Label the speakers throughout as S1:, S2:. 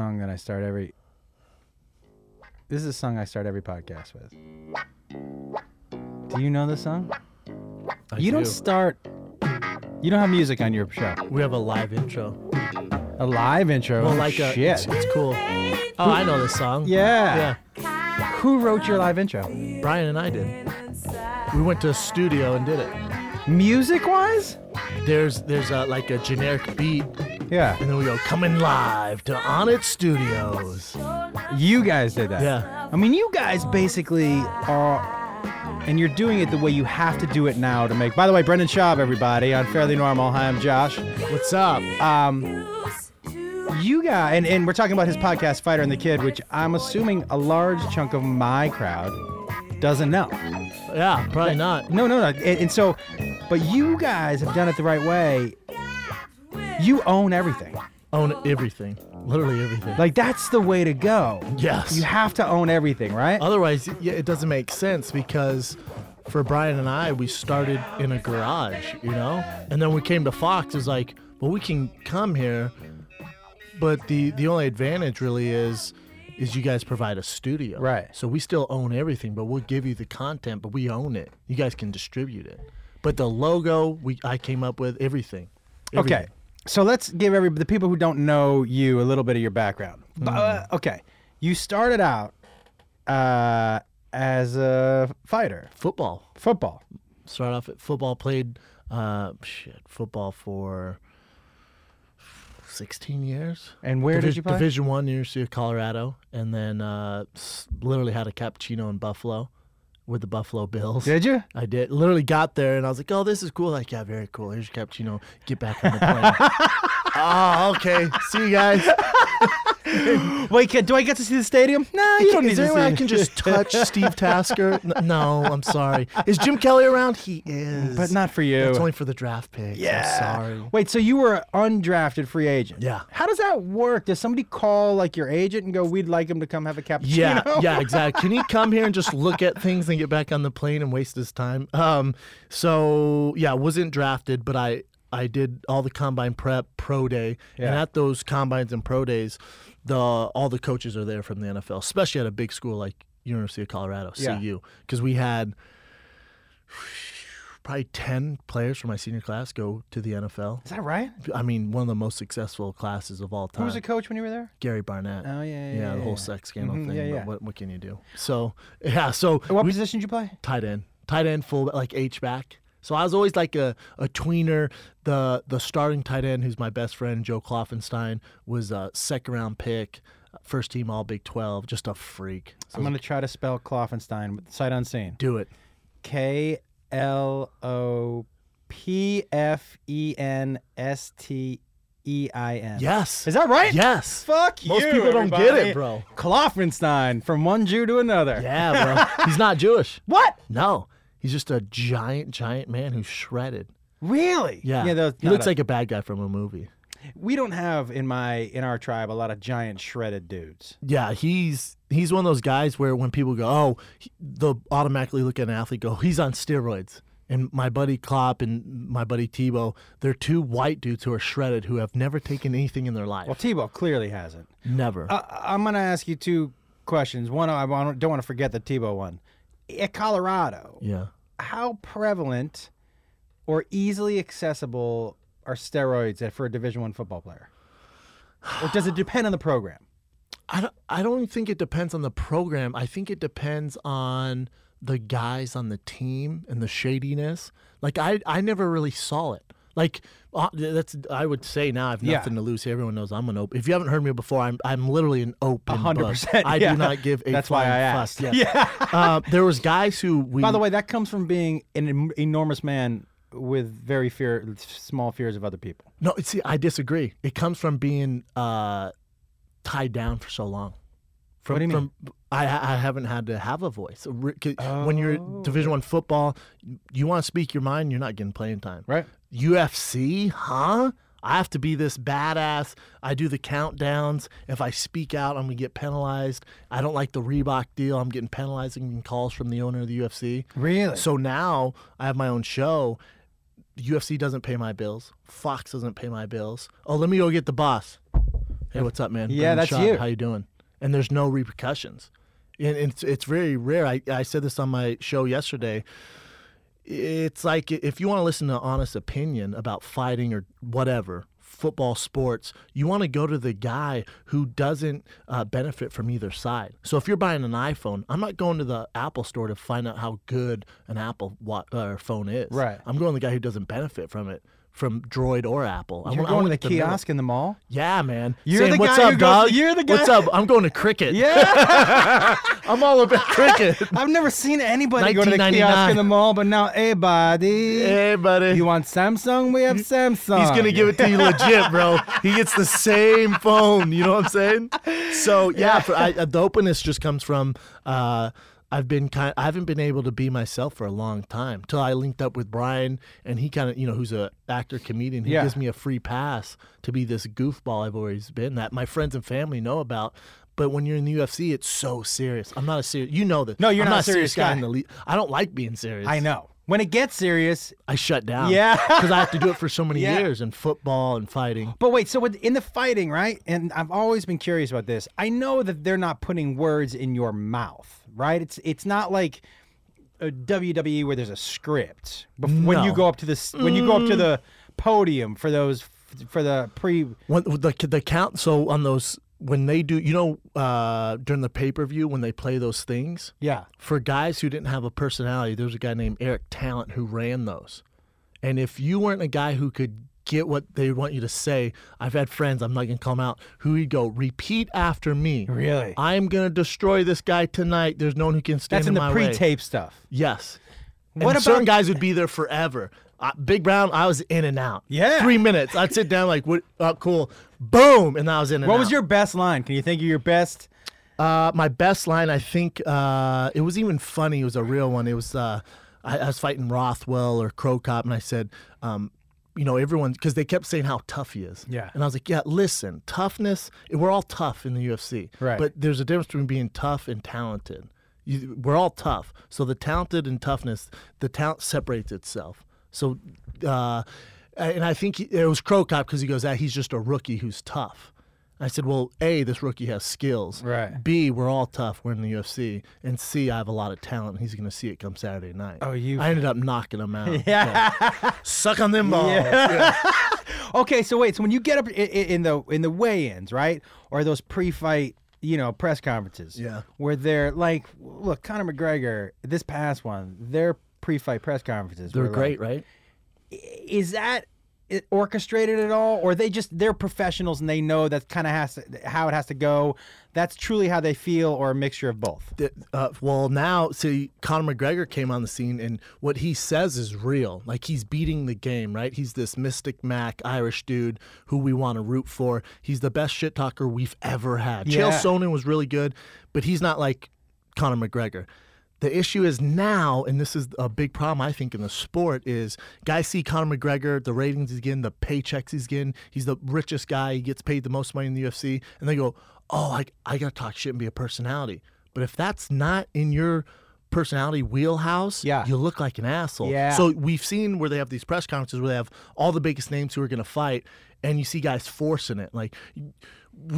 S1: I start every. This is a song I start every podcast with. Do you know this song?
S2: I
S1: you do. not start. You don't have music on your show.
S2: We have a live intro.
S1: A live intro.
S2: Well, like a,
S1: Oh, shit.
S2: It's, it's cool. Oh, I know this song.
S1: yeah.
S2: Yeah.
S1: Who wrote your live intro?
S2: Brian and I did. We went to a studio and did it.
S1: Music wise?
S2: There's there's a, like a generic beat, and
S1: Yeah.
S2: then we go coming live to On It Studios.
S1: You guys did that.
S2: Yeah.
S1: I mean, you guys basically are. And you're doing it the way you have to do it now to make. By the way, Brendan Schaub, everybody, on Fairly Normal. Hi, I'm Josh.
S2: What's up?
S1: Um, you guys, and, and we're talking about his podcast, Fighter and the Kid, which I'm assuming a large chunk of my crowd doesn't know.
S2: Yeah, probably not.
S1: No, no, no. And, and so, but you guys have done it the right way. You own everything.
S2: Own everything, literally everything.
S1: Like, that's the way to go.
S2: Yes.
S1: You have to own everything, right?
S2: Otherwise, yeah, it doesn't make sense because for Brian and I, we started in a garage, you know? And then we came to Fox, it was like, well, we can come here, but the, the only advantage really is is you guys provide a studio.
S1: Right.
S2: So we still own everything, but we'll give you the content, but we own it. You guys can distribute it. But the logo, we I came up with everything.
S1: Okay.
S2: Everything.
S1: So let's give every the people who don't know you a little bit of your background. B- uh, okay. You started out uh, as a fighter,
S2: Football.
S1: football.
S2: Start off at football, played uh shit, football for 16 years.
S1: And where
S2: Divi-
S1: did you play?
S2: Division One, University of Colorado, and then uh, s- literally had a cappuccino in Buffalo with the Buffalo Bills.
S1: Did you?
S2: I did. Literally got there and I was like, "Oh, this is cool." Like, yeah, very cool. Here's your cappuccino. Get back on the plane. oh, okay. See you guys.
S1: Wait, can, do I get to see the stadium? No, you don't need
S2: is there
S1: to
S2: any way
S1: see
S2: I can just touch Steve Tasker? N- No, I'm sorry. Is Jim Kelly around? He is.
S1: But not for you.
S2: It's only for the draft picks.
S1: yeah.
S2: I'm sorry.
S1: Wait, so you were an undrafted free agent?
S2: Yeah.
S1: How does that work? Does somebody call like your agent and go, "We'd like him to come have a cappuccino"?
S2: Yeah, yeah, exactly. Can he come here and just look at things and get back on the plane and waste his time? Um, so yeah, wasn't drafted, but I I did all the combine prep, pro day, and
S1: Yeah.
S2: at those combines and pro days, the all the coaches are there from the NFL, especially at a big school like University of Colorado,
S1: Yeah.
S2: CU, because we had probably ten players from my senior class go to the NFL.
S1: Is that right?
S2: I mean, one of the most successful classes of all time.
S1: Who was the coach when you were there?
S2: Gary Barnett.
S1: Oh, yeah, yeah,
S2: yeah.
S1: yeah,
S2: the whole
S1: yeah.
S2: sex scandal
S1: Mhm,
S2: thing.
S1: yeah,
S2: but
S1: yeah.
S2: What, what can you do? So yeah, so
S1: What position did you play?
S2: tight end, tight end, full like H back. So I was always like a, a tweener. The the starting tight end, who's my best friend, Joe Kloffenstein, was a second round pick, first team All Big Twelve, just a freak. So
S1: I'm gonna try to spell Kloffenstein with sight unseen.
S2: do it.
S1: K L O P F E N S T E I N.
S2: Yes.
S1: Is that right?
S2: Yes.
S1: Fuck you.
S2: Most people don't get
S1: everybody.
S2: it, bro.
S1: Kloffenstein from one Jew to another.
S2: Yeah, bro. He's not Jewish.
S1: What?
S2: No. He's just a giant, giant man who's shredded.
S1: Really?
S2: Yeah.
S1: Yeah. those-
S2: he
S1: no,
S2: looks
S1: no.
S2: like a bad guy from a movie.
S1: we don't have in my in our tribe a lot of giant shredded dudes.
S2: Yeah, he's he's one of those guys where when people go, oh, he- they'll automatically look at an athlete, go, he's on steroids. And my buddy Klopp and my buddy Tebow, they're two white dudes who are shredded who have never taken anything in their life.
S1: Well, uh, Tebow clearly hasn't.
S2: never.
S1: I, I'm gonna ask you two questions. One, I want- don't want to forget the Tebow one. At Colorado,
S2: yeah.
S1: how prevalent or easily accessible are steroids at- for a division one football player or does it depend on the program
S2: I don't, I don't think it depends on the program. I think it depends on the guys on the team and the shadiness. Like I, I never really saw it. Like uh, that's I would say now I've
S1: Yeah.
S2: nothing to lose. here. Everyone knows I'm an ope. If you haven't heard me before, I'm I'm literally an ope. in
S1: hundred
S2: book.
S1: percent,
S2: I
S1: yeah.
S2: do not give a
S1: That's why
S2: flying
S1: I
S2: fuss.
S1: asked.
S2: Yeah. uh, there was guys who we
S1: by the way that comes from being an em- enormous man with very fear small fears of other people
S2: No, see, I disagree. It comes from being uh, tied down for so long. From,
S1: What do you
S2: from, I I haven't had to have a voice. A re- 'cause When you're
S1: Oh.
S2: Division One football, you want to speak your mind. You're not getting playing time.
S1: right
S2: UFC, huh? I have to be this badass. I do the countdowns. If I speak out, I'm gonna get penalized. I don't like the Reebok deal. I'm getting penalized and getting calls from the owner of the UFC.
S1: really
S2: So now I have my own show. UFC doesn't pay my bills. Fox doesn't pay my bills. Oh, let me go get the boss. hey, what's up, man?
S1: Yeah,
S2: Brendan
S1: that's you.
S2: How you doing? And there's no repercussions. And it's it's very rare. I, I said this on my show yesterday. It's like if you want to listen to honest opinion about fighting or whatever, football, sports, you want to go to the guy who doesn't uh, benefit from either side. So if you're buying an iPhone, I'm not going to the Apple store to find out how good an Apple wa- uh, phone is.
S1: Right.
S2: I'm going to the guy who doesn't benefit from it, from Droid or Apple. I
S1: You're
S2: want- I
S1: going to
S2: want
S1: the
S2: middle.
S1: kiosk in the mall.
S2: Yeah, man.
S1: You're
S2: Saying,
S1: the
S2: What's
S1: guy
S2: up,
S1: who goes-
S2: dog?
S1: you're the guy-
S2: What's up? I'm going to cricket.
S1: Yeah,
S2: I'm all about cricket.
S1: I've never seen anybody go to the kiosk
S2: 1999.
S1: in the mall, but now, hey, buddy,
S2: hey, buddy.
S1: you want Samsung? We have Samsung.
S2: He's gonna give it to you legit, bro. He gets the same phone. You know what I'm saying? So yeah, for, I, uh, the openness just comes from uh, I've been kind. I haven't been able to be myself for a long time till I linked up with Brian, and he kind of you know who's a actor comedian. He
S1: Yeah.
S2: gives me a free pass to be this goofball I've always been that my friends and family know about. But when you're in the UFC, it's so serious. I'm not a serious. You know this.
S1: No, you're
S2: I'm
S1: not a
S2: a serious,
S1: serious guy.
S2: in the league. I don't like being serious.
S1: I know. When it gets serious,
S2: I shut down.
S1: Yeah.
S2: Because I have to do it for so many
S1: Yeah.
S2: years in football and fighting.
S1: But wait, so with- in the fighting, right? And I've always been curious about this. I know that they're not putting words in your mouth, right? It's it's not like a WWE where there's a script. Bef- When you
S2: No. Mm.
S1: go up to the s- when you go up to the podium for those f- for the pre
S2: When the the count so on those when they do you know uh, during the pay per view when they play those things
S1: yeah.
S2: for guys who didn't have a personality there was a guy named Eric Talent who ran those, and if you weren't a guy who could get what they want you to say, I've had friends I'm not gonna call 'em out who would go repeat after me.
S1: Really?
S2: I'm gonna destroy this guy tonight. There's no one who can stand
S1: That's
S2: in
S1: in the
S2: my way."
S1: pre-tape stuff.
S2: Yes.
S1: What
S2: What
S1: about-
S2: about certain guys would be there forever? Uh, Big Brown, I was in and out.
S1: Yeah.
S2: three minutes. I'd sit down like, "What? Oh, cool." Boom, and I was in and
S1: What
S2: out.
S1: was your best line? Can you think of your best?
S2: Uh, my best line, I think uh, it was even funny. It was a real one. It was uh, I, I was fighting Rothwell or Crow Cop, and I said, um, you know, everyone because they kept saying how tough he is.
S1: Yeah.
S2: And I was like, yeah, listen, toughness. We're all tough in the UFC.
S1: Right.
S2: But there's a difference between being tough and talented. You, we're all tough. So the talented and toughness, the talent separates itself. So, uh, and I think he, it was Crow Cop because he goes, ah, he's just a rookie who's tough. I said, well, A, this rookie has skills.
S1: Right.
S2: B, we're all tough. We're in the UFC. And C, I have a lot of talent. He's going to see it come Saturday night.
S1: Oh, you-
S2: I ended up knocking him out.
S1: Yeah.
S2: Suck on them balls.
S1: Okay, so wait, so when you get up in, in the in the weigh-ins, right, or those pre-fight, you know, press conferences,
S2: Yeah.
S1: where they're like, look, Conor McGregor, this past one, their pre-fight press conferences,
S2: They're
S1: were like-
S2: great, right?
S1: is that i- orchestrated at all, or they just they're professionals and they know that's kind of has to, how it has to go? That's truly how they feel, or a mixture of both.
S2: that, uh, well now see conor mcgregor came on the scene and what he says is real like he's beating the game right he's this mystic mac irish dude who we want to root for he's the best shit talker we've ever had chael
S1: Yeah.
S2: sonnen was really good but he's not like conor mcgregor the issue is now, and this is a big problem I think in the sport, is guys see Conor McGregor, the ratings he's getting, the paychecks he's getting. He's the richest guy. He gets paid the most money in the UFC, and they go, "Oh, I, I gotta talk shit and be a personality." But if that's not in your personality wheelhouse,
S1: Yeah.
S2: you look like an asshole.
S1: Yeah.
S2: So we've seen where they have these press conferences where they have all the biggest names who are gonna fight, and you see guys forcing it, like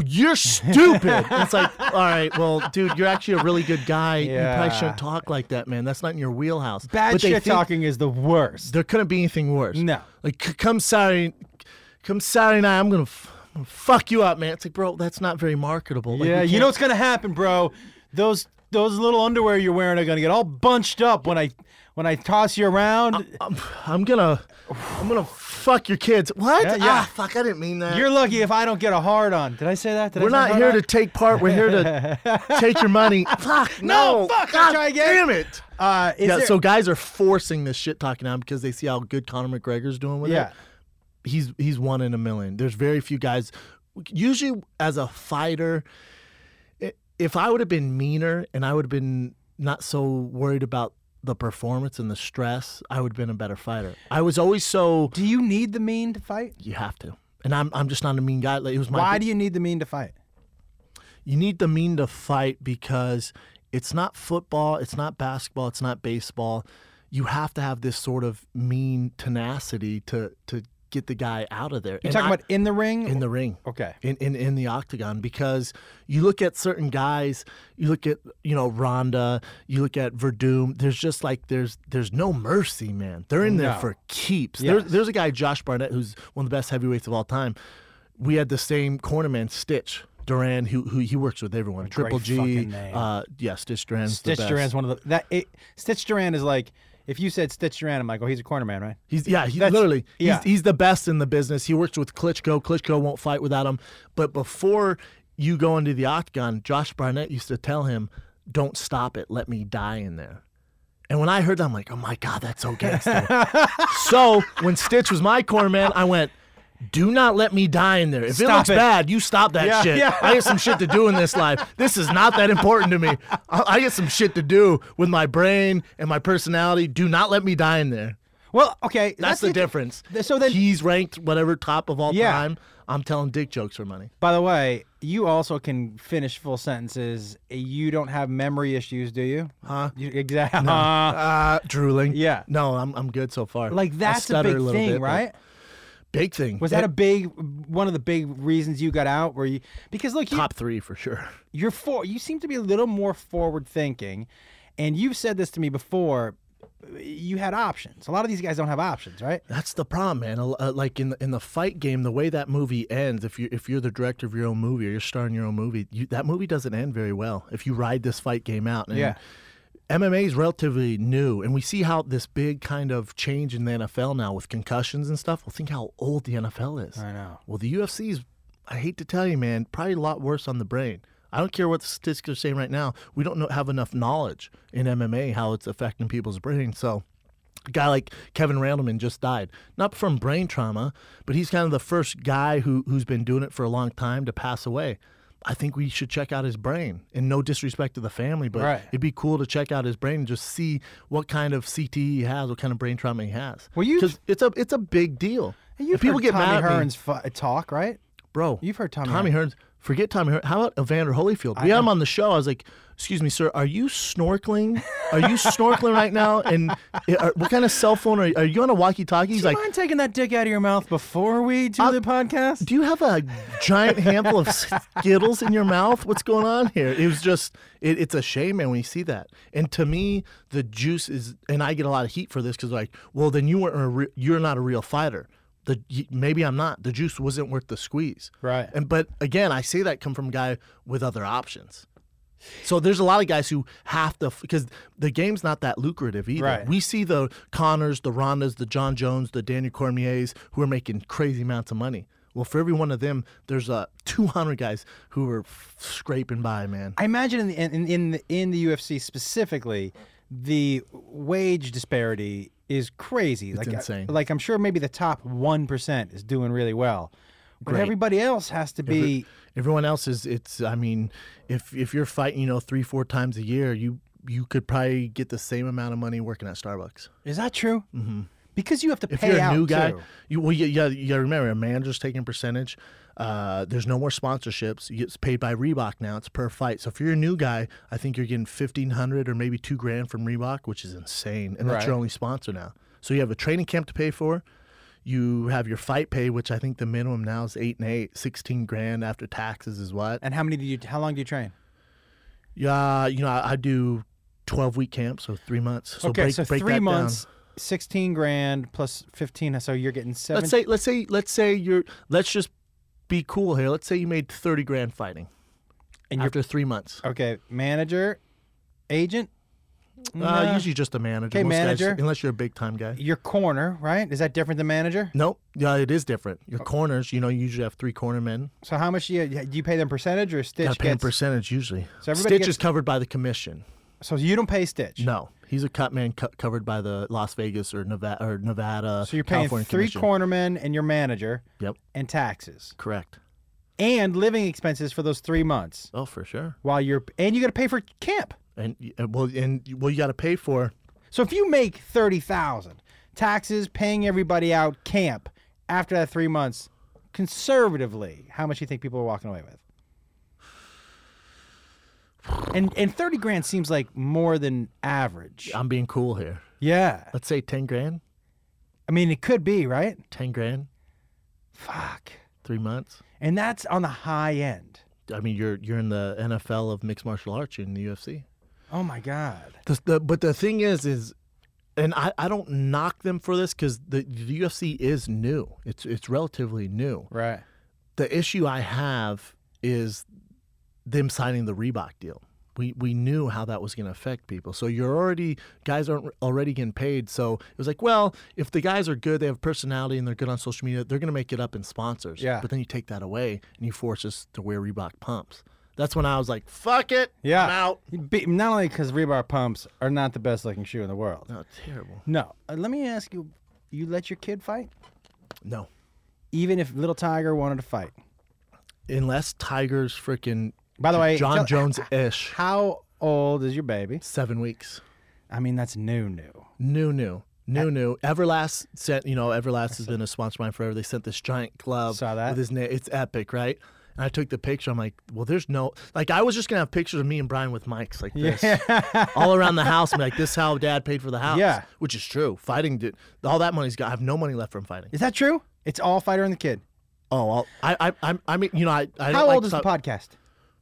S2: you're stupid. And it's like, all right, well, dude, you're actually a really good guy. You
S1: Yeah.
S2: probably shouldn't talk like that, man. That's not in your wheelhouse.
S1: Bad
S2: But they
S1: shit
S2: think
S1: talking is the worst.
S2: There couldn't be anything worse.
S1: No.
S2: Like, c- come Saturday, come Saturday night, I'm gonna. F- I'm gonna Fuck you up, man. It's like, bro, that's not very marketable. Like,
S1: yeah,
S2: we
S1: you
S2: can't-
S1: know what's gonna happen, bro? Those those little underwear you're wearing are gonna get all bunched up when I when I toss you around.
S2: I'm, I'm gonna, I'm gonna fuck your kids. What?
S1: Yeah, yeah.
S2: Ah, fuck, I didn't mean that.
S1: you're lucky if I don't get a hard on. Did I say that? Did I
S2: We're
S1: say
S2: not
S1: hard
S2: here
S1: on?
S2: to take part. We're here to take your money. Fuck, no.
S1: fuck, I'll
S2: God
S1: try again.
S2: Damn it.
S1: Uh, is
S2: yeah,
S1: there-
S2: so guys are forcing this shit talking out because they see how good Conor McGregor's doing with
S1: yeah,
S2: it. He's he's one in a million. There's very few guys. Usually, as a fighter, i- if I would have been meaner and I would have been not so worried about the performance and the stress, I would have been a better fighter. I was always so
S1: do you need the mean to fight?
S2: you have to, and I'm I'm just not a mean guy. Like, it was my
S1: Why do you need the mean to fight?
S2: you need the mean to fight because it's not football, it's not basketball, it's not baseball. You have to have this sort of mean tenacity to to get the guy out of there.
S1: You're talking about in the ring?
S2: in the ring.
S1: Okay.
S2: In, in in the octagon because you look at certain guys, you look at you know Ronda, you look at Verdum. There's just like there's there's no mercy, man. They're in there
S1: No.
S2: for keeps. There-
S1: Yes.
S2: there's a guy Josh Barnett who's one of the best heavyweights of all time. We had the same cornerman Stitch Duran who who he works with everyone. Triple G.
S1: fucking name.
S2: Uh, yeah, Stitch Duran's the
S1: Stitch
S2: best.
S1: Duran's one of the that it, Stitch Duran is like if you said Stitch Duran, I'm like, oh, he's a corner man, right?
S2: He's yeah, he
S1: That's-
S2: literally
S1: yeah.
S2: he's he's the best in the business. He works with Klitschko. Klitschko won't fight without him. But before you go into the octagon, Josh Barnett used to tell him, "Don't stop it. Let me die in there." And when I heard that, I'm like, "Oh my god, that's so gangster." so when Stitch was my corner man, I went. Do not let me die in there. If it
S1: Stop
S2: looks
S1: it.
S2: bad, you stop that
S1: Yeah,
S2: shit.
S1: yeah.
S2: I got some shit to do in this life. This is not that important to me. I, I got some shit to do with my brain and my personality. Do not let me die in there.
S1: Well, okay,
S2: That's, the
S1: it.
S2: difference.
S1: Th- so then-
S2: he's ranked whatever top of all
S1: Yeah.
S2: time. I'm telling dick jokes for money.
S1: By the way, you also can finish full sentences. You don't have memory issues, do you? Huh? You, exactly.
S2: Uh, drooling.
S1: Yeah.
S2: No, I'm I'm good so far. I
S1: Like that's a
S2: stutter
S1: big
S2: little
S1: thing,
S2: bit, but-
S1: right?
S2: Big thing.
S1: Was that a big one of the big reasons you got out? Where you because look, you,
S2: top three for sure?
S1: you're for you seem to be a little more forward thinking, and you've said this to me before. You had options. A lot of these guys don't have options, right?
S2: That's the problem, man. A- Uh, like in the, in the fight game, the way that movie ends, if you if you're the director of your own movie or you're starring your own movie, you, that movie doesn't end very well. If you ride this fight game out, and
S1: Yeah.
S2: MMA is relatively new, and we see how this big kind of change in the NFL now with concussions and stuff. Well, think how old the NFL is.
S1: I know.
S2: Well, the UFC's, I hate to tell you, man, probably a lot worse on the brain. I don't care what the statistics are saying right now. We don't know, have enough knowledge in MMA how it's affecting people's brain. So, a guy like Kevin Randleman just died, not from brain trauma, but he's kind of the first guy who, who's been doing it for a long time to pass away. I think we should check out his brain. And no disrespect to the family, but
S1: Right.
S2: it'd be cool to check out his brain and just see what kind of CTE he has, what kind of brain trauma he has.
S1: Well, you-
S2: 'Cause it's a it's a big deal.
S1: And you've
S2: If people
S1: heard
S2: get
S1: Tommy
S2: mad at me-
S1: Hearn's fu- talk, right?
S2: Bro,
S1: You've heard Tommy
S2: Tommy Hearns. Forget Tommy Hearns. How about Evander Holyfield? We had him on the show. I was like, "Excuse me, sir, are you snorkeling? Are you snorkeling right now? And eh, are, what kind of cell phone are you, are you on a walkie-talkie?" He's
S1: Do you
S2: like,
S1: mind taking that dick out of your mouth before we do the podcast?
S2: "Do you have a giant handful of Skittles in your mouth? What's going on here?" It was just, it, it's a shame, man, when you see that. And to me, the juice is, and I get a lot of heat for this because, like, well, then you weren't, a re- you're not a real fighter. The, y- maybe I'm not. The juice wasn't worth the squeeze.
S1: Right.
S2: And but again, I say that come from a guy with other options. So there's a lot of guys who have to because the game's not that lucrative either.
S1: Right.
S2: We see the Connors, the Rondas, the John Jones, the Daniel Cormiers who are making crazy amounts of money. Well, for every one of them, there's uh, 200 guys who are f- scraping by, man.
S1: I imagine in the, in, in the in the UFC specifically, the wage disparity is crazy. like uh,
S2: insane.
S1: like I'm sure maybe the top one percent is doing really well, but
S2: Great.
S1: everybody else has to be.
S2: Everyone else is it's I mean, if if you're fighting, you know, 3 4 times a year, you you could probably get the same amount of money working at Starbucks.
S1: is that true? Mm-hmm. Because you have to
S2: if
S1: pay
S2: you're
S1: out
S2: a new guy,
S1: too.
S2: you well, you, you, gotta- you gotta remember a manager's taking a percentage. Uh, there's no more sponsorships. You get paid by Reebok now. It's per fight. So if you're a new guy, I think you're getting fifteen hundred or maybe two grand from Reebok, which is insane, and that's your
S1: Right.
S2: only sponsor now. So you have a training camp to pay for. You have your fight pay, which I think the minimum now is eight and eight, 16 grand after taxes is what.
S1: And how many do you? How long do you train?
S2: Yeah, you know I, I do twelve week camps, so three months. So
S1: okay,
S2: break,
S1: so
S2: break
S1: three
S2: that
S1: months,
S2: Down.
S1: sixteen grand plus fifteen. So you're getting seven.
S2: Let's say let's say let's say you're let's just be cool here. Let's say you made thirty grand fighting
S1: And you're- Oh.
S2: after three months.
S1: okay, manager, agent.
S2: Uh,
S1: Nah.
S2: usually just a manager.
S1: Okay,
S2: Most guys-
S1: manager.
S2: unless you're a big time guy.
S1: your corner, right? Is that different than manager?
S2: Nope. Yeah, it is different.
S1: Oh.
S2: Your corners, you know, you usually have three corner men.
S1: So how much do you do you pay them percentage or Stitch
S2: Got to pay in
S1: gets?
S2: percentage usually.
S1: So everybody
S2: Stitch
S1: gets-
S2: is covered by the commission.
S1: so you don't pay Stitch.
S2: No, he's a cut man co- covered by the Las Vegas or Nevada or Nevada.
S1: So you're paying
S2: California
S1: three
S2: commission.
S1: cornermen and your manager
S2: Yep,
S1: and taxes
S2: correct.
S1: and living expenses for those three months
S2: Oh, for sure.
S1: while you're and you got to pay for camp.
S2: And uh, well, and well, you got to pay for
S1: So if you make thirty thousand, taxes, paying everybody out, camp after that three months, conservatively, how much do you think people are walking away with? And and thirty grand seems like more than average.
S2: I'm being cool here.
S1: Yeah,
S2: Let's say ten grand.
S1: I mean it could be right.
S2: Ten grand.
S1: Fuck.
S2: Three months.
S1: And that's on the high end.
S2: I mean, you're you're in the NFL of mixed martial arts. You're in the UFC.
S1: Oh my god.
S2: The, the, but the thing is, is, and I, I don't knock them for this because the, the UFC is new. It's it's relatively new.
S1: Right.
S2: The issue I have is them signing the Reebok deal. We we knew how that was going to affect people. So you're already guys aren't already getting paid. So it was like, well, if the guys are good, they have personality, and they're good on social media, they're going to make it up in sponsors.
S1: Yeah.
S2: But then you take that away and you force us to wear Reebok pumps. That's when I was like, fuck it.
S1: Yeah.
S2: I'm out.
S1: Be- not only because rebar pumps are not the best looking shoe in the world.
S2: Oh, terrible.
S1: No. Uh, let me ask you you let your kid fight?
S2: No.
S1: Even if little Tiger wanted to fight.
S2: Unless Tiger's freaking
S1: By the way,
S2: John
S1: tell-
S2: Jones ish.
S1: How old is your baby?
S2: Seven weeks.
S1: I mean, that's new, new.
S2: New, new. New, new. Everlast sent, you know, Everlast has been a sponsor of mine forever. They sent this giant glove
S1: Saw that.
S2: with his name. It's epic, right? And I took the picture. I'm like, well, there's no, like, I was just going to have pictures of me and Brian with mics like this all around the house. I'm like, this is how dad paid for the house.
S1: Yeah.
S2: Which is true. Fighting, did, all that money's got, I have no money left from fighting.
S1: Is that true? It's all fighter and the kid.
S2: Oh, I'll, I, I, I'm, I mean, you know, I, I
S1: How
S2: don't
S1: old
S2: like
S1: is
S2: to
S1: the
S2: talk-
S1: podcast?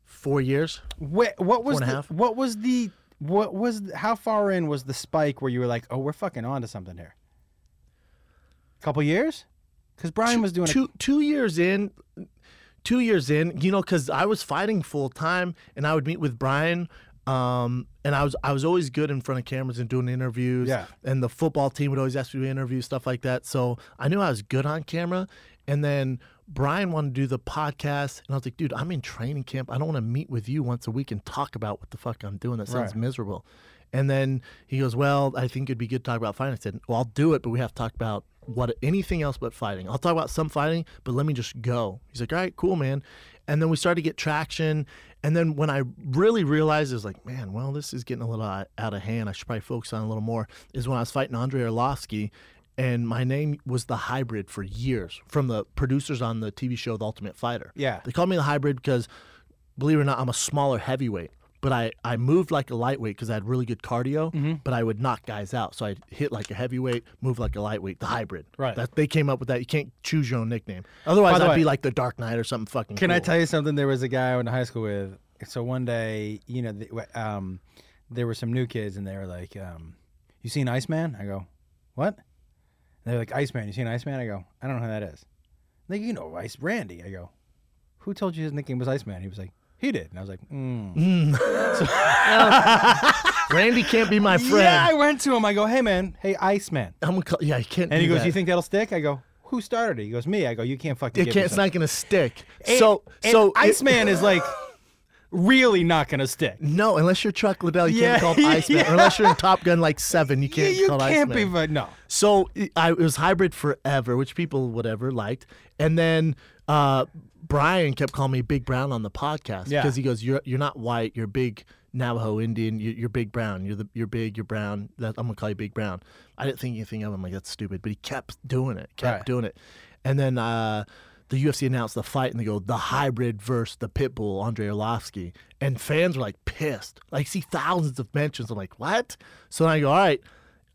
S2: Four years.
S1: Wh- what was
S2: Four and a
S1: the,
S2: half.
S1: what was the what was how far in was the spike where you were like, oh, we're fucking on to something here? Couple years? Because Brian was doing
S2: two two years in two years in you know because i was fighting full time and i would meet with brian um, and i was i was always good in front of cameras and doing interviews
S1: Yeah.
S2: and the football team would always ask me to do interviews stuff like that so i knew i was good on camera and then brian wanted to do the podcast and i was like dude i'm in training camp i don't want to meet with you once a week and talk about what the fuck i'm doing that sounds
S1: Right.
S2: miserable and then he goes well i think it'd be good to talk about fighting i said well i'll do it but we have to talk about what anything else but fighting i'll talk about some fighting but let me just go he's like all right cool man and then we started to get traction and then when i really realized it was like man well this is getting a little out out of hand i should probably focus on it a little more is when i was fighting andre orlovsky and my name was the hybrid for years from the producers on the tv show the ultimate fighter
S1: Yeah.
S2: they called me the hybrid because, believe it or not, I'm a smaller heavyweight. But I, I moved like a lightweight because I had really good cardio,
S1: Mm-hmm.
S2: but I would knock guys out. So I'd hit like a heavyweight, move like a lightweight, the hybrid.
S1: Right.
S2: That, they came up with that. You can't choose your own nickname. Otherwise,
S1: By the
S2: I'd
S1: way-
S2: be like the Dark Knight or something fucking
S1: Can I
S2: cool.
S1: tell you something? There was a guy I went to high school with. So one day, you know, th- w- um, there were some new kids, and they were like, um, "You seen Iceman?" I go, "What?" And they're like, "Iceman, you seen Iceman?" I go, "I don't know who that is." They go, "You know Ice Randy?" I go, "Who told you his nickname was Iceman?" He was like, "He did," and I was like, mm.
S2: Randy can't be my friend.
S1: "Yeah." I went to him. I go, "Hey man, hey Iceman,"
S2: I'm gonna call, yeah, you can't.
S1: and he
S2: do
S1: goes,
S2: that.
S1: "You think that'll stick?" I go, "Who started it?" He goes, "Me." I go, "You can't fucking."
S2: it
S1: give me
S2: can't? It's
S1: something."
S2: not gonna stick.
S1: And-
S2: so
S1: and
S2: so it-
S1: Iceman is like really not gonna stick.
S2: no, unless you're Chuck Liddell, you
S1: Yeah,
S2: can't call him Iceman.
S1: yeah.
S2: Or unless you're in Top Gun like seven, you can't
S1: you
S2: call him
S1: can't
S2: Iceman.
S1: be, but no.
S2: So it- I, it was hybrid forever, which people whatever liked, and then uh, Brian kept calling me Big Brown on the podcast because
S1: Yeah.
S2: he goes, "You're you're not white, you're big Navajo Indian, you're, you're big brown, you're the you're big, you're brown. That, I'm gonna call you Big Brown." I didn't think anything of him. Like that's stupid, but he kept doing it, kept
S1: Right.
S2: doing it, and then. Uh, the UFC announced the fight, and they go the hybrid versus the pitbull, Andre Orlovsky, and fans were like pissed. Like, see thousands of mentions. I'm like, what? So then I go, all right,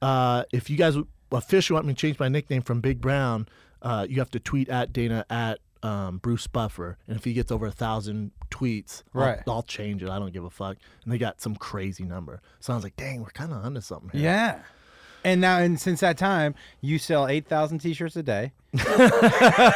S2: uh, if you guys officially want me to change my nickname from Big Brown, uh, you have to tweet at Dana at um, Bruce Buffer, and if he gets over a thousand tweets, I'll-
S1: Right.
S2: I'll, change it. I don't give a fuck. And they got some crazy number, so I was like, dang, we're kind of onto something. Here.
S1: Yeah. And now, and since that time, you sell eight thousand t-shirts a day.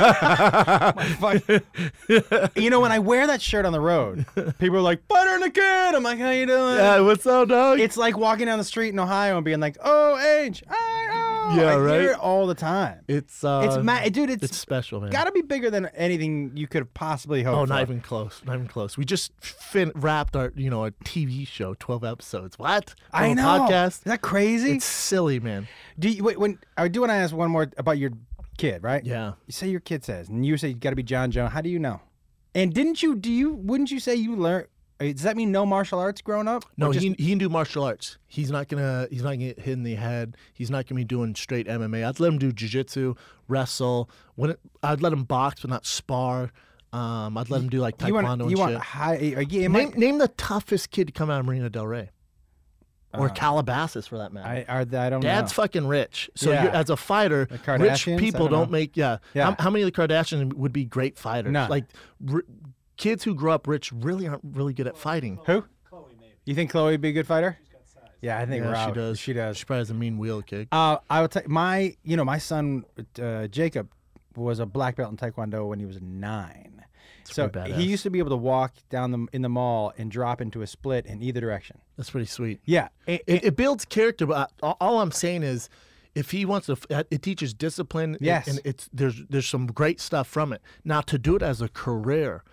S1: My fuck- you know, when I wear that shirt on the road, people are like, "Butter and a kid." I'm like, "How you doing?"
S2: what's up, dog?
S1: It's like walking down the street in Ohio and being like, "Oh, H, I, oh."
S2: Yeah,
S1: I
S2: right?
S1: Hear it all the time.
S2: it's uh,
S1: it's ma- dude. It's,
S2: it's special, man.
S1: got to be bigger than anything you could have possibly hoped.
S2: Oh,
S1: for.
S2: not even close. Not even close. We just fin- wrapped our, you know, a TV show, twelve episodes. What?
S1: I
S2: Little
S1: know. Is
S2: Podcast.
S1: that crazy?
S2: It's silly, man.
S1: Do you, wait, when I do want to ask one more about your kid, right?
S2: Yeah.
S1: You say your kid says, and you say you got to be John Jones. How do you know? And didn't you? Do you? Wouldn't you say you learn? Does that mean no martial arts growing up?
S2: No,
S1: Or just-
S2: he he can do martial arts. He's not gonna he's not gonna get hit in the head. He's not gonna be doing straight MMA. I'd let him do jujitsu, wrestle. When it, I'd let him box, but not spar. Um, I'd let him do like taekwondo
S1: you want
S2: and
S1: you
S2: shit.
S1: want high. Are you, am I-
S2: name name the toughest kid to come out of Marina Del Rey. or Calabasas for that matter.
S1: Uh, I are the, I don't
S2: Dad's
S1: know.
S2: fucking rich, so
S1: Yeah.
S2: you're, as a fighter, rich
S1: Kardashians? I
S2: people
S1: don't know.
S2: don't, make. Yeah,
S1: Yeah.
S2: How, how many of the Kardashians would be great fighters?
S1: None.
S2: Like r- kids who grow up rich really aren't really good at fighting.
S1: Who? You think Chloe would be a good fighter? Yeah, I think
S2: Yeah,
S1: we're
S2: she
S1: out.
S2: does.
S1: She does.
S2: She probably has a mean wheel kick.
S1: Uh, I would tell my, you know, my son uh, Jacob was a black belt in Taekwondo when he was nine. so
S2: pretty
S1: he
S2: badass.
S1: used to be able to walk down the in the mall and drop into a split in either direction.
S2: That's pretty sweet.
S1: Yeah, it,
S2: It, it builds character, but I- all- all I'm saying is, if he wants to, f- uh, it teaches discipline.
S1: Yes.
S2: and it's there's there's some great stuff from it. Now to do it as a career,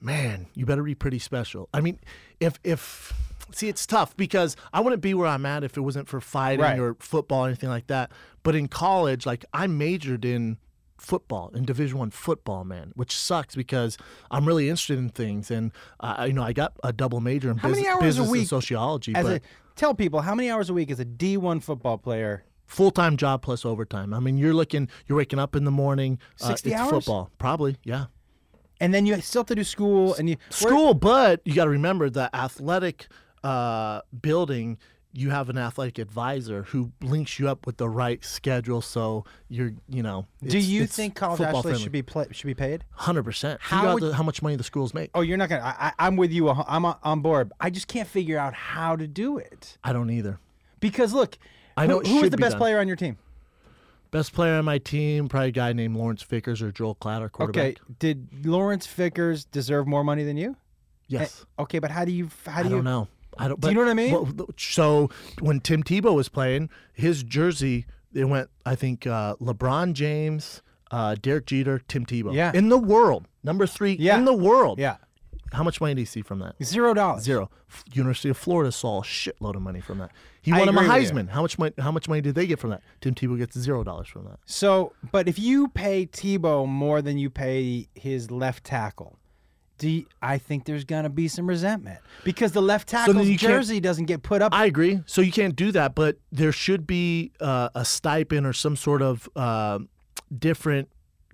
S2: man, you better be pretty special. I mean, if if see, it's tough because I wouldn't be where I'm at if it wasn't for fighting
S1: Right.
S2: or football or anything like that. But in college, like I majored in football in division one football man which sucks because i'm really interested in things and uh, you know i got a double major in
S1: How many
S2: business,
S1: hours a
S2: business
S1: week
S2: and sociology
S1: as
S2: but
S1: a tell people how many hours a week is a D one football player?
S2: full time job plus overtime. I mean, you're looking, you're waking up in the morning. uh,
S1: 60
S2: it's
S1: hours?
S2: Football, probably, yeah.
S1: And then you still have to do school and you where-
S2: School, but you got to remember the athletic uh, building. You have an athletic advisor who links you up with the right schedule, so you're, you know.
S1: Do you think college athletes should be play, should be paid?
S2: Hundred percent.
S1: How
S2: How
S1: would-
S2: how much money the schools make?
S1: Oh, you're not gonna. I, I, I'm with you. a hu- I'm on- on board. I just can't figure out how to do it
S2: I don't either.
S1: because look,
S2: I know
S1: who-
S2: it
S1: who is
S2: should
S1: the
S2: be
S1: best
S2: done.
S1: player on your team?
S2: Best player on my team, probably a guy named Lawrence Vickers or Joel Clatter, quarterback.
S1: Okay, did Lawrence Vickers deserve more money than you?
S2: Yes.
S1: Okay, but how do you? How do
S2: I
S1: you?
S2: don't know. I don't.
S1: Do you know what I mean?
S2: well, so when Tim Tebow was playing, his jersey it went. I think uh, LeBron James, uh, Derek Jeter, Tim Tebow.
S1: Yeah.
S2: In the world, number three
S1: Yeah.
S2: in the world.
S1: Yeah,
S2: How much money do you see from that?
S1: zero dollars.
S2: Zero. F- University of Florida saw a shitload of money from that. He
S1: I
S2: won him a
S1: agree with you.
S2: Heisman. How much money? How much money did they get from that? Tim Tebow gets zero dollars from that.
S1: So, but if you pay Tebow more than you pay his left tackle, do you, I think there's gonna be some resentment because the left
S2: then
S1: tackle's
S2: you can't-
S1: jersey doesn't get put up.
S2: I agree. So you can't do that, but there should be uh, a stipend or some sort of uh, different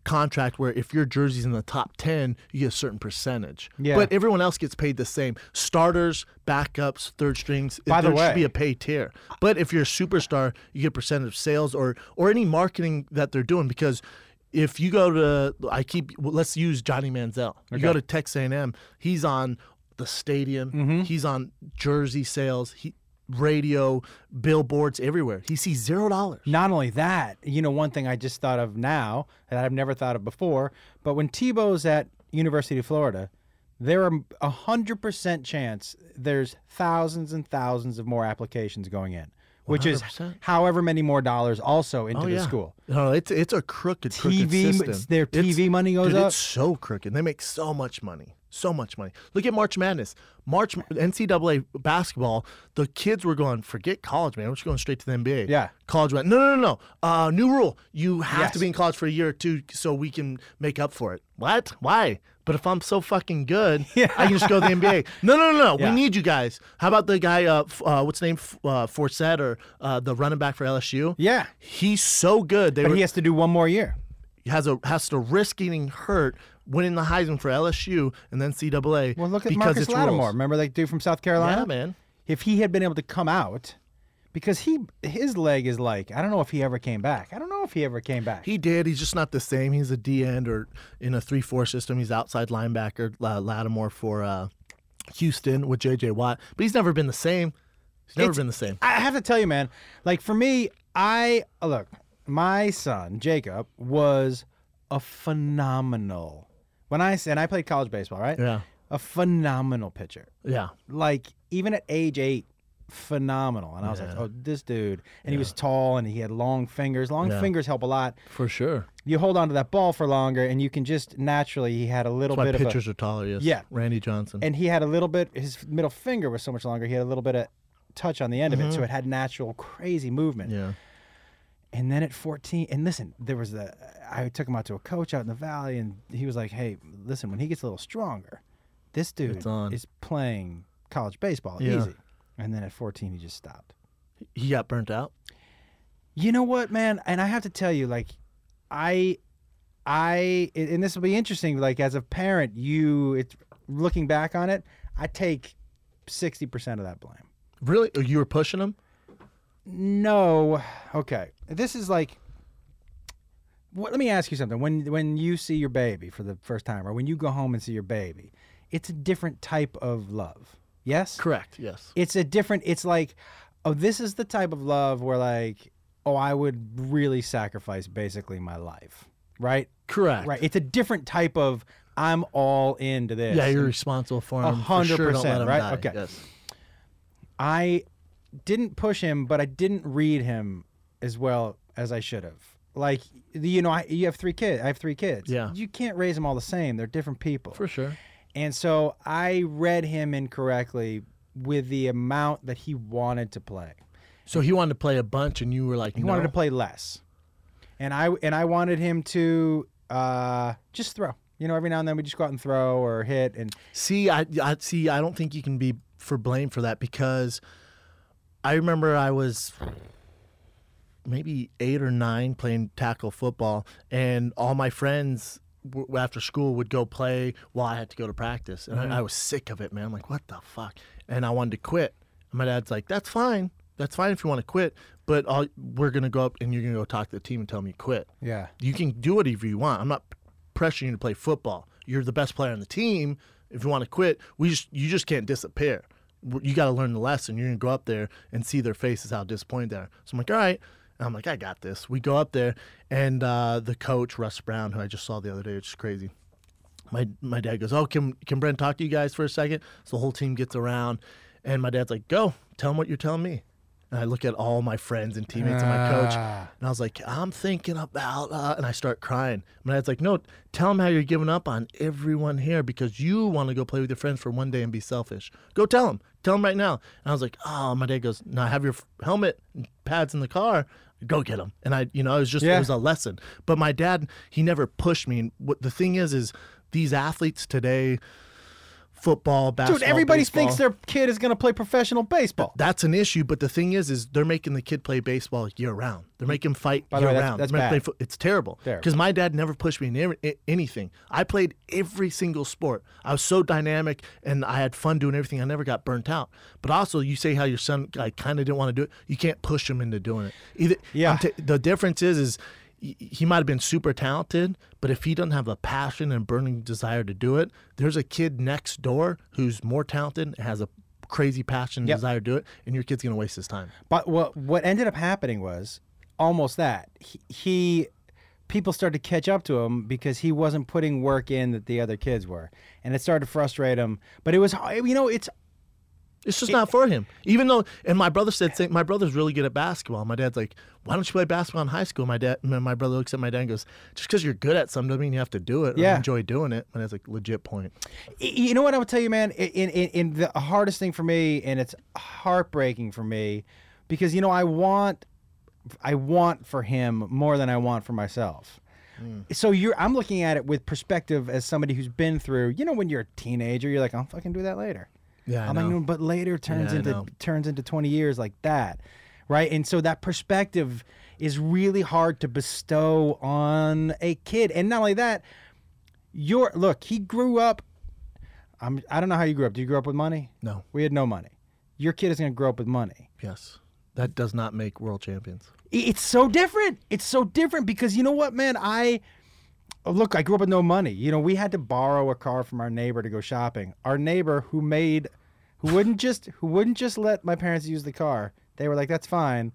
S2: contract where if your jersey's in the top 10, you get a certain percentage.
S1: Yeah.
S2: But everyone else gets paid the same. Starters, backups, third strings,
S1: By the
S2: there
S1: way-
S2: should be a pay tier. But if you're a superstar, you get a percentage of sales or or any marketing that they're doing because if you go to I keep well, let's use Johnny Manziel. You go to Texas A&M, he's on the stadium, he's on jersey sales, he radio, billboards everywhere. He sees zero dollars.
S1: Not only that, you know, one thing I just thought of now that I've never thought of before, but when Tebow's at University of Florida, there are a hundred percent chance there's thousands and thousands of more applications going in, which is
S2: 100%.
S1: however many more dollars also into the
S2: Oh, yeah.
S1: school.
S2: No, it's it's a crooked, crooked
S1: TV
S2: system.
S1: their TV money goes
S2: dude,
S1: up.
S2: It's so crooked. They make so much money, so much money. Look at March Madness. March NCAA basketball. The kids were going, forget college, man. We're just going straight to the NBA.
S1: Yeah.
S2: college went, no, no, no, no. Uh, new rule: you have
S1: Yes.
S2: to be in college for a year or two so we can make up for it. What? Why? But if I'm so fucking good, I can just go to the NBA. No, no, no, no.
S1: Yeah.
S2: We need you guys. How about the guy? Uh, f- uh what's his name? F- uh, Forsett or uh, the running back for LSU?
S1: Yeah.
S2: He's so good. They
S1: But
S2: were,
S1: he has to do one more year.
S2: has a has to risk getting hurt, winning the Heisman for LSU and then CAA.
S1: Well, look at
S2: because
S1: Marcus
S2: it's
S1: Lattimore.
S2: rules.
S1: Remember that dude from South Carolina?
S2: Yeah, man.
S1: If he had been able to come out, because he his leg is like I don't know if he ever came back. I don't know if he ever came back.
S2: He did. He's just not the same. He's a D end or in a three four system. He's outside linebacker. La- Lattimore for uh, Houston with J.J. Watt, but he's never been the same. He's never been the same.
S1: I have to tell you, man. Like for me, I look. My son Jacob was a phenomenal. When I and I played college baseball, right?
S2: Yeah.
S1: A phenomenal pitcher.
S2: Yeah.
S1: Like even at age eight, phenomenal. And I was like, oh, this dude. And he was tall and he had long fingers. Long
S2: Yeah.
S1: fingers help a lot.
S2: For sure.
S1: You hold on to that ball for longer, and you can just naturally. He had a little
S2: Why
S1: bit of a,
S2: pitchers are taller, yes.
S1: Yeah.
S2: Randy Johnson.
S1: and he had a little bit his middle finger was so much longer he had a little bit of touch on the end of it so it had natural crazy movement
S2: Mm-hmm. yeah.
S1: and then at 14 and listen there was the i took him out to a coach out in the valley and he was like hey listen when he gets a little stronger this dude
S2: It's on.
S1: is playing college baseball
S2: Yeah.
S1: easy and then at 14 he just stopped
S2: He got burnt out.
S1: you know what, man? And I have to tell you, like, I, I, and this will be interesting. Like, as a parent, you, it's looking back on it, I take sixty percent of that blame.
S2: Really? Oh, You were pushing him?
S1: No. Okay. This is like. What, let me ask you something. When when you see your baby for the first time, or when you go home and see your baby, it's a different type of love. Yes.
S2: Correct. Yes.
S1: It's a different. It's like, oh, this is the type of love where like, oh, I would really sacrifice basically my life. Right.
S2: Correct.
S1: Right. It's a different type of. I'm all into this.
S2: Yeah, you're responsible for him. for sure. Don't
S1: 100%,
S2: let him
S1: right?
S2: die.
S1: Okay.
S2: Yes.
S1: I didn't push him, but I didn't read him as well as I should have. Like you know, I you have three kids. I have three kids.
S2: Yeah.
S1: you can't raise them all the same. They're different people.
S2: For sure.
S1: And so I read him incorrectly with the amount that he wanted to play.
S2: So he wanted to play a bunch, and you were like,
S1: He
S2: no.
S1: wanted to play less, and I and I wanted him to uh, just throw. You know, every now and then we just go out and throw or hit, and
S2: See, I, I see. I don't think you can be for blame for that because I remember I was maybe eight or nine playing tackle football, and all my friends w- after school would go play while I had to go to practice, and I, I was sick of it, man. I'm like, what the fuck? And I wanted to quit. And my dad's like, that's fine. That's fine if you want to quit, but all, we're gonna go up and you're gonna go talk to the team and tell them you quit.
S1: yeah,
S2: You can do whatever you want. I'm not pressuring you to play football. You're the best player on the team. If you want to quit, we just you just can't disappear. W- You got to learn the lesson. You're gonna go up there and see their faces how disappointed they are. So I'm like, all right. And I'm like, I got this. We go up there, and uh, the coach Russ Brown, who I just saw the other day, which is crazy my my dad goes, "Oh, can can Brent talk to you guys for a second? So the whole team gets around, and my dad's like, "Go, tell him what you're telling me." And I look at all my friends and teammates and my coach,
S1: Ah.
S2: and I was like, "I'm thinking about," uh, and I start crying. My dad's like, "No, tell him how you're giving up on everyone here because you want to go play with your friends for one day and be selfish. Go tell him, tell him right now." And I was like, "Oh," my dad goes, "No, have your f- helmet and pads in the car." Go get them, and I, you know, it was just
S1: Yeah.
S2: it was a lesson. But my dad, he never pushed me. And what the thing is, is these athletes today, football, basketball,
S1: dude, everybody
S2: baseball,
S1: thinks their kid is gonna play professional baseball.
S2: that's an issue. But the thing is, is they're making the kid play baseball year round. They're making him fight
S1: By the
S2: year
S1: way, that's-
S2: round.
S1: that's
S2: They're making him
S1: bad.
S2: play fo- it's terrible
S1: Terrible.
S2: because my dad never pushed me in every- a- anything. I played every single sport. I was so dynamic and I had fun doing everything. I never got burnt out. But also, you say how your son like kind of didn't want to do it. You can't push him into doing it. Either
S1: Yeah.
S2: I'm ta- the difference is is he- he might have been super talented, but if he doesn't have a passion and burning desire to do it, there's a kid next door who's more talented and has a crazy passion and
S1: Yep.
S2: desire to do it, and your kid's gonna waste his time.
S1: But what what ended up happening was almost that he, he people started to catch up to him because he wasn't putting work in that the other kids were, and it started to frustrate him. But it was you know it's
S2: It's just not for him. Even though, and my brother said, "Say- my brother's really good at basketball. My dad's like, why don't you play basketball in high school? My dad, my my brother looks at my dad and goes, just because you're good at something doesn't mean you have to do it. or
S1: Yeah.
S2: enjoy doing it. My dad's like, legit point.
S1: Y- you know what I would tell you, man. I- In, in in the hardest thing for me, and it's heartbreaking for me, because you know I want, I want for him more than I want for myself. So you're, I'm looking at it with perspective as somebody who's been through. You know, when you're a teenager, you're like, I'll fucking do that later.
S2: Yeah, I
S1: I'm
S2: know.
S1: like, "No, but later turns
S2: Yeah, I
S1: into
S2: know.
S1: turns into 20 years like that, right? And so that perspective is really hard to bestow on a kid. And not only that, your look, he grew up. I'm. I don't know how you grew up. Did you grow up with money?
S2: No,
S1: We had no money. Your kid is gonna grow up with money.
S2: yes, that does not make world champions.
S1: I- It's so different. It's so different because you know what, man. I oh, look. I grew up with no money. You know, we had to borrow a car from our neighbor to go shopping. Our neighbor who made, who wouldn't just who wouldn't just let my parents use the car. They were like, "That's fine,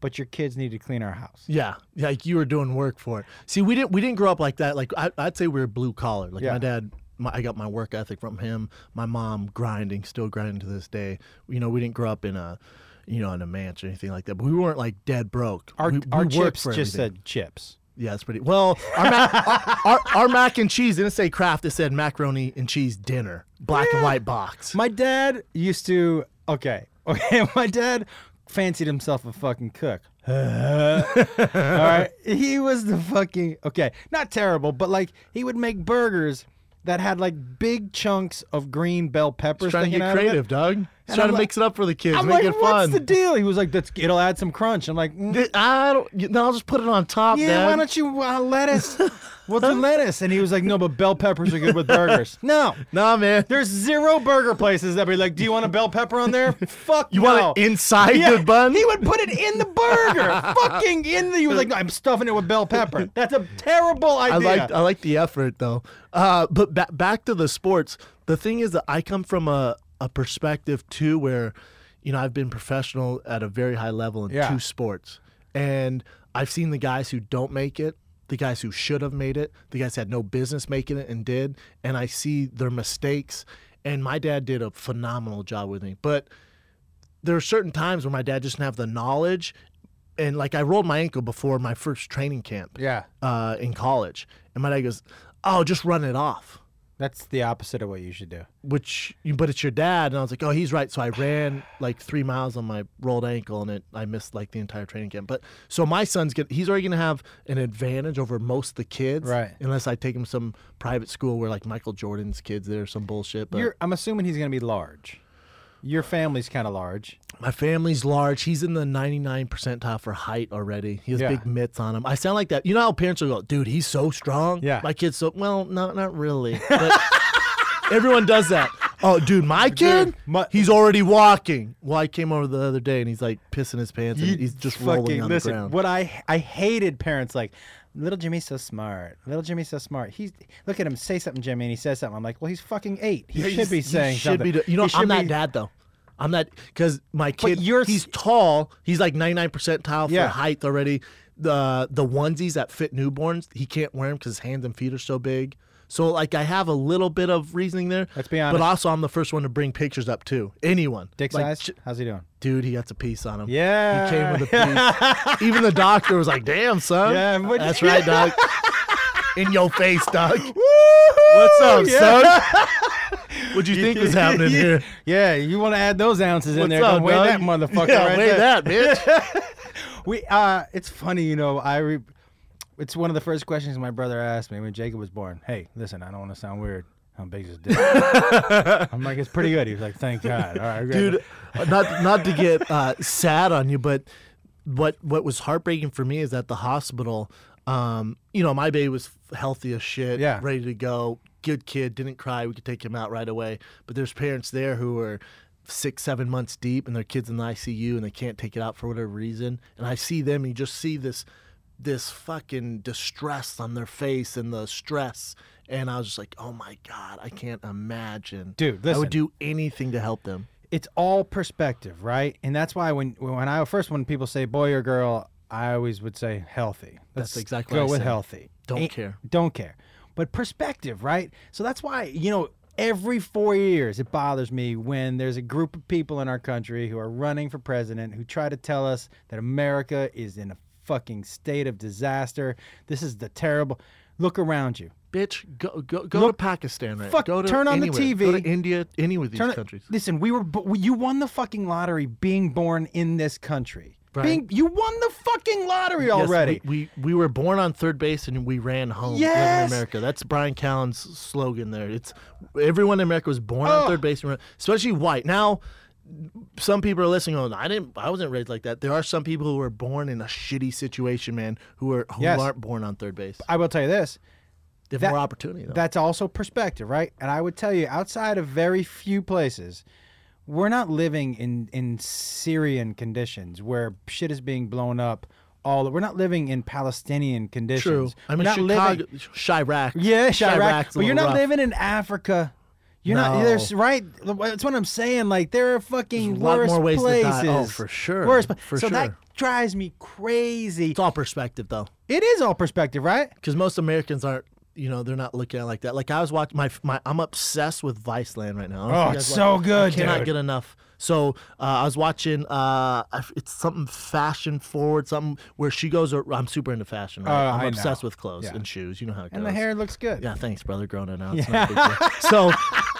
S1: but your kids need to clean our house."
S2: Yeah, like you were doing work for it. See, we didn't we didn't grow up like that. Like I, I'd say we were blue collar. Like
S1: Yeah.
S2: my dad, my, I got my work ethic from him. My mom grinding, still grinding to this day. You know, we didn't grow up in a, you know, in a mansion or anything like that. But we weren't like dead broke.
S1: Our
S2: we, we
S1: our
S2: worked
S1: chips
S2: for
S1: just
S2: everything.
S1: said chips.
S2: yeah, that's pretty. Well, our mac, our, our, our mac and cheese didn't say craft. It said macaroni and cheese dinner, black and white box.
S1: My dad used to. Okay, okay. My dad fancied himself a fucking cook. All right, he was the fucking okay. Not terrible, but like he would make burgers that had like big chunks of green bell peppers.
S2: Trying to
S1: sticking
S2: get
S1: out of it.
S2: creative, Doug. He's trying
S1: I'm
S2: to
S1: like-
S2: mix it up for the kids,
S1: I'm
S2: make
S1: like,
S2: it
S1: what's
S2: fun.
S1: the deal? He was like, that's it'll add some crunch. I'm like, mm,
S2: Th- I don't. No, I'll just put it on top.
S1: yeah,
S2: Dad.
S1: why don't you uh, lettuce? we'll do lettuce. And he was like, no, but bell peppers are good with burgers. no,
S2: Nah, man.
S1: there's zero burger places that be like, do you want a bell pepper on there? Fuck
S2: You
S1: no.
S2: want it inside
S1: Yeah,
S2: the bun?
S1: He would put it in the burger, fucking in the. He was like, no, I'm stuffing it with bell pepper. That's a terrible
S2: I
S1: idea.
S2: like I like the effort though. Uh, but ba- back to the sports. The thing is that I come from a, a perspective too where, you know, I've been professional at a very high level in
S1: Yeah.
S2: two sports, and I've seen the guys who don't make it, the guys who should have made it, the guys that had no business making it and did, and I see their mistakes. And my dad did a phenomenal job with me, but there are certain times where my dad just didn't have the knowledge. And like I rolled my ankle before my first training camp
S1: yeah,
S2: uh, in college. And my dad goes, "Oh, just run it off."
S1: that's the opposite of what you should do.
S2: Which, but it's your dad, and I was like, "Oh, he's right." So I ran like three miles on my rolled ankle, and it I missed like the entire training camp. But so my son's get he's already gonna have an advantage over most of the kids,
S1: Right.
S2: Unless I take him to some private school where like Michael Jordan's kids there, or some bullshit. But
S1: You're, I'm assuming he's gonna be large. Your family's kind of large.
S2: my family's large. He's in the 99 percentile for height already. He has
S1: Yeah.
S2: big mitts on him. I sound like that. You know how parents will go, dude, he's so strong.
S1: Yeah.
S2: My kid's so, well, not, not really. But everyone does that. Oh, dude, my kid,
S1: my-
S2: he's already walking. Well, I came over the other day and he's like pissing his pants and
S1: You
S2: he's just
S1: fucking-
S2: rolling on
S1: listen,
S2: the ground.
S1: What I I hated parents like, little Jimmy's so smart. Little Jimmy's so smart. He's look at him say something, Jimmy, and he says something. I'm like, well, he's fucking eight. He should
S2: He's-
S1: be
S2: he
S1: saying
S2: should
S1: something.
S2: Be, do- you know,
S1: He should
S2: I'm not
S1: be-
S2: that though. I'm not because my kid.
S1: you're-
S2: he's tall. He's like 99 percentile for
S1: Yeah.
S2: height already. The the onesies that fit newborns, he can't wear them because his hands and feet are so big. So like I have a little bit of reasoning there.
S1: Let's be
S2: But
S1: honest.
S2: also, I'm the first one to bring pictures up too. Anyone.
S1: Dick
S2: Like,
S1: size.
S2: ch-
S1: How's he doing?
S2: dude, he got a piece on him.
S1: Yeah.
S2: He came with a piece. Even the doctor was like, "Damn, son.
S1: Yeah, but-
S2: that's right, dog. In your face, dog.
S1: What's
S2: What's
S1: Oh,
S2: up,
S1: yeah.
S2: son? What'd you think was happening
S1: yeah.
S2: here?
S1: Yeah, you want to add those ounces in
S2: What's
S1: there?
S2: up,
S1: Don't weigh
S2: dog?
S1: that motherfucker
S2: Yeah,
S1: right
S2: weigh
S1: there.
S2: that, bitch.
S1: We uh, it's funny, you know. I re- it's one of the first questions my brother asked me when Jacob was born. Hey, listen, I don't want to sound weird. How big is his dick? I'm like, it's pretty good. He was like, thank God. All right,
S2: dude. uh, Not not to get uh, sad on you, but what what was heartbreaking for me is at the hospital. Um, you know, my baby was healthy as shit,
S1: Yeah.
S2: ready to go, good kid, didn't cry. We could take him out right away. But there's parents there who are six, seven months deep, and their kids in the ICU, and they can't take it out for whatever reason. And I see them, and you just see this this fucking distress on their face and the stress. And I was just like, oh my god, I can't imagine,
S1: Dude,
S2: I
S1: listen.
S2: would do anything to help them.
S1: it's all perspective, right? And that's why when when I first when people say boy or girl, I always would say healthy. Let's
S2: That's exactly
S1: go
S2: what I
S1: with
S2: said.
S1: healthy.
S2: Don't
S1: Ain't-
S2: care.
S1: Don't care. But perspective, right? So that's why you know every four years it bothers me when there's a group of people in our country who are running for president who try to tell us that America is in a fucking state of disaster. This is the terrible. Look around you.
S2: Bitch, go go, go to Pakistan right.
S1: fuck,
S2: go to
S1: turn on the
S2: anywhere. Go
S1: TV.
S2: to India, any of these
S1: Turn it-
S2: countries.
S1: Listen, we were but you won the fucking lottery being born in this country.
S2: Right.
S1: Being you won the fucking lottery
S2: Yes,
S1: already.
S2: we, we we were born on third base and we ran home.
S1: Yes!
S2: Live in America. That's Brian Callen's slogan there. It's everyone in America was born
S1: Oh.
S2: on third base, and ran, especially white. Now, some people are listening. Oh, I didn't. I wasn't raised like that. There are some people who were born in a shitty situation, man. Who are who
S1: Yes.
S2: aren't born on third base.
S1: I will tell you this.
S2: They have
S1: that-
S2: more opportunity. Though.
S1: That's also perspective, right? And I would tell you, outside of very few places, we're not living in in Syrian conditions where shit is being blown up. All we're not living in Palestinian
S2: True.
S1: conditions.
S2: I mean,
S1: we're not living-
S2: Chicago, Chirac.
S1: Yeah, Chirac.
S2: Chirac's a
S1: but you're
S2: little
S1: not
S2: rough.
S1: living in Africa. You're not.
S2: No.
S1: There's right. That's what I'm saying. Like there are fucking
S2: There's a lot
S1: worse
S2: more ways to
S1: places.
S2: die. Oh, for sure.
S1: Worse. pla-
S2: For
S1: so that
S2: sure.
S1: drives me crazy.
S2: It's all perspective, though.
S1: It is all perspective, right?
S2: because most Americans aren't. You know, they're not looking at it like that. Like I was watching my my. I'm obsessed with Viceland right now. I don't know if
S1: Oh,
S2: you
S1: it's
S2: guys
S1: so
S2: watch-
S1: good,
S2: I cannot
S1: dude.
S2: get enough. So uh, I was watching. Uh, I- it's something fashion forward. Something where she goes. ar- I'm super into fashion. Right?
S1: Uh,
S2: I'm
S1: I
S2: obsessed
S1: know.
S2: with clothes
S1: Yeah.
S2: and shoes. You know how it goes.
S1: And the hair looks good.
S2: Yeah, thanks, brother. Grown it out. It's not a big deal. So,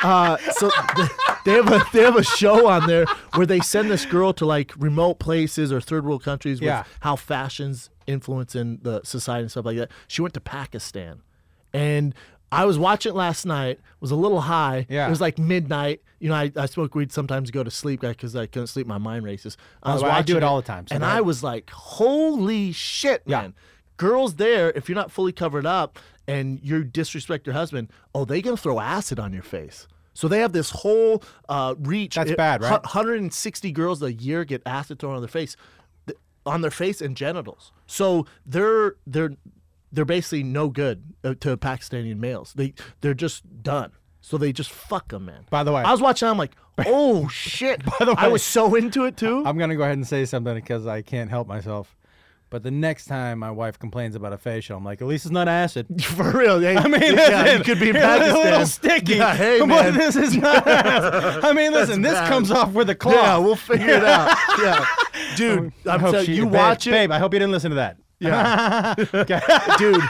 S2: uh, so th- they have a they have a show on there where they send this girl to like remote places or third world countries with
S1: Yeah.
S2: how fashions influencing the society and stuff like that. She went to Pakistan, and I was watching it last night. Was a little high.
S1: Yeah.
S2: It was like midnight. You know, I, I smoke weed sometimes to go to sleep because I couldn't sleep. My mind races. I was
S1: Oh, well, I do
S2: watching
S1: it all the time, so
S2: and
S1: that-
S2: I was like, "Holy shit,
S1: Yeah.
S2: man!" Girls there, if you're not fully covered up and you disrespect your husband, oh, they gonna throw acid on your face. So they have this whole uh, reach.
S1: That's bad, right?
S2: hu- 160 girls a year get acid thrown on their face, th- on their face and genitals. So they're they're they're basically no good uh, to Pakistani males. They they're just done. So they just fuck them, man.
S1: By the way-
S2: I was watching. I'm like, oh shit. By
S1: the
S2: I
S1: way-
S2: was so into it too.
S1: I'm gonna go ahead and say something because I can't help myself. But the next time my wife complains about a facial, I'm like, at least it's not acid.
S2: For real, yeah.
S1: I mean,
S2: yeah,
S1: listen,
S2: you could be in
S1: it's
S2: Pakistan.
S1: a little sticky.
S2: Yeah, hey,
S1: but
S2: man.
S1: this is not. acid. I mean, listen, this
S2: bad.
S1: comes off with a claw.
S2: Yeah, we'll figure it out. Yeah, dude,
S1: Um, I
S2: I'm
S1: hope
S2: telling
S1: she,
S2: you, you
S1: babe,
S2: watch it,
S1: babe. I hope you didn't listen to that.
S2: Yeah. dude,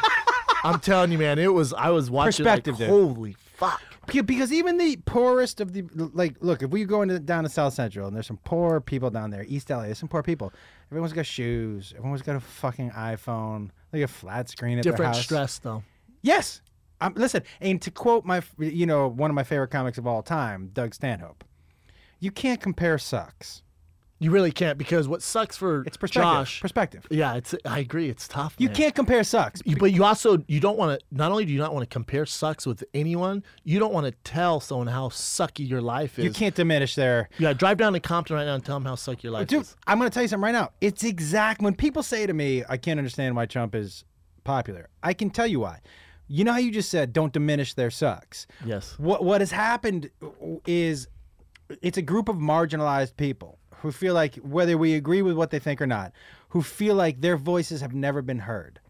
S2: I'm telling you, man, it was. I was watching. like,
S1: Perspective, dude.
S2: holy fuck.
S1: Be- Because even the poorest of the like, look, if we go into down to South Central and there's some poor people down there, East LA, there's some poor people. Everyone's got shoes. Everyone's got a fucking iPhone. They got a flat screen at their
S2: Different
S1: house.
S2: stress though.
S1: Yes. Um, listen, and to quote my, f- you know, one of my favorite comics of all time, Doug Stanhope, you can't compare sucks.
S2: You really can't because what sucks for
S1: It's perspective.
S2: Josh.
S1: Perspective.
S2: yeah, it's. I agree. It's tough.
S1: You
S2: man.
S1: can't compare sucks.
S2: You- But you also you don't want to. Not only do you not want to compare sucks with anyone, you don't want to tell someone how sucky your life is.
S1: You can't diminish their.
S2: Yeah, drive down to Compton right now and tell them how sucky your life
S1: Dude,
S2: is.
S1: I'm going to tell you something right now. It's exact when people say to me, I can't understand why Trump is popular. I can tell you why. You know how you just said don't diminish their sucks.
S2: Yes.
S1: What what has happened is it's a group of marginalized people who feel like whether we agree with what they think or not, who feel like their voices have never been heard.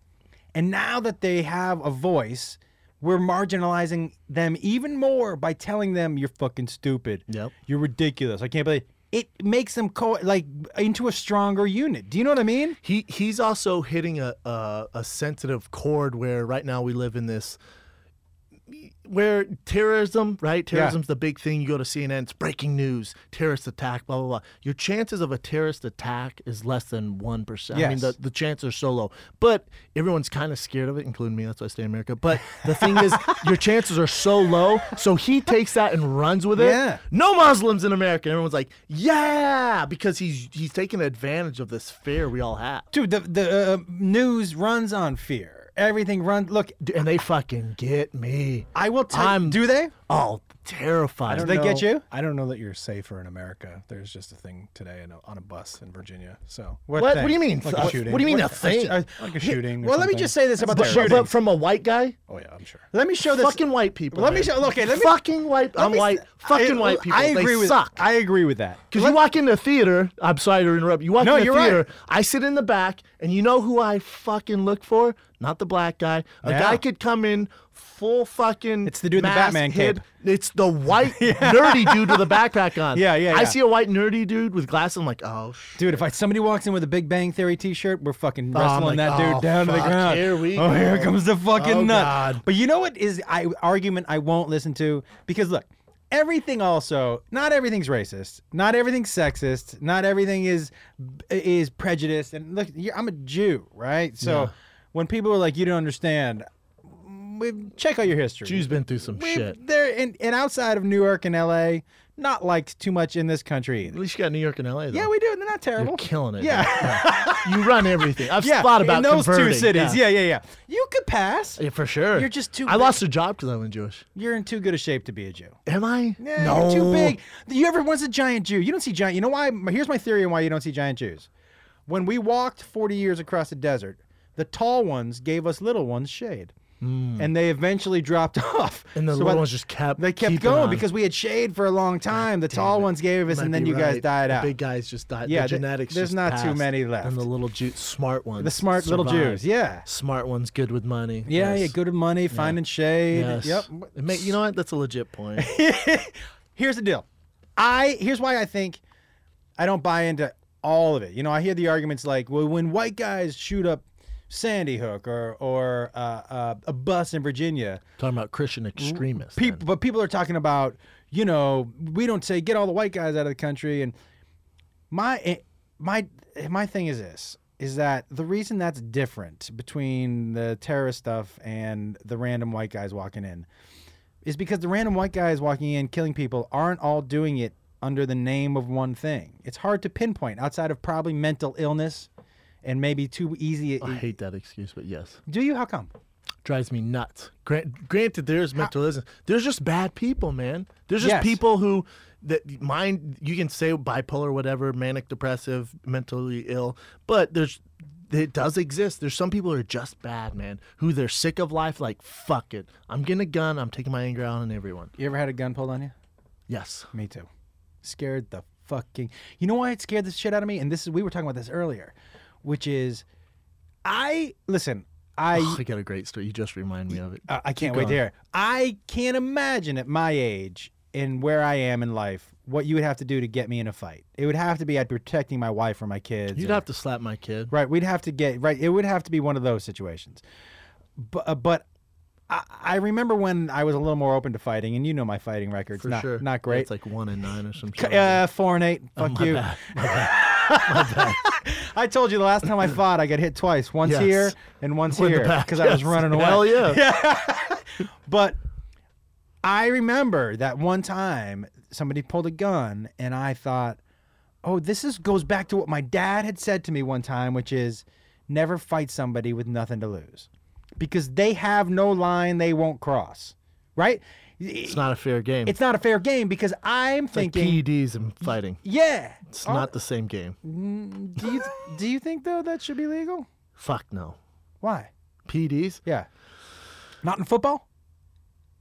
S1: And now that they have a voice, we're marginalizing them even more by telling them you're fucking stupid.
S2: Yep.
S1: You're ridiculous. I can't believe it makes them co like into a stronger unit. Do you know what I mean?
S2: He he's also hitting a, a a sensitive chord where right now we live in this where terrorism, right? Terrorism's the big thing. You go to CNN, it's breaking news, terrorist attack, blah blah blah. Your chances of a terrorist attack is less than one percent. I mean,
S1: Yes.
S2: the, the chances are so low. But everyone's kind of scared of it, including me. That's why I stay in America. But the thing is, your chances are so low. So he takes that and runs with it.
S1: Yeah.
S2: No Muslims in America. Everyone's like, yeah, because he's he's taking advantage of this fear we all have.
S1: Dude, the the uh, news runs on fear. Everything runs. Look,
S2: D- And they fucking get me.
S1: I will tell.
S2: I'm-
S1: do they?
S2: Oh, terrified.
S1: Do they get
S3: No,
S1: you?
S3: I don't know that you're safer in America. There's just a thing today in a, on a bus in Virginia. So
S2: What?
S1: thing?
S2: What do you mean?
S3: Like a
S2: Uh, what,
S3: shooting.
S2: do you mean
S3: What-
S2: a thing?
S1: Uh,
S3: like a shooting. or
S1: Well, let me
S3: something.
S1: just say this about the
S2: but, but-
S1: shooting.
S2: but from a white guy?
S3: Oh yeah, I'm sure.
S1: let me show this.
S2: Fucking white people.
S1: Let me
S2: man.
S1: show- okay, let me-
S2: Fucking white.
S1: let
S2: I'm
S1: me-
S2: white. Fucking
S1: I-
S2: white people.
S1: I agree
S2: they
S1: with
S2: suck.
S1: I agree with that.
S2: Because you walk into a theater, I'm sorry to interrupt. You walk
S1: No,
S2: into
S1: you're
S2: a theater,
S1: right.
S2: I sit in the back, and you know who I fucking look for? Not the black guy. A
S1: Yeah.
S2: guy could come in full fucking.
S1: It's the dude in the
S2: mask,
S1: Batman
S2: head.
S1: cape.
S2: It's the white nerdy dude with a backpack on.
S1: Yeah, yeah,
S2: I
S1: yeah.
S2: see a white nerdy dude with glasses. I'm like, oh shit.
S1: Dude, if I, somebody walks in with a Big Bang Theory T-shirt, we're fucking
S2: I'm
S1: wrestling
S2: like,
S1: that dude
S2: "Oh,
S1: down to the
S2: fuck,
S1: ground.
S2: here we
S1: oh, here
S2: go."
S1: comes the fucking
S2: Oh,
S1: nut.
S2: God.
S1: But you know what is I argument I won't listen to because look, everything also not everything's racist, not everything's sexist, not everything is is prejudiced. And look, you- I'm a Jew, right? So when people are like, you don't understand, mm, we- check out your history.
S2: Jew's been through some
S1: We've-
S2: shit.
S1: They're in and outside of Newark and LA, not liked too much in this country
S2: At
S1: either.
S2: least you got New York and LA. Though.
S1: Yeah, we do. and They're not terrible.
S2: You're killing it.
S1: Yeah.
S2: you run everything. I've
S1: Yeah,
S2: thought about
S1: in those
S2: converting.
S1: two cities. Yeah. yeah, yeah, You could pass.
S2: Yeah, for sure.
S1: You're just too
S2: I
S1: big.
S2: lost a job because I went Jewish.
S1: You're in too good a shape to be a Jew.
S2: Am I?
S1: Yeah,
S2: no.
S1: You're too big. You ever once a giant Jew? You don't see giant. You know why? Here's my theory on why you don't see giant Jews. When we walked 40 years across the desert, the tall ones gave us little ones shade, and they eventually dropped off.
S2: Hmm. And the
S1: So by-
S2: little ones just kept.
S1: they kept
S2: keeping
S1: going
S2: on.
S1: because we had shade for a long time. The tall ones gave us,
S2: Might
S1: and then
S2: be
S1: you guys
S2: right.
S1: died
S2: the
S1: out.
S2: Big guys just died.
S1: Yeah,
S2: the
S1: th-
S2: genetics.
S1: there's
S2: just
S1: not too
S2: passed,
S1: many left.
S2: And the little Jew, smart ones.
S1: the smart little
S2: survived.
S1: Jews, yeah.
S2: Smart ones, good with money.
S1: Yeah,
S2: yes.
S1: yeah, good with money, finding shade.
S2: Yes.
S1: Yep.
S2: It may- you know what? That's a legit point.
S1: here's the deal. I here's why I think I don't buy into all of it. You know, I hear the arguments like, well, when white guys shoot up Sandy Hook or or uh, uh, a bus in Virginia,
S2: Talking about Christian extremists. then.
S1: people, but people are talking about, you know, we don't say get all the white guys out of the country. And eh, my my my thing is this: is that the reason that's different between the terrorist stuff and the random white guys walking in is because the random white guys walking in killing people aren't all doing it under the name of one thing. It's hard to pinpoint outside of probably mental illness and maybe too easy.
S2: I hate that excuse, but yes,
S1: Do you? How come?
S2: drives me nuts. Grant, granted, there's mental illness. There's just bad people, man. There's just
S1: Yes.
S2: people who that mind you can say bipolar, whatever, manic depressive, mentally ill, but there's it does exist. There's some people who are just bad, man, who they're sick of life. Like fuck it, I'm getting a gun. I'm taking my anger out on everyone.
S1: You ever had a gun pulled on you?
S2: Yes,
S1: Me too. Scared the fucking. You know why it scared the shit out of me? And this is we were talking about this earlier, which is, I listen. I uh,
S2: oh, I got a great story. You just remind me of it.
S1: I I can't wait to hear. it. I can't imagine at my age and where I am in life what you would have to do to get me in a fight. It would have to be at protecting my wife or my kids.
S2: You'd
S1: or-
S2: have to slap my kid.
S1: Right. We'd have to get right. It would have to be one of those situations. But uh, but I, I remember when I was a little more open to fighting, and you know my fighting record's
S2: For
S1: not
S2: sure,
S1: not great.
S2: It's like one in nine or something.
S1: uh, four and eight. Fuck
S2: Oh, my
S1: you.
S2: bad.
S1: I told you the last time I fought, I got hit twice. Once
S2: Yes.
S1: here and once
S2: Win the
S1: here
S2: back,
S1: because I was
S2: yes.
S1: running away.
S2: Hell yeah.
S1: But I remember that one time somebody pulled a gun, and I thought, "Oh, this is goes back to what my dad had said to me one time, which is never fight somebody with nothing to lose, because they have no line they won't cross, right?
S2: It's
S1: It's not,
S2: not a fair game.
S1: a fair game because I'm
S2: like
S1: thinking,
S2: PEDs and fighting.
S1: yeah.
S2: It's
S1: Oh,
S2: not the same game.
S1: do you do you think though that should be legal?
S2: Fuck no.
S1: Why?
S2: PEDs?
S1: Yeah, not in football.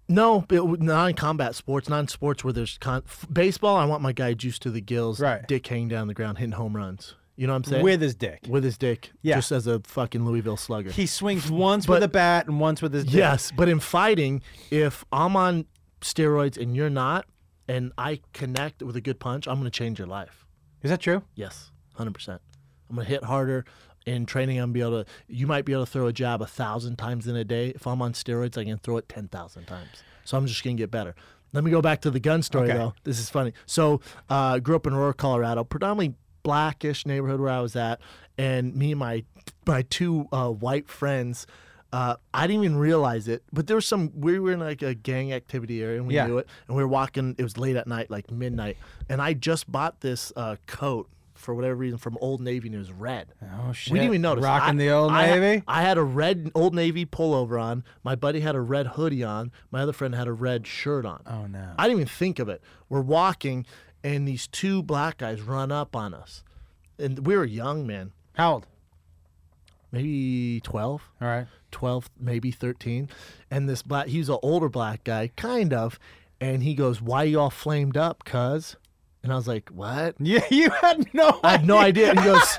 S2: No, but w- non-combat sports, non-sports where there's con- f- baseball. I want my guy juiced to the gills,
S1: Right.
S2: dick hanging down the ground, hitting home runs. You know what I'm saying?
S1: With his dick.
S2: With his dick,
S1: Yeah.
S2: just as a fucking Louisville slugger.
S1: He swings once
S2: But-
S1: with a bat and once with his dick.
S2: Yes, but in fighting, if I'm on steroids and you're not, and I connect with a good punch, I'm gonna change your life.
S1: Is that true?
S2: Yes, hundred percent. I'm gonna hit harder. In training, I'm gonna be able to. You might be able to throw a jab a thousand times in a day. If I'm on steroids, I can throw it ten thousand times. So I'm just gonna get better. Let me go back to the gun story
S1: Okay.
S2: though. This is funny. So uh, grew up in Aurora, Colorado, predominantly blackish neighborhood where I was at, and me and my my two uh, white friends. Uh, I didn't even realize it, but there was some. We were in like a gang activity area, and we
S1: Yeah.
S2: knew it. And we were walking. It was late at night, like midnight. And I just bought this uh, coat for whatever reason from Old Navy, and it was red.
S1: Oh shit!
S2: We didn't even notice.
S1: Rocking
S2: I-
S1: the old
S2: I had-
S1: navy.
S2: I had a red Old Navy pullover on. My buddy had a red hoodie on. My other friend had a red shirt on.
S1: oh no!
S2: I didn't even think of it. We're walking, and these two black guys run up on us, and we were young men,
S1: How old?
S2: maybe twelve.
S1: All right.
S2: 12 maybe 13 and this black he was an older black guy kind of and he goes why you all flamed up cuz and i was like what
S1: You you had no.
S2: i had no idea and he goes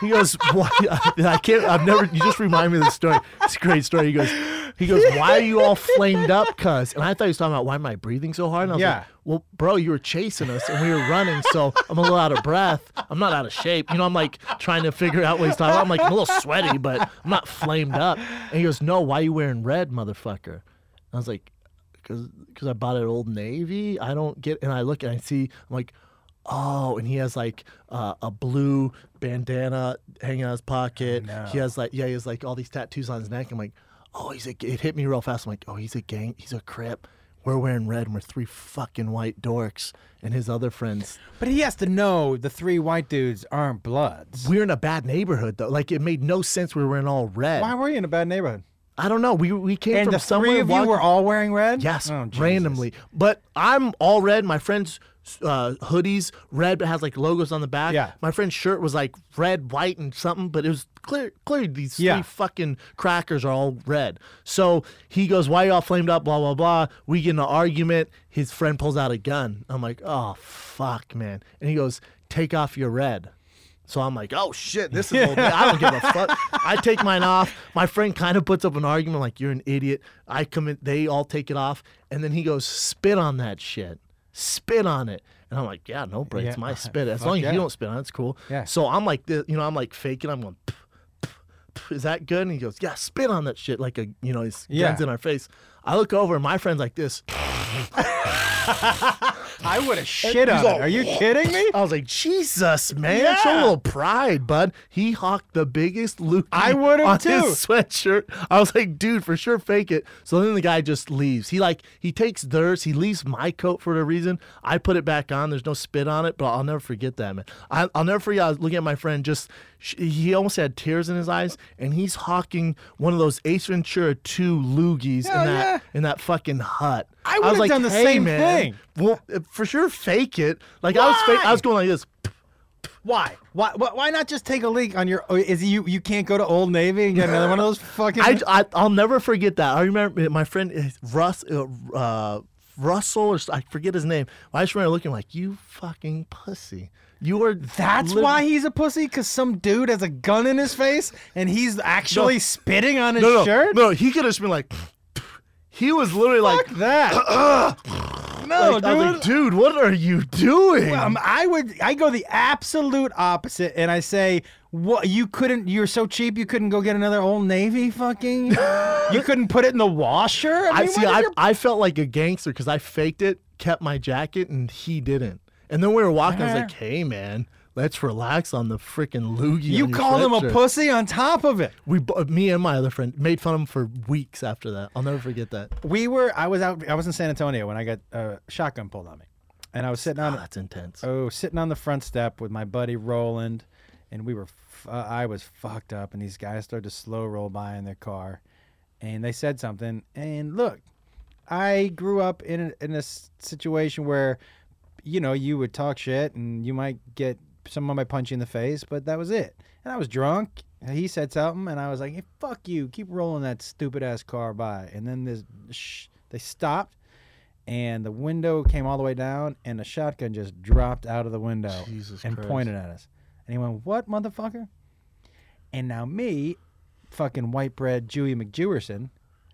S2: he goes why i can't i've never you just remind me of this story it's a great story he goes he goes why are you all flamed up cuz and i thought he was talking about why am i breathing so hard and i was
S1: Yeah.
S2: like well bro you were chasing us and we were running so i'm a little out of breath i'm not out of shape you know i'm like trying to figure out what he's talking about i'm like I'm a little sweaty but i'm not flamed up and he goes no why are you wearing red motherfucker and i was like because i bought it at old navy i don't get and i look and i see i'm like oh and he has like uh, a blue bandana hanging out of his pocket he has like yeah he has like all these tattoos on his neck i'm like oh he's a g- it hit me real fast i'm like oh he's a gang he's a crip we're wearing red and we're three fucking white dorks and his other friends.
S1: But he has to know the three white dudes aren't bloods.
S2: We're in a bad neighborhood though. Like it made no sense we were in all red.
S1: Why were you in a bad neighborhood?
S2: I don't know. We we came
S1: And
S2: from
S1: the
S2: somewhere
S1: three of you
S2: walk-
S1: were all wearing red.
S2: yes,
S1: Oh, Jesus.
S2: randomly. But I'm all red. My friend's uh, hoodies red but has like logos on the back.
S1: Yeah.
S2: My friend's shirt was like red, white, and something, but it was clear clearly these
S1: Yeah.
S2: three fucking crackers are all red. So he goes, Why y'all flamed up? Blah blah blah. We get in an argument. His friend pulls out a gun. I'm like, Oh fuck, man. And he goes, Take off your red. So I'm like, oh shit, this is old. I don't give a fuck. I take mine off. My friend kind of puts up an argument like, you're an idiot. I commit. They all take it off, and then he goes, spit on that shit. Spit on it. And I'm like, yeah, no, bro, it's
S1: Yeah,
S2: my
S1: uh,
S2: spit. As
S1: fuck
S2: long as
S1: yeah.
S2: you don't spit on it, it's cool.
S1: Yeah.
S2: So I'm like, this, you know, I'm like faking. I'm going, "Pff, pff, pff, is that good? And he goes, yeah, spit on that shit. Like a, you know, his
S1: Yeah.
S2: guns in our face. I look over, and my friend's like this.
S1: I would have shit on
S2: He's
S1: it.
S2: all-
S1: Are you kidding me?
S2: I was like, Jesus, man, show a
S1: Yeah.
S2: little pride, bud. He hawked the biggest loot
S1: I would've
S2: on
S1: too.
S2: his sweatshirt. I was like, dude, for sure, fake it. So then the guy just leaves. He like he takes theirs. He leaves my coat for a reason. I put it back on. There's no spit on it, but I'll never forget that man. I, I'll never forget. I was looking at my friend. Just sh- he almost had tears in his eyes, and he's hawking one of those Ace Ventura two loogies
S1: Hell
S2: in that
S1: yeah.
S2: in that fucking hut.
S1: I
S2: was
S1: would've
S2: like,
S1: done the
S2: "Hey,
S1: same
S2: man,
S1: thing."
S2: well, for sure, fake it. Like I was, fake, I
S1: Why?
S2: was going like this.
S1: Why? Why? Why why not just take a leak on your? oh, Is you you can't go to Old Navy and get another one of those fucking?
S2: I, I I'll never forget that. I remember my friend uh, Russ. Uh, uh, Russell, or s- I forget his name. I just remember looking like you fucking pussy. You are.
S1: That's
S2: li-
S1: why he's a pussy, because some dude has a gun in his face and he's actually spitting on his
S2: No, no,
S1: shirt.
S2: no. He could have just been like. He was literally like,
S1: Fuck that. no,
S2: like,
S1: dude.
S2: I was like, dude, what are you doing?
S1: Um, I would I go the absolute opposite and I say what you couldn't you're so cheap you couldn't go get another old navy fucking you couldn't put it in the washer I,
S2: I
S1: mean,
S2: see.
S1: what is
S2: I,
S1: your-
S2: I felt like a gangster because I faked it, kept my jacket, and he didn't. And then we were walking. I was like, "Hey, man, let's relax on the freaking
S1: Ah.
S2: loogie."
S1: you
S2: on your
S1: called him a
S2: sweatshirt."
S1: pussy on top of it
S2: We, bo- me and my other friend, made fun of him for weeks after that. I'll never forget that.
S1: we were I was out I was in San Antonio when I got a uh, shotgun pulled on me and I was sitting on
S2: Oh, that's intense.
S1: Oh, sitting on the front step with my buddy Roland, and we were, f- uh, I was fucked up, and these guys started to slow roll by in their car, and they said something, and look, I grew up in a, in a s- situation where, you know, you would talk shit, and you might get someone might punch you in the face, but that was it, and I was drunk. and He said something, and I was like, hey, "Fuck you! Keep rolling that stupid ass car by." And then this, sh- they stopped, and the window came all the way down, and the shotgun just dropped out of the window
S2: Jesus
S1: and
S2: Christ.
S1: pointed at us. And he went, "What, motherfucker?" And now me, fucking white bread Dewey McJewerson.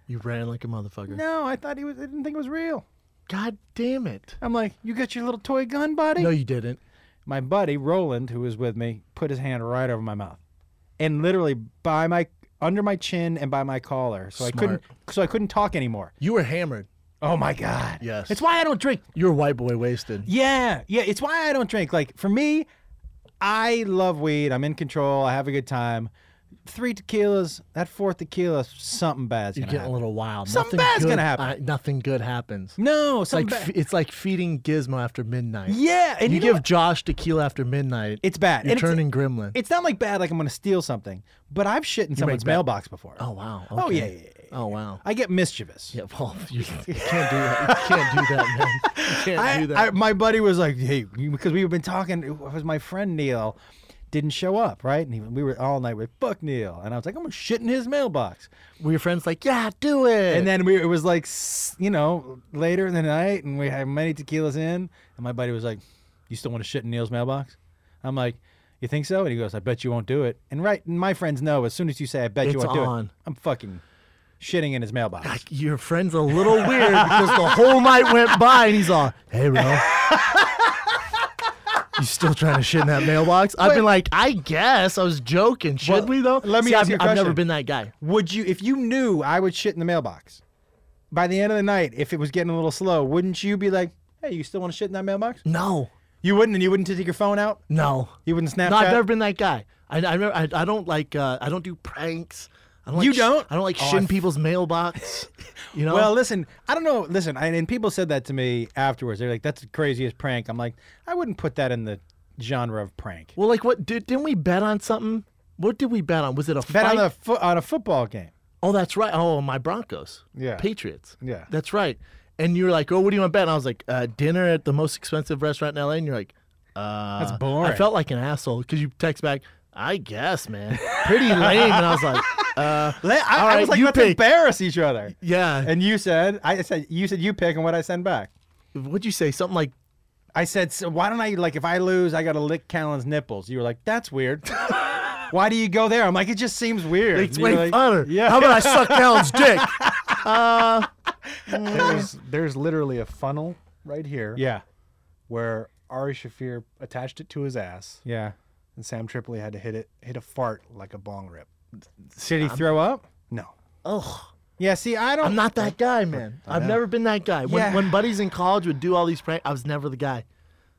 S2: You ran like a motherfucker.
S1: No, I thought he was. I didn't think it was real.
S2: God damn it!
S1: I'm like, "You got your little toy gun, buddy."
S2: No, you didn't.
S1: My buddy Roland, who was with me, put his hand right over my mouth, and literally by my under my chin and by my collar, so I couldn't. So I couldn't talk anymore.
S2: You were hammered.
S1: Oh my god!
S2: Yes.
S1: it's why I don't drink.
S2: You were white boy wasted.
S1: Yeah, yeah. It's why I don't drink. Like for me, I love weed. I'm in control. I have a good time. Three tequilas. That fourth tequila, something bad's
S2: You're
S1: gonna
S2: getting
S1: happen.
S2: a little wild.
S1: Something
S2: nothing
S1: bad's
S2: good,
S1: gonna happen.
S2: I- nothing good happens.
S1: no,
S2: It's
S1: something
S2: like
S1: bad.
S2: f- it's like feeding Gizmo after midnight.
S1: yeah, and
S2: you,
S1: you, know
S2: give
S1: what?
S2: Josh tequila after midnight.
S1: it's bad.
S2: you're
S1: and
S2: turning
S1: It's,
S2: gremlin.
S1: it's not like bad. Like I'm gonna steal something, but I've shit in someone's
S2: bad-
S1: mailbox before.
S2: oh wow.
S1: Oh,
S2: okay.
S1: yeah, yeah, yeah,
S2: Oh wow.
S1: I get mischievous.
S2: Yeah, well, you, you can't do that. You can't do that, man. You can't
S1: I,
S2: do that.
S1: I, my buddy was like, "Hey," because we've been talking. It was my friend Neil didn't show up, right? And he, we were all night with fuck Neil, and I was like, "I'm gonna shit in his mailbox."
S2: Were your friends like, yeah, do it?
S1: And then we it was like s- you know later in the night, and we had many tequilas in, and my buddy was like, "You still want to shit in Neil's mailbox?" I'm like, "You think so?" And he goes, "I bet you won't do it." And right, and my friends know as soon as you say, "I bet you
S2: It's
S1: won't do
S2: on.
S1: it," I'm fucking shitting in his mailbox.
S2: like, your friend's a little weird because the whole night went by and he's all, hey, bro. You still trying to shit in that mailbox? I've been like, I guess I was joking. Should
S1: Well,
S2: we though?
S1: let me
S2: See,
S1: ask
S2: I've,
S1: you a
S2: I've never
S1: question.
S2: been that guy.
S1: Would you, if you knew I would shit in the mailbox, by the end of the night, if it was getting a little slow, wouldn't you be like, "Hey, you still want to shit in that mailbox?"
S2: No,
S1: You wouldn't, and you wouldn't take your phone out.
S2: no,
S1: You wouldn't Snapchat.
S2: no. I've never been that guy. I, I, never, I, I don't like. Uh, I don't do pranks. I don't like
S1: You
S2: sh-
S1: don't?
S2: I don't like
S1: Oh, I
S2: shitting
S1: f-
S2: people's mailbox. You know.
S1: Well, listen, I don't know. Listen, I, and people said that to me afterwards. They're like, "That's the craziest prank." I'm like, I wouldn't put that in the genre of prank.
S2: Well, like what? Did, didn't we bet on something? What did we bet on? Was it a
S1: Bet
S2: fight?
S1: on a fo- on a football game.
S2: oh, that's right. Oh, my Broncos.
S1: Yeah.
S2: Patriots.
S1: Yeah.
S2: That's right. And you were like, oh, what do you want to bet? And I was like, uh, dinner at the most expensive restaurant in LA. And you're like, uh,
S1: That's boring.
S2: I felt like an asshole because you text back, I guess, man. Pretty lame. and I was like, uh,
S1: Le- I,
S2: All
S1: I
S2: right,
S1: was like,
S2: you
S1: let's
S2: pick.
S1: embarrass each other.
S2: yeah.
S1: And you said, I said, you said you pick, and what I send back.
S2: what'd you say? Something like,
S1: I said, so why don't I like if I lose, I gotta lick Callan's nipples. You were like, that's weird. why do you go there? I'm like, it just seems weird.
S2: it's
S1: You were
S2: way
S1: like,
S2: funner.
S1: Yeah.
S2: How about I suck Alan's dick?
S3: There's there's literally a funnel right here.
S1: Yeah.
S3: Where Ari Shafir attached it to his ass,
S1: Yeah.
S3: and Sam Tripoli had to hit it hit a fart like a bong rip.
S1: Did he throw up?
S3: No.
S2: Oh,
S1: Yeah, see, I don't.
S2: I'm not that guy, man. I've never been that guy. When,
S1: Yeah.
S2: when buddies in college would do all these pranks, I was never the guy. I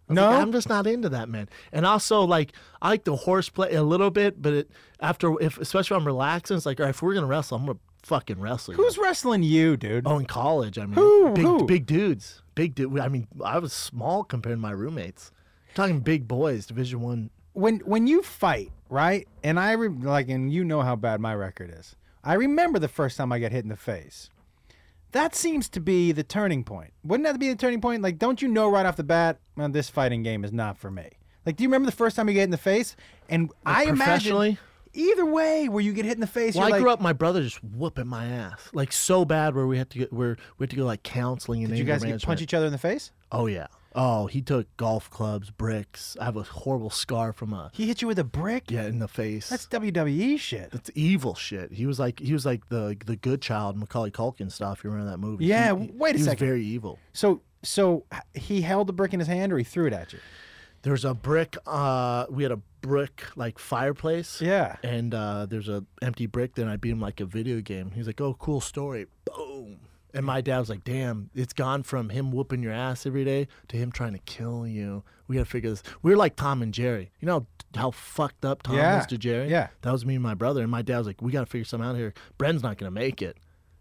S2: was
S1: No?
S2: like, I'm just not into that, man. And also, like, I like the horseplay a little bit, but it, after, if especially if I'm relaxing, it's like, all right, if we're gonna wrestle, I'm gonna fucking wrestle. you.
S1: Who's wrestling you, dude?
S2: Oh, in college, I mean,
S1: Who?
S2: big
S1: Who?
S2: big dudes, big dude. I mean, I was small compared to my roommates. talking big boys, Division One.
S1: When when you fight, right? And I re- like, and you know how bad my record is. I remember the first time I got hit in the face. That seems to be the turning point. Wouldn't that be the turning point? Like, don't you know right off the bat, well, this fighting game is not for me? Like, do you remember the first time you get hit in the face? And I imagine
S2: professionally?
S1: either way, where you get hit in the face,
S2: Well, I
S1: you're
S2: grew
S1: like,
S2: up, my brother just whooping my ass like so bad, where we had to get, where we had to go like counseling and
S1: did you
S2: anger
S1: guys get
S2: management.
S1: punch each other in the face?
S2: Oh yeah. Oh, he took golf clubs, bricks. I have a horrible scar from a
S1: He hit you with a brick.
S2: yeah in the face.
S1: That's WWE shit.
S2: That's evil shit. He was like he was like the the good child Macaulay Culkin stuff. You remember that movie?
S1: Yeah,
S2: He, he-
S1: wait a
S2: he
S1: second.
S2: Was very evil.
S1: So so he held the brick in his hand or he threw it at you.
S2: There's a brick. Uh, we had a brick like fireplace.
S1: Yeah.
S2: And uh, there's a empty brick. Then I beat him like a video game. He's like, "Oh, cool story." Boom. And my dad was like, "Damn, it's gone from him whooping your ass every day to him trying to kill you. We gotta figure this. We're like Tom and Jerry. You know how fucked up Tom
S1: Yeah.
S2: was to Jerry.
S1: Yeah.
S2: That was me and my brother. And my dad was like, "We gotta figure something out here. Bren's not gonna make it."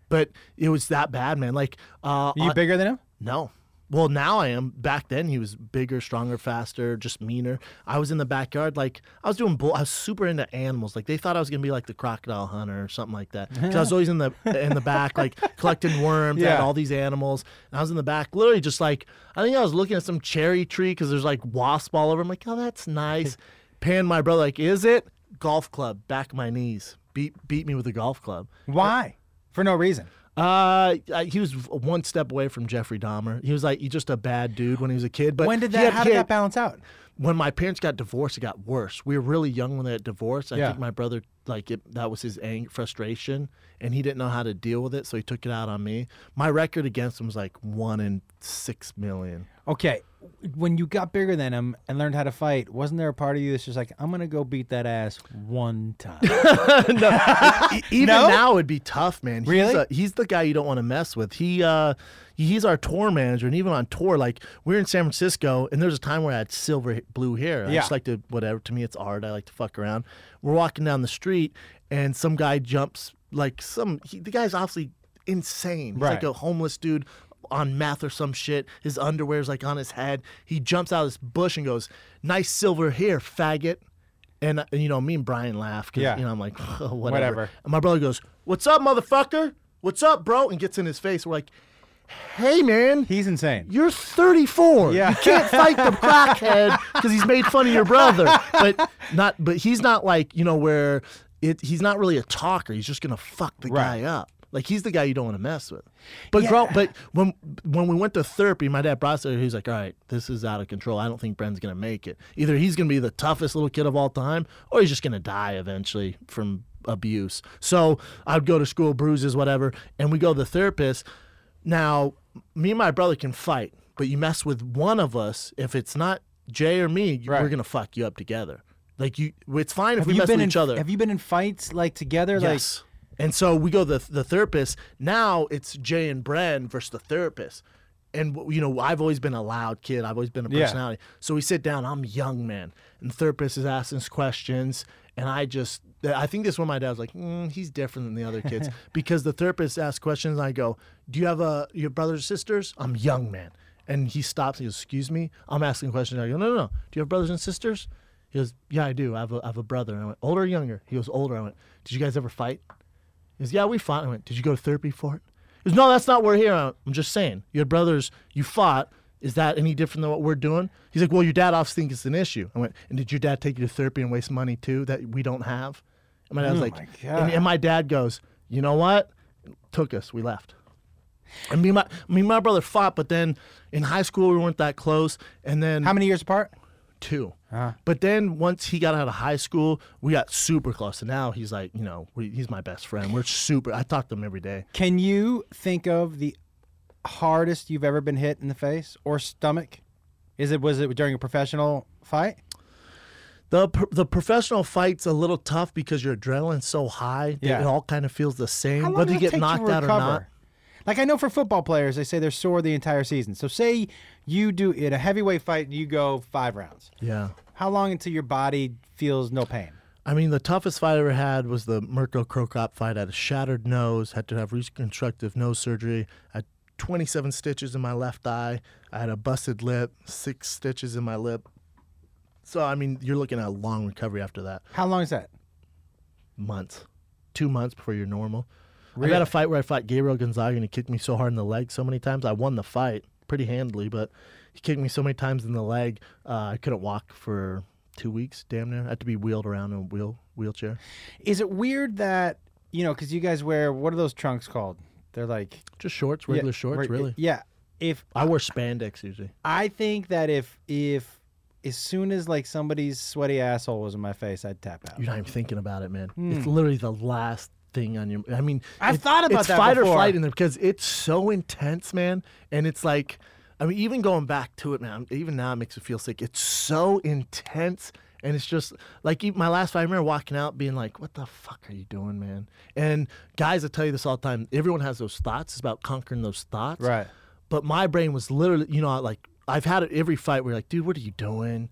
S2: But it was that bad, man. Like, uh,
S1: Are you
S2: on-
S1: bigger than him?
S2: no. Well, now I am. Back then, he was bigger, stronger, faster, just meaner. I was in the backyard, like I was doing. Bull- I was super into animals. Like they thought I was gonna be like the crocodile hunter or something like that. 'Cause I was always in the in the back, like collecting worms. I had
S1: Yeah.
S2: all these animals, and I was in the back, literally just like I think I was looking at some cherry tree because there's like wasp all over. I'm like, oh, that's nice. Pan my brother, like, is it golf club? Back of my knees. Beat beat me with a golf club.
S1: Why? For no reason.
S2: Uh, I- he was one step away from Jeffrey Dahmer. He was like, he's just a bad dude when he was a kid. But
S1: When did
S2: he
S1: that
S2: had
S1: how did
S2: hit-
S1: that balance out?
S2: When my parents got divorced, it got worse. We were really young when they got divorced. I
S1: Yeah.
S2: think my brother like it, that was his ang- frustration, and he didn't know how to deal with it, so he took it out on me. My record against him was like one in six million.
S1: Okay. When you got bigger than him and learned how to fight, wasn't there a part of you that's just like, I'm gonna go beat that ass one time?
S2: E- Even
S1: No?
S2: now, it'd be tough, man. He's
S1: Really?
S2: a- he's the guy you don't want to mess with. He uh, he's our tour manager, and even on tour, like we were in San Francisco, and there's a time where I had silver h- blue hair. I
S1: Yeah.
S2: just like to whatever. To me, it's art. I like to fuck around. We're walking down the street, and some guy jumps like some. He, the guy's obviously insane. He's like
S1: Right.
S2: a homeless dude on meth or some shit. His underwear's like on his head. He jumps out of this bush and goes, "Nice silver hair, faggot." And uh, you know, me and Brian laugh 'cause,
S1: Yeah.
S2: you know I'm like, whatever.
S1: Whatever.
S2: And my brother goes, "What's up, motherfucker? What's up, bro?" And gets in his face. We're like, "Hey, man,
S1: He's insane.
S2: you're 34.
S1: Yeah.
S2: You can't fight the crackhead because he's made fun of your brother. But not. But he's not like you know where it. He's not really a talker. He's just gonna fuck the
S1: Right.
S2: guy up. Like he's the guy you don't want to mess with. But grow, but when when we went to therapy, my dad brought us there. He's like, all right, this is out of control. I don't think Bren's gonna make it. Either he's gonna be the toughest little kid of all time, or he's just gonna die eventually from abuse. So I'd go to school, bruises, whatever, and we go to the therapist. Now, me and my brother can fight, but you mess with one of us. If it's not Jay or me, you- we're
S1: Right.
S2: gonna fuck you up together. Like you, it's fine if
S1: Have
S2: we
S1: you
S2: mess
S1: been
S2: with
S1: in,
S2: each other.
S1: Have you been in fights like together?
S2: Yes. and so we go to the the therapist. Now it's Jay and Bren versus the therapist. And you know, I've always been a loud kid. I've always been a
S1: Yeah.
S2: personality. So we sit down. I'm a young man, and the therapist is asking us questions, and I just. I think this one my dad's like, mm, he's different than the other kids because the therapist asks questions. And I go, "Do you have a your brothers or sisters?" I'm young man, and he stops. and He goes, "Excuse me." I'm asking questions. I go, "No, no, no. Do you have brothers and sisters?" He goes, "Yeah, I do. I have a, I have a brother." And I went, "Older or younger?" He goes, "Older." I went, "Did you guys ever fight?" He goes, Yeah, we fought. I went, Did you go to therapy for it? He goes, No, that's not what we're here. I went, I'm just saying. Your brothers, you fought. Is that any different than what we're doing? He's like, Well, your dad obviously thinks it's an issue. I went, And did your dad take you to therapy and waste money too that we don't have? And my dad was like,
S1: Oh my God.
S2: and, and my dad goes, You know what? Took us. We left. And me and, my, me and my brother fought, but then in high school we weren't that close. And then
S1: Like how many years apart?
S2: two.
S1: Uh-huh.
S2: But then once he got out of high school, we got super close. And now he's like, you know, we, he's my best friend. We're super. I talk to him every day.
S1: Can you think of the hardest you've ever been hit in the face or stomach? Is it was it during a professional fight?
S2: The, pr- the professional fight's a little tough because your adrenaline's so high that
S1: Yeah.
S2: it all kind of feels the same,
S1: How long
S2: whether
S1: does
S2: you
S1: it
S2: get
S1: take to
S2: knocked out or not.
S1: recover? Like I know for football players, they say they're sore the entire season. So say you do in a heavyweight fight, you go five rounds.
S2: Yeah.
S1: How long until your body feels no pain?
S2: I mean, the toughest fight I ever had was the Mirko Krokop fight. I had a shattered nose, had to have reconstructive nose surgery. I had 27 stitches in my left eye. I had a busted lip, six stitches in my lip. So, I mean, you're looking at a long recovery after that.
S1: How long is that?
S2: Months. Two months before you're normal. I
S1: Really?
S2: got a fight where I fought Gabriel Gonzaga and he kicked me so hard in the leg so many times. I won the fight pretty handily, but he kicked me so many times in the leg, uh, I couldn't walk for two weeks, damn near. I had to be wheeled around in a wheel wheelchair.
S1: Is it weird that you know because you guys wear what are those trunks called? They're like
S2: Just shorts, regular
S1: yeah,
S2: shorts,
S1: right,
S2: really.
S1: Yeah. If
S2: I wear spandex usually.
S1: I think that if if as soon as like somebody's sweaty asshole was in my face, I'd tap out.
S2: You're not even thinking about it, man. It's literally the last thing on your. I mean,
S1: I've
S2: it-
S1: Hmm. thought about
S2: it's
S1: that
S2: fight
S1: before.
S2: or flight in there because it's so intense, man. And it's like, I mean, even going back to it, man. Even now, it makes me feel sick. It's so intense, and it's just like even my last fight. I remember walking out, being like, "What the fuck are you doing, man?" And guys, I tell you this all the time. Everyone has those thoughts. It's about conquering those thoughts,
S1: Right.
S2: But my brain was literally, you know, like I've had it every fight where you're like, dude, what are you doing?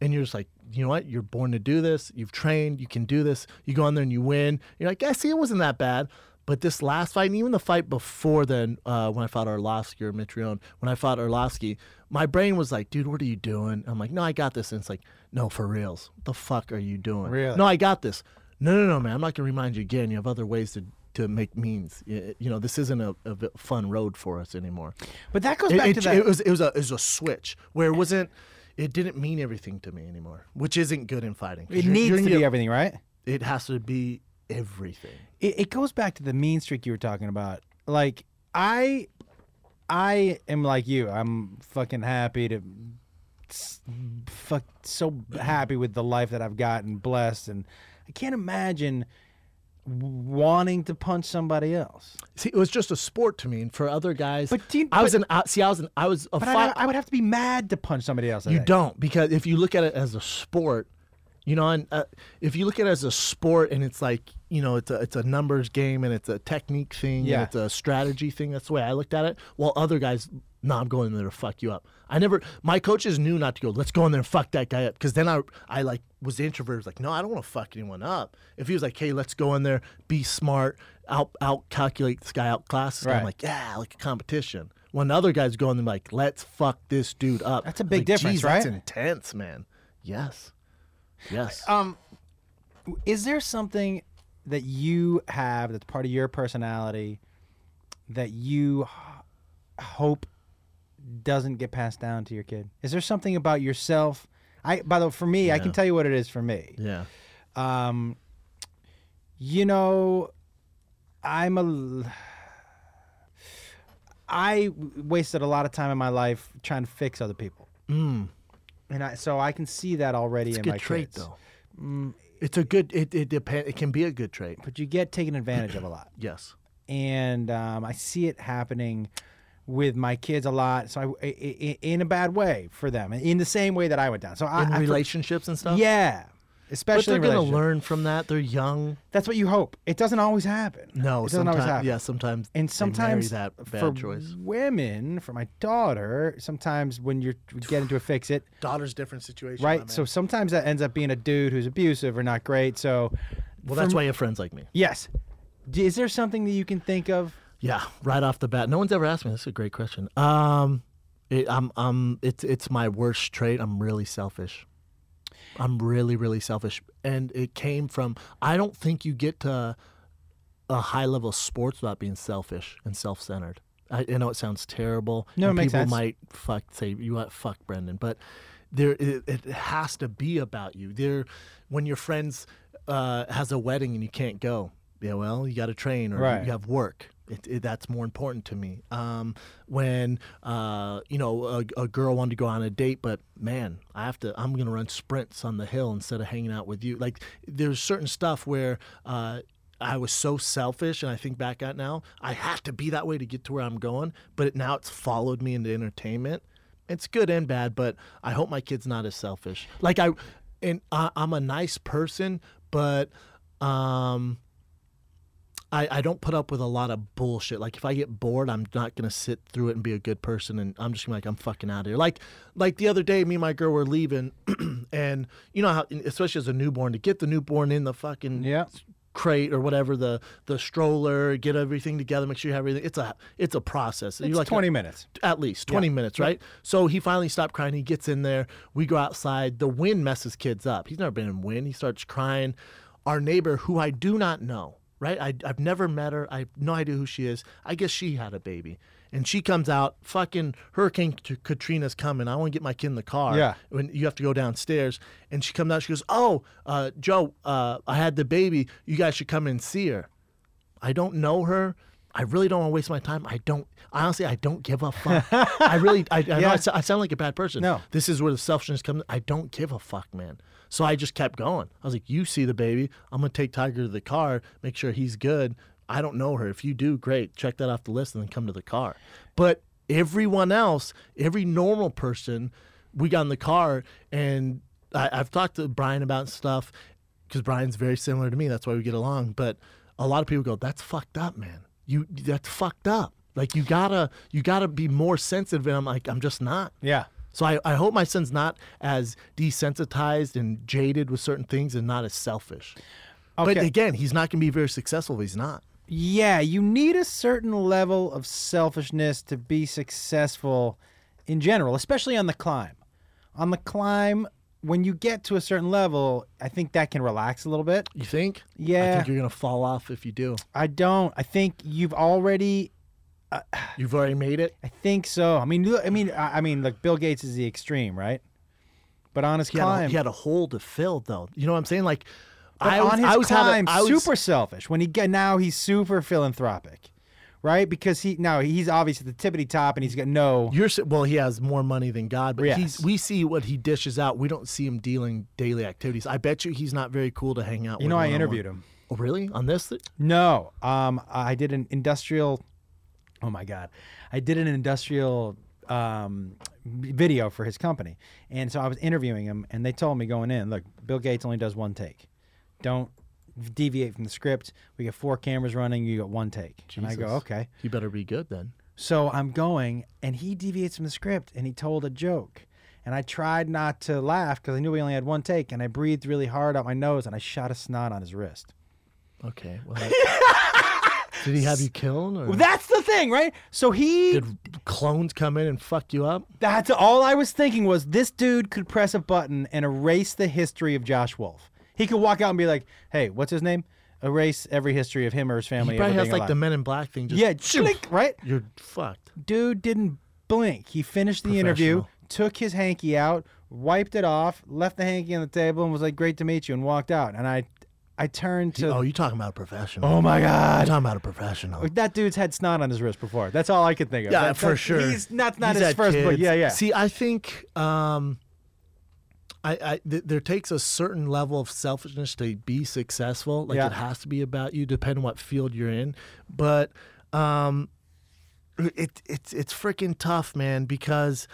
S2: And you're just like, you know what? You're born to do this. You've trained. You can do this. You go in there and you win. You're like, I see, it wasn't that bad. But this last fight, and even the fight before then, uh, when I fought Arlovsky or Mitrione, when I fought Arlovsky, my brain was like, dude, what are you doing? I'm like, no, I got this. And it's like, no, for reals. What the fuck are you doing?
S1: Really?
S2: No, I got this. No, no, no, man. I'm not going to remind you again. You have other ways to, to make means. Y- You know, this isn't a, a v- fun road for us anymore.
S1: But that goes
S2: It,
S1: back
S2: it-
S1: to that.
S2: it was it was a it was a switch where it wasn't it didn't mean everything to me anymore, which isn't good in fighting. 'Cause
S1: it
S2: you're-
S1: needs
S2: you're
S1: to
S2: gonna
S1: be
S2: get-
S1: everything, right?
S2: It has to be everything.
S1: it, it goes back to the mean streak you were talking about. Like I, I am like you. I'm fucking happy to, s- fuck, so happy with the life that I've gotten, blessed, and I can't imagine wanting to punch somebody else.
S2: See, it was just a sport to me, and for other guys,
S1: But do you-
S2: I was an out- see, I was an, I was a
S1: But
S2: fi-
S1: I, I would have to be mad to punch somebody else. I
S2: You
S1: think.
S2: don't because if you look at it as a sport, you know, and uh, if you look at it as a sport and it's like you know it's a it's a numbers game and it's a technique thing
S1: Yeah.
S2: and it's a strategy thing. That's the way I looked at it. While other guys, no, I'm going in there to fuck you up. I never. My coaches knew not to go. Let's go in there and fuck that guy up because then I I like was the introvert. Was like, no, I don't want to fuck anyone up. If he was like, hey, let's go in there, be smart, out out calculate this guy, outclass this guy.
S1: Right.
S2: I'm like, yeah, like a competition. When the other guys go in there, like, let's fuck this dude up.
S1: That's a big
S2: Like,
S1: difference,
S2: geez, that's
S1: right?
S2: intense, man. Yes. Yes.
S1: Um, is there something that you have that's part of your personality that you h- hope doesn't get passed down to your kid? Is there something about yourself? I, by the way, for me, I can
S2: Yeah.
S1: tell you what it is for me.
S2: yeah.
S1: Um, you know, I'm a. l- I w- wasted a lot of time in my life trying to fix other people,
S2: Mm.
S1: and I, so I can see that already
S2: It's a
S1: in my
S2: good trait,
S1: kids.
S2: though. Mm, It's a good. It it depend. It can be a good trait.
S1: But you get taken advantage of a lot.
S2: Yes.
S1: and um, I see it happening with my kids a lot. So I, i- i- in a bad way for them, in the same way that I went down. So I,
S2: In
S1: I-
S2: relationships and stuff.
S1: yeah,
S2: But
S1: especially
S2: they're
S1: in
S2: gonna
S1: relationships.
S2: learn from that. They're young.
S1: That's what you hope. It doesn't always happen.
S2: No.
S1: it doesn't always
S2: sometimes.
S1: happen.
S2: Yeah. Sometimes.
S1: And sometimes
S2: they marry that bad
S1: for
S2: choice.
S1: women, for my daughter, sometimes when you get into a fix it,
S2: Daughter's different situation. my
S1: right?
S2: man.
S1: So sometimes that ends up being a dude who's abusive or not great. So,
S2: well, that's why you have friends like me.
S1: yes, D- is there something that you can think of?
S2: Yeah, right off the bat. No one's ever asked me. This is a great question. Um, it, I'm, I'm, it's, it's my worst trait. I'm really selfish. I'm really, really selfish, and it came from. I don't think you get to a high level of sports without being selfish and self centered. I, I know it sounds terrible.
S1: No, it
S2: and
S1: makes
S2: people
S1: sense.
S2: might fuck say you want fuck Brendan, but there it, it has to be about you. There, when your friends uh, has a wedding and you can't go, yeah, well, you got to train or
S1: Right.
S2: you have work. It, it, that's more important to me. Um, when uh, you know a, a girl wanted to go on a date, but man, I have to. I'm gonna run sprints on the hill instead of hanging out with you. Like there's certain stuff where uh, I was so selfish, and I think back at now, I have to be that way to get to where I'm going. But it, now it's followed me into entertainment. It's good and bad, but I hope my kid's not as selfish. Like I, and I, I'm a nice person, but um, I I don't put up with a lot of bullshit. Like if I get bored, I'm not gonna sit through it and be a good person, and I'm just gonna be like I'm fucking out of here. Like like the other day, me and my girl were leaving, and you know how especially as a newborn to get the newborn in the fucking
S1: Yeah.
S2: crate or whatever the the stroller get everything together make sure you have everything it's a it's a process
S1: It's 20 minutes.
S2: at least 20 minutes, right? So he finally stopped crying. He gets in there. We go outside. The wind messes kids up. He's never been in wind. He starts crying. Our neighbor, who I do not know, right? I, I've never met her. I have no idea who she is. I guess she had a baby. And she comes out, fucking Hurricane Kat- Katrina's coming. I want to get my kid in the car.
S1: Yeah.
S2: When you have to go downstairs. And she comes out, she goes, Oh, uh, Joe, uh, I had the baby. You guys should come and see her. I don't know her. I really don't want to waste my time. I don't honestly. I don't give a fuck. I really. I, I, know I, s- I sound like a bad person.
S1: No.
S2: This is where the selfishness comes. I don't give a fuck, man. So I just kept going. I was like, "You see the baby? I'm gonna take Tiger to the car. Make sure he's good. I don't know her. If you do, great. Check that off the list, and then come to the car." But everyone else, every normal person, we got in the car, and I, I've talked to Brian about stuff because Brian's very similar to me. That's why we get along. But a lot of people go, "That's fucked up, man. You that's fucked up. Like you gotta you gotta be more sensitive." And I'm like, I'm just not.
S1: Yeah.
S2: So I, I hope my son's not as desensitized and jaded with certain things and not as selfish. But
S1: Okay.
S2: again, he's not gonna be very successful if he's not.
S1: Yeah, you need a certain level of selfishness to be successful in general, especially on the climb. On the climb, when you get to a certain level, I think that can relax a little bit.
S2: You think? I
S1: Yeah.
S2: think you're gonna fall off if you do.
S1: I don't. I think you've already.
S2: You've already made it.
S1: I think so. I mean, look- I mean, I I mean, look, Bill Gates is the extreme, right? But on his
S2: He had, a,
S1: climb,
S2: he had a hole to fill though. You know what I'm saying? Like
S1: But
S2: I
S1: on
S2: was,
S1: his
S2: I was had a-
S1: time,
S2: I was-
S1: super selfish. When he get now, he's super philanthropic, right? Because he now he's obviously at the tippity top, and he's got no.
S2: You're s- well. He has more money than God, but
S1: Yes.
S2: he's, we see what he dishes out. We don't see him dealing daily activities. I bet you he's not very cool to hang out.
S1: You
S2: with
S1: know, I
S2: one-on-one.
S1: interviewed him.
S2: Oh, really? On this? Th-
S1: No, um, I did an industrial. Oh my god, I did an industrial um, video for his company, and so I was interviewing him, and they told me going in, look, Bill Gates only does one take. Don't deviate from the script. We got four cameras running. You got one take, and I go,
S2: Jesus.
S1: okay.
S2: he better be good then.
S1: So I'm going, and he deviates from the script, and he told a joke. And I tried not to laugh because I knew we only had one take, and I breathed really hard out my nose, and I shot a snot on his wrist.
S2: Okay. Well, that- did he have you killed? Or
S1: That's the thing, right? So he.
S2: did clones come in and fuck you up?
S1: That's all I was thinking was this dude could press a button and erase the history of Josh Wolf. He could walk out and be like, "Hey, what's his name? Erase every history of him or his family."
S2: He
S1: ever
S2: probably has
S1: being
S2: like the
S1: alive."
S2: Men in Black thing. Just
S1: yeah,
S2: shoo,
S1: click, right?
S2: You're fucked.
S1: Dude didn't blink. He finished the interview, took his hanky out, wiped it off, left the hanky on the table, and was like, "Great to meet you," and walked out. And I, I turned to,
S2: oh,
S1: "Oh,
S2: you're talking about a professional. Oh
S1: my
S2: you're
S1: god."
S2: talking about a professional.
S1: That dude's had snot on his wrist before. That's all I could think of.
S2: Yeah,
S1: That-
S2: for
S1: that-
S2: sure.
S1: He's not not
S2: He's
S1: his
S2: had
S1: first, but
S2: kids.
S1: yeah, yeah.
S2: See, I think um, I, I th- there takes a certain level of selfishness to be successful. Like
S1: Yeah.
S2: it has to be about you, depending on what field you're in. But um, it it's it's freaking tough, man, because.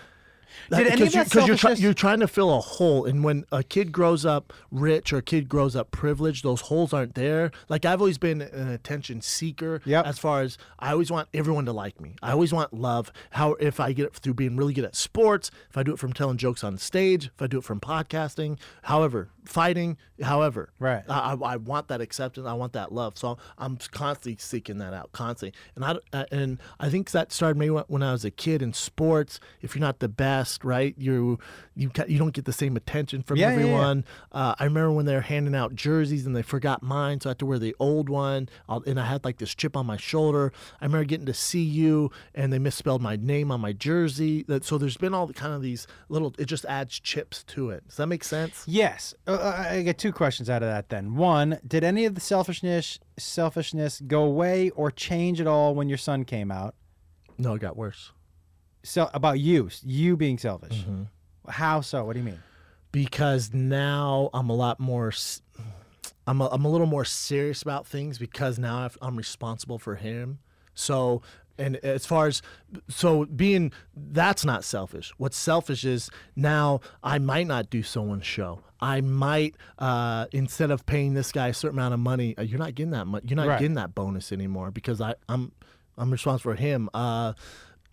S1: Did any of
S2: because
S1: that
S2: you, because you're, try-
S1: selfishness-
S2: you're trying to fill a hole, and when a kid grows up rich or a kid grows up privileged, those holes aren't there. Like I've always been an attention seeker,
S1: Yep.
S2: as far as I always want everyone to like me. I always want love. How if I get it through being really good at sports, if I do it from telling jokes on stage, if I do it from podcasting, however, fighting, however,
S1: Right.
S2: I, I, I want that acceptance. I want that love. So I'm constantly seeking that out, constantly. And I uh, and I think that started maybe when- when I was a kid in sports. If you're not the best, right, you you ca- you don't get the same attention from
S1: Yeah, yeah, yeah.
S2: everyone. Uh, I remember when they were handing out jerseys and they forgot mine, so I had to wear the old one. i and I had like this chip on my shoulder. I remember getting to see you, and they misspelled my name on my jersey. That so there's been all the kind of these little. It just adds chips to it. Does that make sense?
S1: Yes, uh, uh, I get two questions out of that. Then one, did any of the selfishness selfishness go away or change at all when your son came out?
S2: No, it got worse.
S1: So about you, you being selfish. How so? What do you mean?
S2: because now I'm a lot more. s- I'm a, I'm a little more serious about things because now I've, I'm responsible for him. So and as far as so being that's not selfish. What's selfish is now I might not do someone's show. I might uh, instead of paying this guy a certain amount of money, uh, you're not getting that much. You're not
S1: Right.
S2: getting that bonus anymore because I, I'm I'm responsible for him. Uh,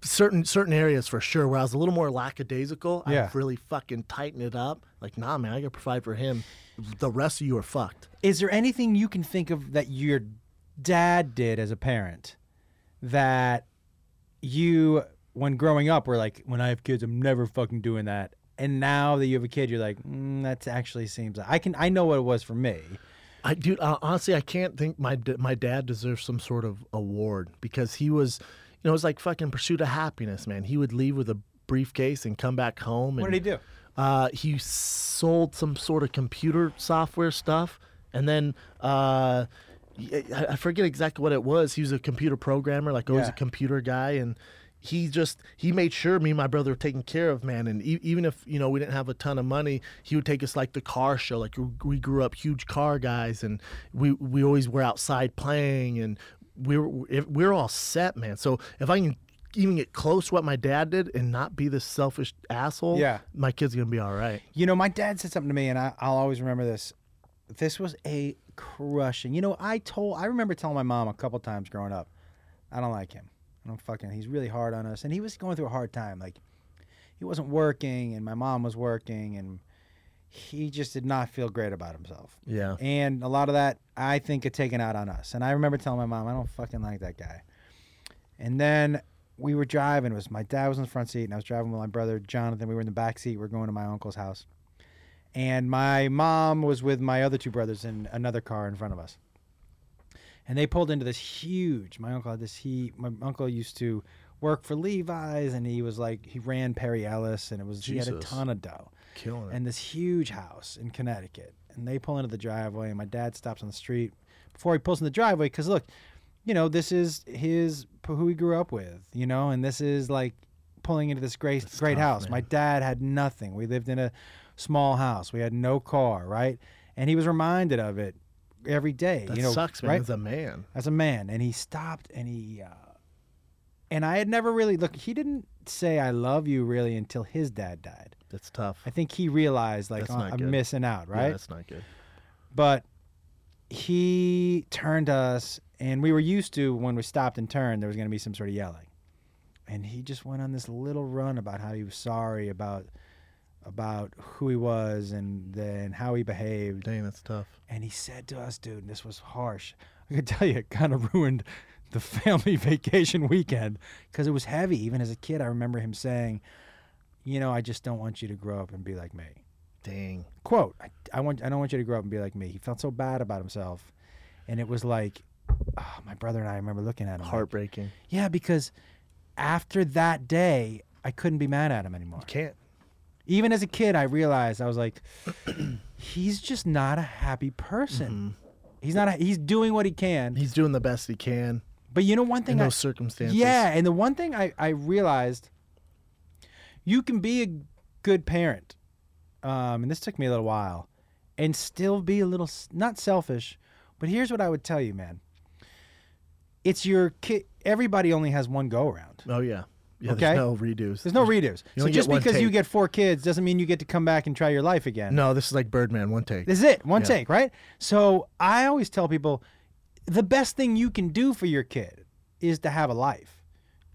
S2: certain certain areas for sure where I was a little more lackadaisical.
S1: Yeah.
S2: I really fucking tighten it up. Like nah, man, I gotta provide for him. The rest of you are fucked.
S1: Is there anything you can think of that your dad did as a parent that you, when growing up, were like, when I have kids, I'm never fucking doing that. And now that you have a kid, you're like, mm, that actually seems. I can. I know what it was for me.
S2: I dude, uh, honestly, I can't think my d- my dad deserves some sort of award because he was, you know, it was like fucking pursuit of happiness, man. He would leave with a briefcase and come back home. And,
S1: What did he do?
S2: Uh, he sold some sort of computer software stuff, and then uh, y- I I forget exactly what it was. He was a computer programmer, like always
S1: Yeah.
S2: a computer guy, and he just he made sure me and my brother were taken care of, man. And e- even if you know we didn't have a ton of money, he would take us like the car show. Like we- we grew up huge car guys, and we we always were outside playing, and we were if- we we're all set, man. So if I can. Even get close to what my dad did and not be this selfish asshole.
S1: Yeah.
S2: my kid's gonna be all right.
S1: You know, my dad said something to me, and I, I'll always remember this. This was a crushing. You know, I told, I remember telling my mom a couple times growing up, I don't like him. I don't fucking. He's really hard on us, and he was going through a hard time. Like, he wasn't working, and my mom was working, and he just did not feel great about himself.
S2: Yeah.
S1: And a lot of that, I think, had taken out on us. And I remember telling my mom, I don't fucking like that guy. And then we were driving. It was my dad was in the front seat, and I was driving with my brother Jonathan. We were in the back seat. We are going to my uncle's house, and my mom was with my other two brothers in another car in front of us. And they pulled into this huge. My uncle had this. He my uncle used to work for Levi's, and he was like he ran Perry Ellis, and it was he had a
S2: Jesus.
S1: ton of dough
S2: Killing
S1: and this huge house in Connecticut. And they pull into the driveway, and my dad stops on the street before he pulls in the driveway because look, you know, this is his who he grew up with, you know, and this is like pulling into this great great
S2: tough,
S1: house.
S2: man.
S1: My dad had nothing. We lived in a small house. We had no car, right? And he was reminded of it every day.
S2: That
S1: you know,
S2: sucks, man.
S1: right?
S2: As a man,
S1: as a man and he stopped and he uh, and i had never really look he didn't say i love you really until his dad died
S2: that's tough.
S1: I think he realized like
S2: That's
S1: "Oh,
S2: not
S1: I'm
S2: good.
S1: missing out,
S2: Yeah,
S1: right?
S2: that's not good.
S1: but he turned to us, and we were used to when we stopped and turned, there was going to be some sort of yelling, and he just went on this little run about how he was sorry about about who he was and then how he behaved,
S2: Dang, that's tough.
S1: and he said to us, dude, and this was harsh. I could tell you, it kind of ruined the family vacation weekend because it was heavy. Even as a kid, I remember him saying, "You know, I just don't want you to grow up and be like me."
S2: Dang.
S1: quote I, I want i don't want you to grow up and be like me he felt so bad about himself and it was like ah, my brother and i remember looking at him like-
S2: Heartbreaking.
S1: yeah because after that day i couldn't be mad at him anymore
S2: Can't.
S1: even as a kid i realized i was like he's just not a happy person he's not a, he's doing what he can
S2: He's doing the best he can
S1: but you know one
S2: in
S1: thing I,
S2: those circumstances.
S1: yeah, and the one thing I, I realized, you can be a good parent, um, and this took me a little while, and still be a little s- not selfish, but here's what I would tell you, man. It's your kid. Everybody only has one go around.
S2: Oh yeah. Yeah.
S1: Okay.
S2: There's no redos.
S1: There's no redos. So
S2: You only get
S1: just
S2: one
S1: because you
S2: take.
S1: get four kids doesn't mean you get to come back and try your life again.
S2: No, this is like Birdman. One take.
S1: This is it. One
S2: Yeah.
S1: take, right? So I always tell people the best thing you can do for your kid is to have a life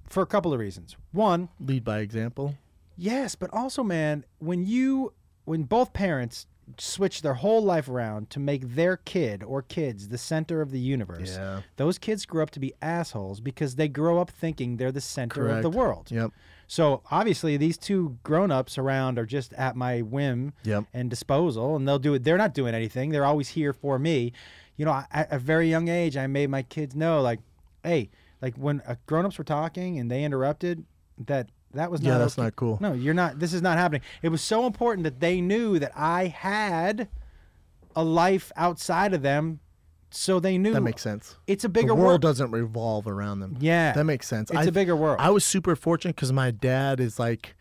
S1: for a couple of reasons. One,
S2: Lead by example.
S1: Yes, but also, man, when you when both parents switch their whole life around to make their kid or kids the center of the universe,
S2: Yeah.
S1: those kids grow up to be assholes because they grow up thinking they're the center of the
S2: Correct.
S1: world.
S2: Yep.
S1: So obviously, these two grown-ups around are just at my whim
S2: Yep.
S1: and disposal, and they'll do it. They're not doing anything. They're always here for me. You know, I, at a very young age, I made my kids know, like, hey, like when uh, grown-ups were talking and they interrupted, that that was not
S2: Yeah, that's
S1: okay.
S2: not cool.
S1: No, you're not. This is not happening. It was so important that they knew that I had a life outside of them, so they knew
S2: That makes sense.
S1: it's a bigger
S2: the world
S1: world.
S2: doesn't revolve around them.
S1: Yeah.
S2: that makes sense.
S1: It's a bigger world.
S2: I was super fortunate because my dad is like,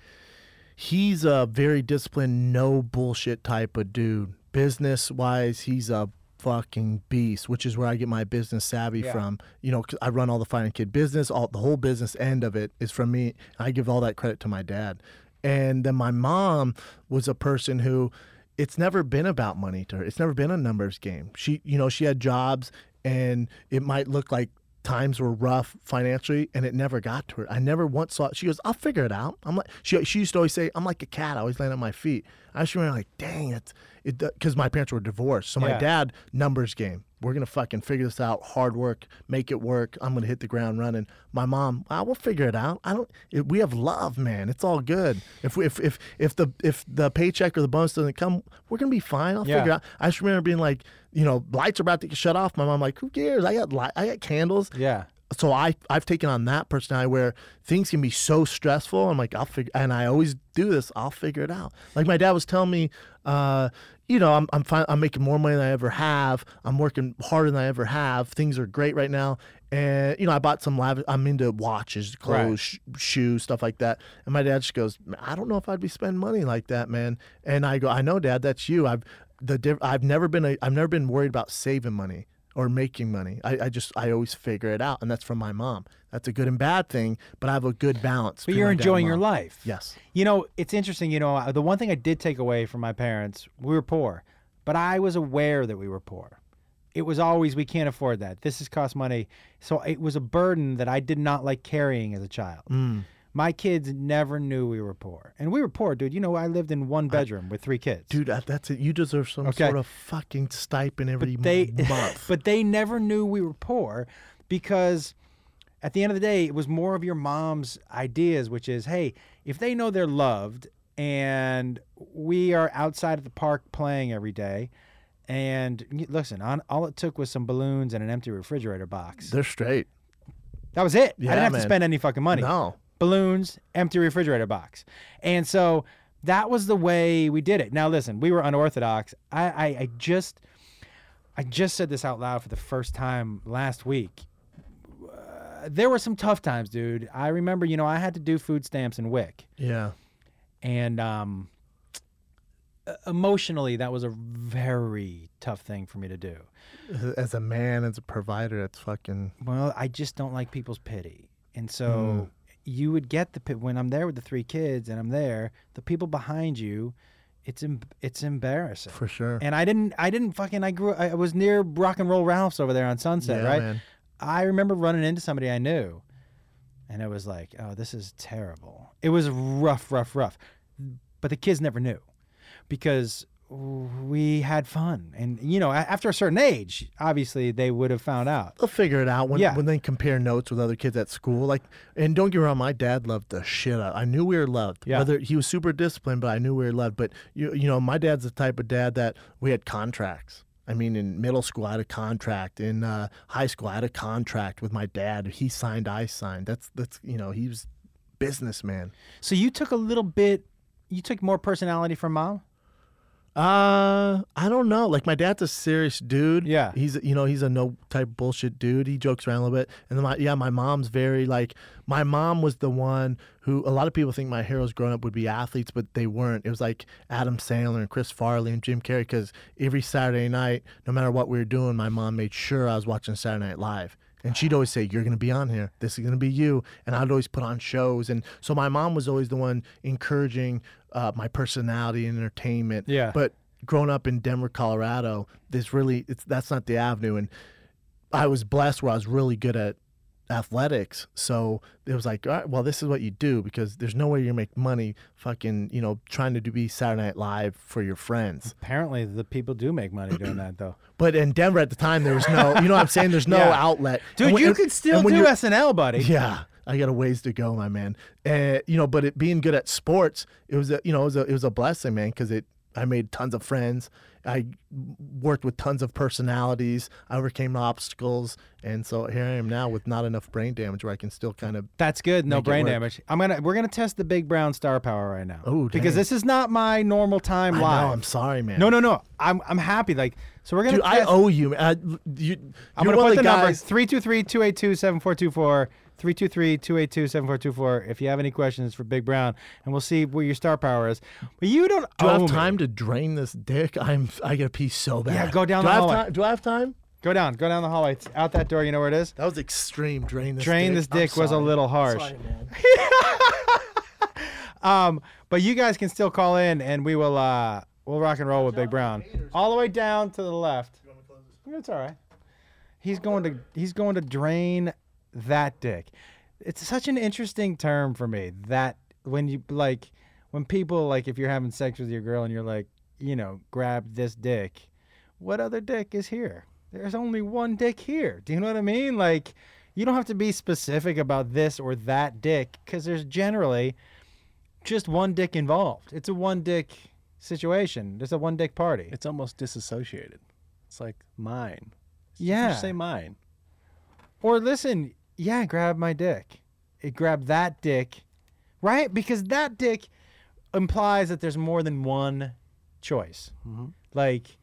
S2: he's a very disciplined, no bullshit type of dude. Business wise, he's a fucking beast, which is where I get my business savvy
S1: Yeah.
S2: from. You know, 'cause I run all the fine kid business, all the whole business end of it is from me. I give all that credit to my dad, and then my mom was a person who. it's never been about money to her. It's never been a numbers game. She, you know, she had jobs and it might look like times were rough financially and it never got to her. I never once saw She goes, I'll figure it out. I'm like, she, she used to always say, I'm like a cat. I always land on my feet. I was remember like, dang, it's, it, because my parents were divorced. So my
S1: Yeah.
S2: dad, numbers game. We're going to fucking figure this out. Hard work, make it work. I'm going to hit the ground running. My mom, I will figure it out. I don't, it, we have love, man. It's all good. If, we, if, if, if the, if the paycheck or the bonus doesn't come, we're going to be fine. I'll
S1: Yeah.
S2: figure it out. I just remember being like, you know, lights are about to get shut off. My mom, like, who cares? I got li- I got candles.
S1: Yeah.
S2: So I I've taken on that personality where things can be so stressful. I'm like, I'll figure, and I always do this. I'll figure it out. Like my dad was telling me, uh, you know, I'm I'm fin- I'm making more money than I ever have. I'm working harder than I ever have. Things are great right now. And you know, I bought some lavish. I'm into watches, clothes,
S1: Right.
S2: sh- shoes, stuff like that. And my dad just goes, I don't know if I'd be spending money like that, man. And I go, I know, Dad, that's you. I've the diff- I've never been a, I've never been worried about saving money or making money. I, I just I always figure it out, and that's from my mom. That's a good and bad thing, but I have a good balance.
S1: But
S2: between
S1: you're
S2: my dad and
S1: enjoying your
S2: mom.
S1: life.
S2: Yes.
S1: You know, it's interesting. You know, uh, the one thing I did take away from my parents, we were poor, but I was aware that we were poor. It was always, we can't afford that. This has cost money. So it was a burden that I did not like carrying as a child. My kids never knew we were poor. And we were poor, dude. You know, I lived in one bedroom with three kids.
S2: Dude, that- that's it. You deserve some
S1: Okay.
S2: sort of fucking stipend every
S1: they
S2: month.
S1: but they never knew we were poor because at the end of the day it was more of your mom's ideas which is hey if they know they're loved and we are outside at the park playing every day and y- listen on, all it took was some balloons and an empty refrigerator box
S2: They're straight.
S1: that was it i
S2: Yeah,
S1: didn't have
S2: man.
S1: to spend any fucking money
S2: No.
S1: balloons, empty refrigerator box. And so that was the way we did it. Now listen, we were unorthodox. I, I, I just I just said this out loud for the first time last week. Uh, there were some tough times, dude. I remember, you know, I had to do food stamps and WIC.
S2: Yeah.
S1: And um e-, emotionally that was a very tough thing for me to do.
S2: As a man, as a provider, it's fucking.
S1: Well, I just don't like people's pity. And
S2: Mm.
S1: so you would get the pi- when I'm there with the three kids and I'm there, the people behind you, it's em- it's embarrassing.
S2: For sure.
S1: And I didn't I didn't fucking I grew I was near Rock and Roll Ralph's over there on Sunset,
S2: Yeah,
S1: right?
S2: man.
S1: I remember running into somebody I knew and it was like, "Oh, this is terrible." It was rough, rough, rough. But the kids never knew because we had fun. And you know, a- after a certain age, obviously they would have found out.
S2: They'll figure it out when
S1: Yeah.
S2: when they compare notes with other kids at school. Like, and don't get me wrong, my dad loved the shit out. I knew we were loved.
S1: Yeah.
S2: Whether he was super disciplined, but I knew we were loved. But you you know, my dad's the type of dad that we had contracts. I mean, in middle school, I had a contract. In uh, high school, I had a contract with my dad. He signed, I signed. That's that's you know, he was businessman.
S1: So you took a little bit, you took more personality from mom.
S2: Uh, I don't know. Like my dad's a serious dude.
S1: Yeah.
S2: he's you know he's a no type bullshit dude. He jokes around a little bit, and then my yeah my mom's very like my mom was the one who a lot of people think my heroes growing up would be athletes, but they weren't. It was like Adam Sandler and Chris Farley and Jim Carrey because every Saturday night, no matter what we were doing, my mom made sure I was watching Saturday Night Live. And she'd always say, You're going to be on here. This is going to be you. And I'd always put on shows. And so my mom was always the one encouraging uh, my personality and entertainment.
S1: Yeah.
S2: But growing up in Denver, Colorado, there's really, it's, that's not the avenue. And I was blessed where I was really good at athletics. So it was like, all right, well, this is what you do because there's no way you're going to make money fucking, you know, trying to do be Saturday Night Live for your friends.
S1: Apparently, the people do make money doing that, though.
S2: But in Denver at the time, there was no, you know what I'm saying? There's no
S1: Yeah.
S2: outlet.
S1: Dude,
S2: And when-
S1: you
S2: and-
S1: could still
S2: and when
S1: do
S2: you're-
S1: SNL, buddy.
S2: Yeah. I got a ways to go, my man. Uh, you know, but it being good at sports, it was a, you know, it was a, it was a blessing, man, because it, I made tons of friends. I worked with tons of personalities. I overcame obstacles, and so here I am now with not enough brain damage where I can still kind of.
S1: That's good. No
S2: Make it
S1: brain
S2: work.
S1: damage. I'm gonna we're gonna test the big brown star power right now.
S2: Oh,
S1: because
S2: dang.
S1: this is not my normal time
S2: I know,
S1: live.
S2: I'm sorry, man.
S1: no, no, no. I'm I'm happy. Like so, we're gonna.
S2: dude, I
S1: test-
S2: owe you. man. I, you
S1: I'm
S2: you're
S1: gonna
S2: one
S1: put
S2: of
S1: the,
S2: the
S1: number
S2: guys.
S1: 323-282-7424, 323-282-7424 If you have any questions for Big Brown, and we'll see where your star power is. But you don't.
S2: Do
S1: owe
S2: I have
S1: me.
S2: time to drain this dick? I'm I gotta pee so bad.
S1: go down
S2: do
S1: the
S2: I have
S1: hallway.
S2: time? Do I have time?
S1: Go down. Go down the hallway. It's out that door. You know where it is.
S2: That was extreme. Drain this.
S1: Drain
S2: dick.
S1: this
S2: I'm
S1: dick was a
S2: sorry.
S1: little harsh.
S2: Sorry, man.
S1: Um, but you guys can still call in, and we will. Uh, We'll rock and roll with Big Brown. All the way down to the left. It's all right. He's going to he's going to drain that dick. It's such an interesting term for me. That when you like when people like if you're having sex with your girl and you're like, you know, grab this dick. What other dick is here? There's only one dick here. Do you know what I mean? Like you don't have to be specific about this or that dick cuz there's generally just one dick involved. It's a one dick situation. It's a one dick party.
S3: It's almost disassociated. It's like mine.
S1: yeah.
S3: Just say mine.
S1: Or listen, yeah, grab my dick. It grab that dick, right? Because that dick implies that there's more than one choice. Like,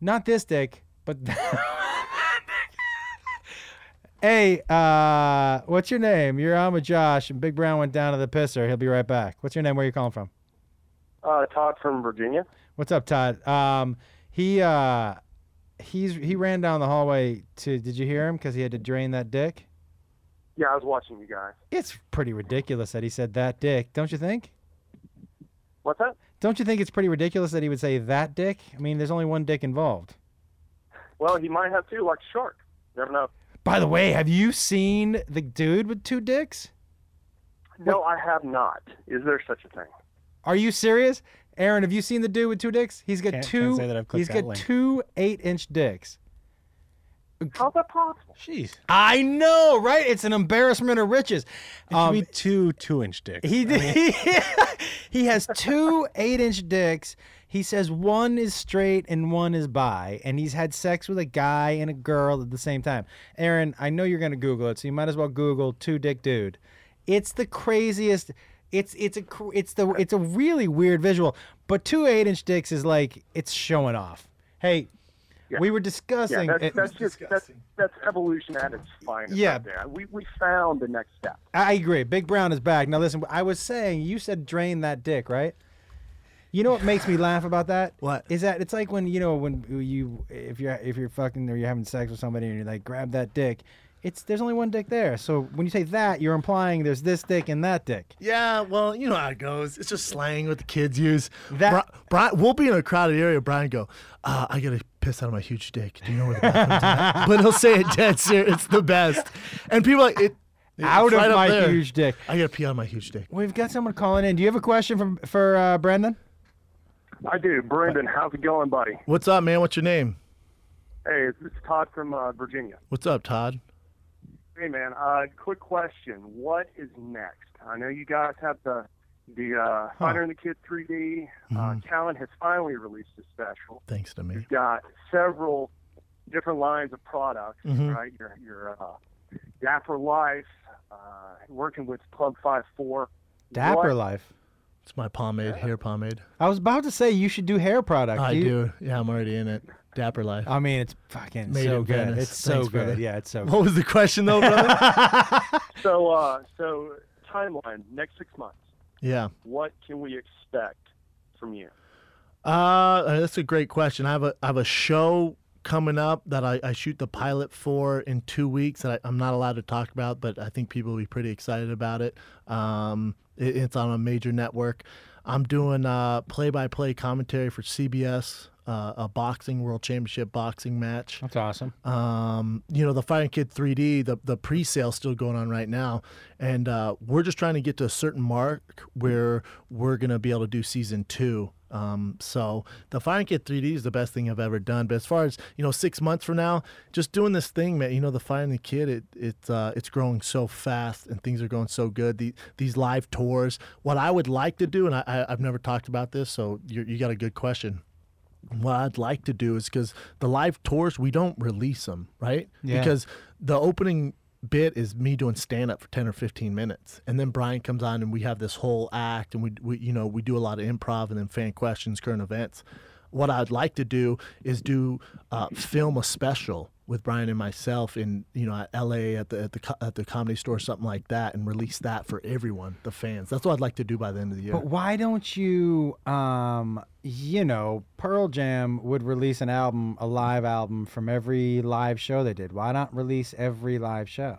S1: not this dick, but that dick. Hey, uh, what's your name? You're on with Josh, and Big Brown went down to the pisser. He'll be right back. What's your name? Where are you calling from?
S4: Uh, Todd from Virginia.
S1: What's up, Todd? Um, he uh, he's he ran down the hallway to. Did you hear him? Because he had to drain that dick.
S4: Yeah, I was watching you guys.
S1: It's pretty ridiculous that he said that dick, don't you think?
S4: What's that?
S1: Don't you think it's pretty ridiculous that he would say that dick? I mean, there's only one dick involved.
S4: Well, he might have two, like Shark. Never know.
S1: By the way, have you seen the dude with two dicks?
S4: No, I have not. Is there such a thing?
S1: Are you serious? Aaron, have you seen the dude with two dicks? He's got
S3: Can't- can't
S1: two
S3: say that I've clicked
S1: He's
S3: that
S1: got
S3: link.
S1: two 8-inch dicks.
S4: How's that possible?
S3: Jeez. It
S1: I know, right? It's an embarrassment of riches.
S3: should
S1: Um,
S3: be two two inch dicks.
S1: He did. he has two eight inch dicks. He says one is straight and one is bi, and he's had sex with a guy and a girl at the same time. Aaron, I know you're gonna Google it, so you might as well Google two dick dude. It's the craziest. It's it's a cr- it's the it's a really weird visual, but two eight inch dicks is like it's showing off. Hey, we were
S4: Yeah,
S1: discussing.
S4: that's,
S1: it-
S4: that's just that's, that's evolution at its finest.
S1: Yeah.
S4: right there. We we found the next step.
S1: I agree. Big Brown is back. Now listen, I was saying you said drain that dick, right? You know what makes me laugh about that?
S2: What?
S1: is that? It's like when you know when you if you're if you're fucking or you're having sex with somebody and you're like grab that dick. It's there's only one dick there. So when you say that, you're implying there's this dick and that dick.
S2: Yeah, well, you know how it goes. It's just slang what the kids use.
S1: That-
S2: Bri- Brian, we'll be in a crowded area. Brian go, uh, I gotta piss out of my huge dick. Do you know where the bathroom's at? But he'll say it dead serious. It's the best. And people are like it. it's
S1: Out of
S2: right up
S1: my
S2: there.
S1: huge dick.
S2: I gotta pee out of my huge dick.
S1: We've got someone calling in. Do you have a question from for uh, Brendan?
S4: I do. Brendan, how's it going, buddy?
S2: What's up, man? What's your name?
S4: Hey, it's Todd from uh, Virginia.
S2: What's up, Todd?
S4: Hey, man. Uh, quick question. What is next? I know you guys have the the uh, Fighter and the Kid 3D. Uh, Callan has finally released a special.
S2: Thanks to me.
S4: got several different lines of products, right? Your your uh, Dapper Life, uh, working with Club Five Four.
S1: Dapper life.
S2: It's my pomade, hair pomade.
S1: I was about to say you should do hair product.
S2: I
S1: You- Uh,
S2: do. Yeah, I'm already in it. Dapper life.
S1: I mean, it's fucking
S2: Made
S1: so
S2: in
S1: good.
S2: Venice.
S1: It's so
S2: Thanks,
S1: good.
S2: brother.
S1: Yeah, it's so. good.
S2: What was the question though, brother?
S4: So uh, so timeline next six months.
S2: yeah.
S4: What can we expect from you?
S2: Uh, that's a great question. I have a I have a show coming up that I, I shoot the pilot for in two weeks that I, I'm not allowed to talk about, but I think people will be pretty excited about it. Um, it- it's on a major network. I'm doing uh play by play commentary for CBS, uh, a boxing world championship boxing match.
S1: That's awesome.
S2: Um, you know, the Fighting Kid 3D, the, the pre sale still going on right now. And uh, we're just trying to get to a certain mark where we're going to be able to do season two. Um, so the Fighting Kid 3D is the best thing I've ever done. But as far as, you know, six months from now, just doing this thing, man, you know, the Fighting the Kid, it, it, uh, it's growing so fast and things are going so good. The, these live tours, what I would like to do, and I, I, I've never talked about this, so you you got a good question what I'd like to do is because the live tours we don't release them, right?
S1: Yeah.
S2: Because the opening bit is me doing stand up for 10 or 15 minutes and then Brian comes on and we have this whole act and we, we you know we do a lot of improv and then fan questions current events what I'd like to do is do uh, film a special with Brian and myself in you know at LA at the at the co- at the comedy store something like that and release that for everyone the fans that's what I'd like to do by the end of the year
S1: But why don't you, um, you know, Pearl Jam would release an album, a live album from every live show they did. Why not release every live show?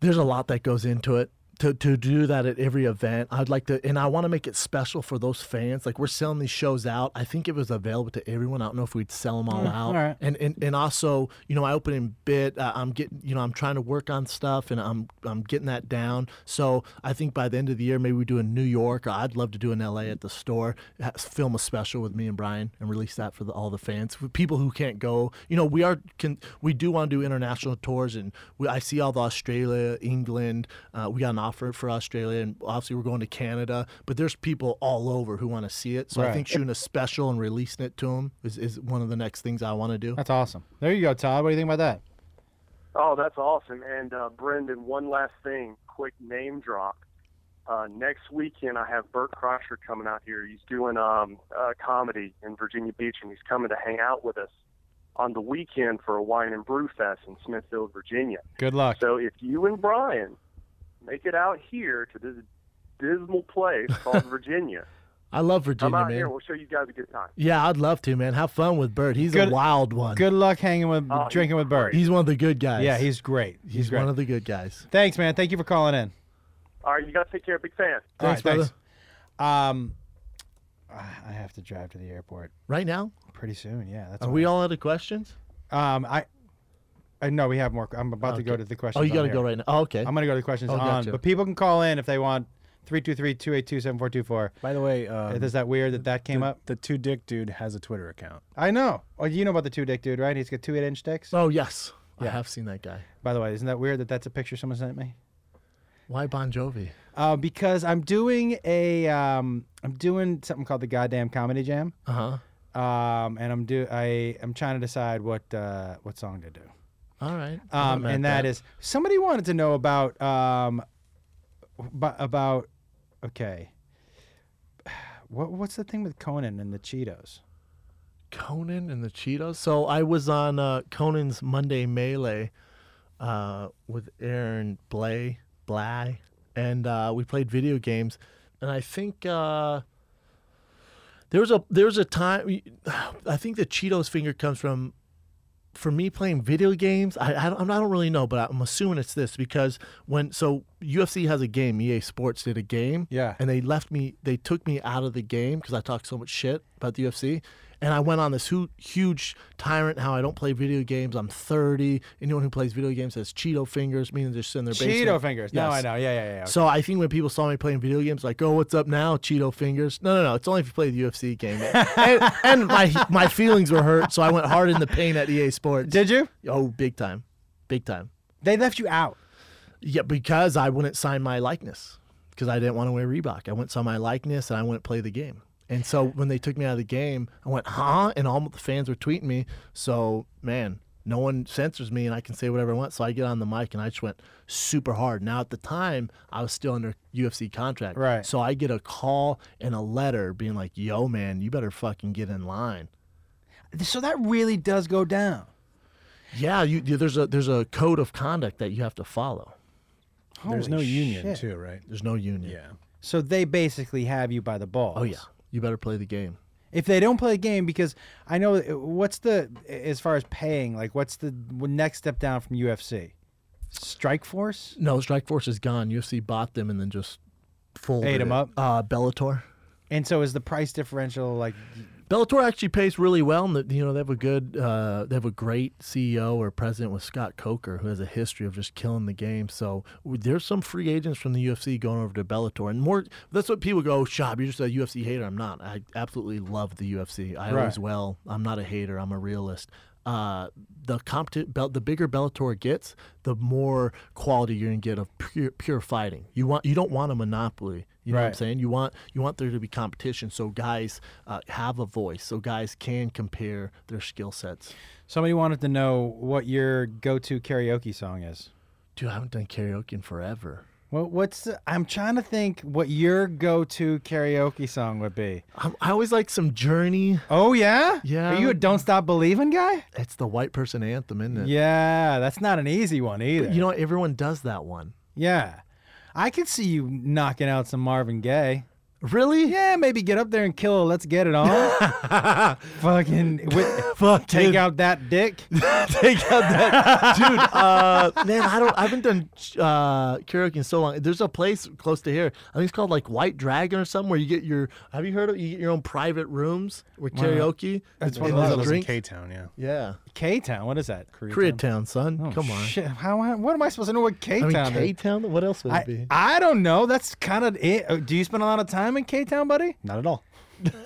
S2: there's a lot that goes into it. to, to do that at every event. I'd like to, and I want to make it special for those fans. Like we're selling these shows out. I think it was available to everyone. I don't know if we'd sell them all out.
S1: all right.
S2: And, and and also, you know, my opening bit, uh, I'm getting, you know, I'm trying to work on stuff, and I'm I'm getting that down. So I think by the end of the year, maybe we do in New York, or I'd love to do in L.A. at the store, ha- film a special with me and Brian, and release that for the, all the fans, for people who can't go. You know, we are can we do want to do international tours, and we, I see all the Australia, England. Uh, we got an offer for Australia, and obviously we're going to Canada. But there's people all over who want to see it. So I
S1: Right.
S2: think shooting a special and releasing it to them is, is one of the next things I want to do.
S1: That's awesome. There you go, Todd. What do you think about that?
S4: Oh, that's awesome. And uh, Brendan, one last thing, quick name drop. Uh, next weekend, I have Bert Crusher coming out here. He's doing um, a comedy in Virginia Beach, and he's coming to hang out with us on the weekend for a wine and brew fest in Smithfield, Virginia.
S1: Good luck.
S4: So if you and Brian make it out here to this dismal place called Virginia,
S2: I love Virginia,
S4: come out
S2: man.
S4: here. We'll show you guys a good time.
S2: Yeah, I'd love to, man. Have fun with Bert. He's
S1: Good-
S2: a wild one.
S1: Good luck hanging with,
S4: Oh,
S1: drinking with Bert.
S2: He's one of the good guys.
S1: Yeah, he's great. He's,
S2: he's,
S1: great.
S2: one of the good guys.
S1: Thanks, man. Thank you for calling in.
S4: All right, you guys take care. Big fan.
S1: All
S2: Thanks,
S1: right, Um, I have to drive to the airport
S2: Right now,
S1: pretty soon. Yeah, that's
S2: are
S1: why.
S2: we all out of questions?
S1: Um, I, I no, we have more. I'm about to go
S2: Okay.
S1: to the questions.
S2: Oh, you
S1: on
S2: got to
S1: here.
S2: go right now. Oh, okay.
S1: I'm gonna go to the questions
S2: Oh,
S1: on,
S2: gotcha.
S1: but people can call in if they want. 323-282-7424.
S3: By the way, um,
S1: Is that weird that that came
S3: the,
S1: up?
S3: the two dick dude has a Twitter account.
S1: I know. Oh, you know about the two dick dude, right? He's got two eight inch dicks.
S2: oh, yes. I have seen that guy.
S1: By the way, isn't that weird that that's a picture someone sent me?
S2: Why Bon Jovi?
S1: Uh, because I'm doing a um, I'm doing something called the goddamn comedy jam.
S2: Uh huh.
S1: Um, and I'm do I I'm trying to decide what uh, what song to do.
S2: All right. I'm not
S1: Um,
S2: mad
S1: and
S2: at
S1: that is somebody wanted to know about um, bu- about okay. What what's the thing with Conan and the Cheetos?
S2: Conan and the Cheetos. So I was on uh, Conan's Monday Melee uh, with Aaron Blay, Blay, and uh, we played video games. And I think uh, there was a there was a time. I think the Cheetos finger comes from for me playing video games, I, I, don't, I don't really know, but I'm assuming it's this because when so UFC has a game, EA Sports did a game,
S1: Yeah.
S2: and they left me, they took me out of the game because I talked so much shit about the UFC, and I went on this hu- huge tyrant how I don't play video games. I'm 30. Anyone who plays video games has Cheeto fingers, meaning they're just in their
S1: Cheeto
S2: basement.
S1: fingers. No, I
S2: Yes.
S1: know. Yeah, yeah, yeah.
S2: So I think when people saw me playing video games, like, oh, what's up now, Cheeto fingers? No, no, no. It's only if you play the UFC game. and, and my my feelings were hurt, so I went hard in the pain at EA Sports.
S1: Did you?
S2: Oh, big time, big time.
S1: They left you out.
S2: Yeah, because I wouldn't sign my likeness because I didn't want to wear Reebok. I wouldn't sign my likeness and I wouldn't play the game. And so when they took me out of the game, I went, huh? And all the fans were tweeting me. So, man, no one censors me and I can say whatever I want. So I get on the mic and I just went super hard. Now, at the time, I was still under UFC contract.
S1: Right.
S2: So I get a call and a letter being like, yo, man, you better fucking get in line.
S1: So that really does go down.
S2: Yeah, you, there's a there's a code of conduct that you have to follow.
S3: There's no
S1: Holy
S3: union
S1: shit.
S3: too, right?
S2: There's no union.
S3: Yeah.
S1: So they basically have you by the balls.
S2: Oh yeah, you better play the game.
S1: If they don't play a game, because I know uh, what's the as far as paying, like what's the next step down from UFC? Strike Force.
S2: No, Strike Force is gone. UFC bought them and then just folded
S1: Ate 'em
S2: it.
S1: up?
S2: Uh, Bellator.
S1: And so is the price differential like?
S2: Bellator actually pays really well, and the, you know they have a good, uh, they have a great CEO or president with Scott Coker, who has a history of just killing the game. So w- there's some free agents from the UFC going over to Bellator, and more. That's what people go, oh, Shab, you're just a UFC hater. I'm not. I absolutely love the UFC. I always
S1: Right.
S2: will. I'm not a hater. I'm a realist. Uh, the competi- Bell- the bigger Bellator gets, the more quality you're gonna get of pure, pure fighting. You want, you don't want a monopoly. You know what I'm
S1: Right.
S2: saying? saying? You want you want there to be competition, so guys uh, have a voice, so guys can compare their skill sets.
S1: Somebody wanted to know what your go-to karaoke song is.
S2: Dude, I haven't done karaoke in forever.
S1: Well, what's the, I'm trying to think what your go-to karaoke song would be.
S2: I, I always like some Journey.
S1: Oh yeah,
S2: Yeah.
S1: Are you a "Don't Stop Believing" guy?
S2: It's the white person anthem, isn't it?
S1: Yeah, that's not an easy one either.
S2: You know, everyone does that one.
S1: yeah, I could see you knocking out some Marvin Gaye.
S2: Really?
S1: Yeah, maybe get up there and kill a let's get it on. Fucking wi-
S2: Fuck.
S1: take
S2: dude.
S1: out that dick.
S2: Take out that dude. Uh, man, I don't. I haven't done uh, karaoke in so long. There's a place close to here. I think it's called like White Dragon or something where you get your. Have you heard of? You get your own private rooms with karaoke.
S1: That's one
S2: and
S1: of
S2: there's a
S1: those
S2: drink.
S3: K Town, yeah.
S2: Yeah,
S1: K Town, what is that?
S2: Koreatown, son. Come on.
S1: Shit, how am I- what am I supposed to know what K
S2: I
S1: Town
S2: mean, K
S1: is?
S2: Town. What else would it
S1: I,
S2: be?
S1: I don't know. That's kind of it. Uh, Do you spend a lot of time in K Town, buddy?
S3: Not at all.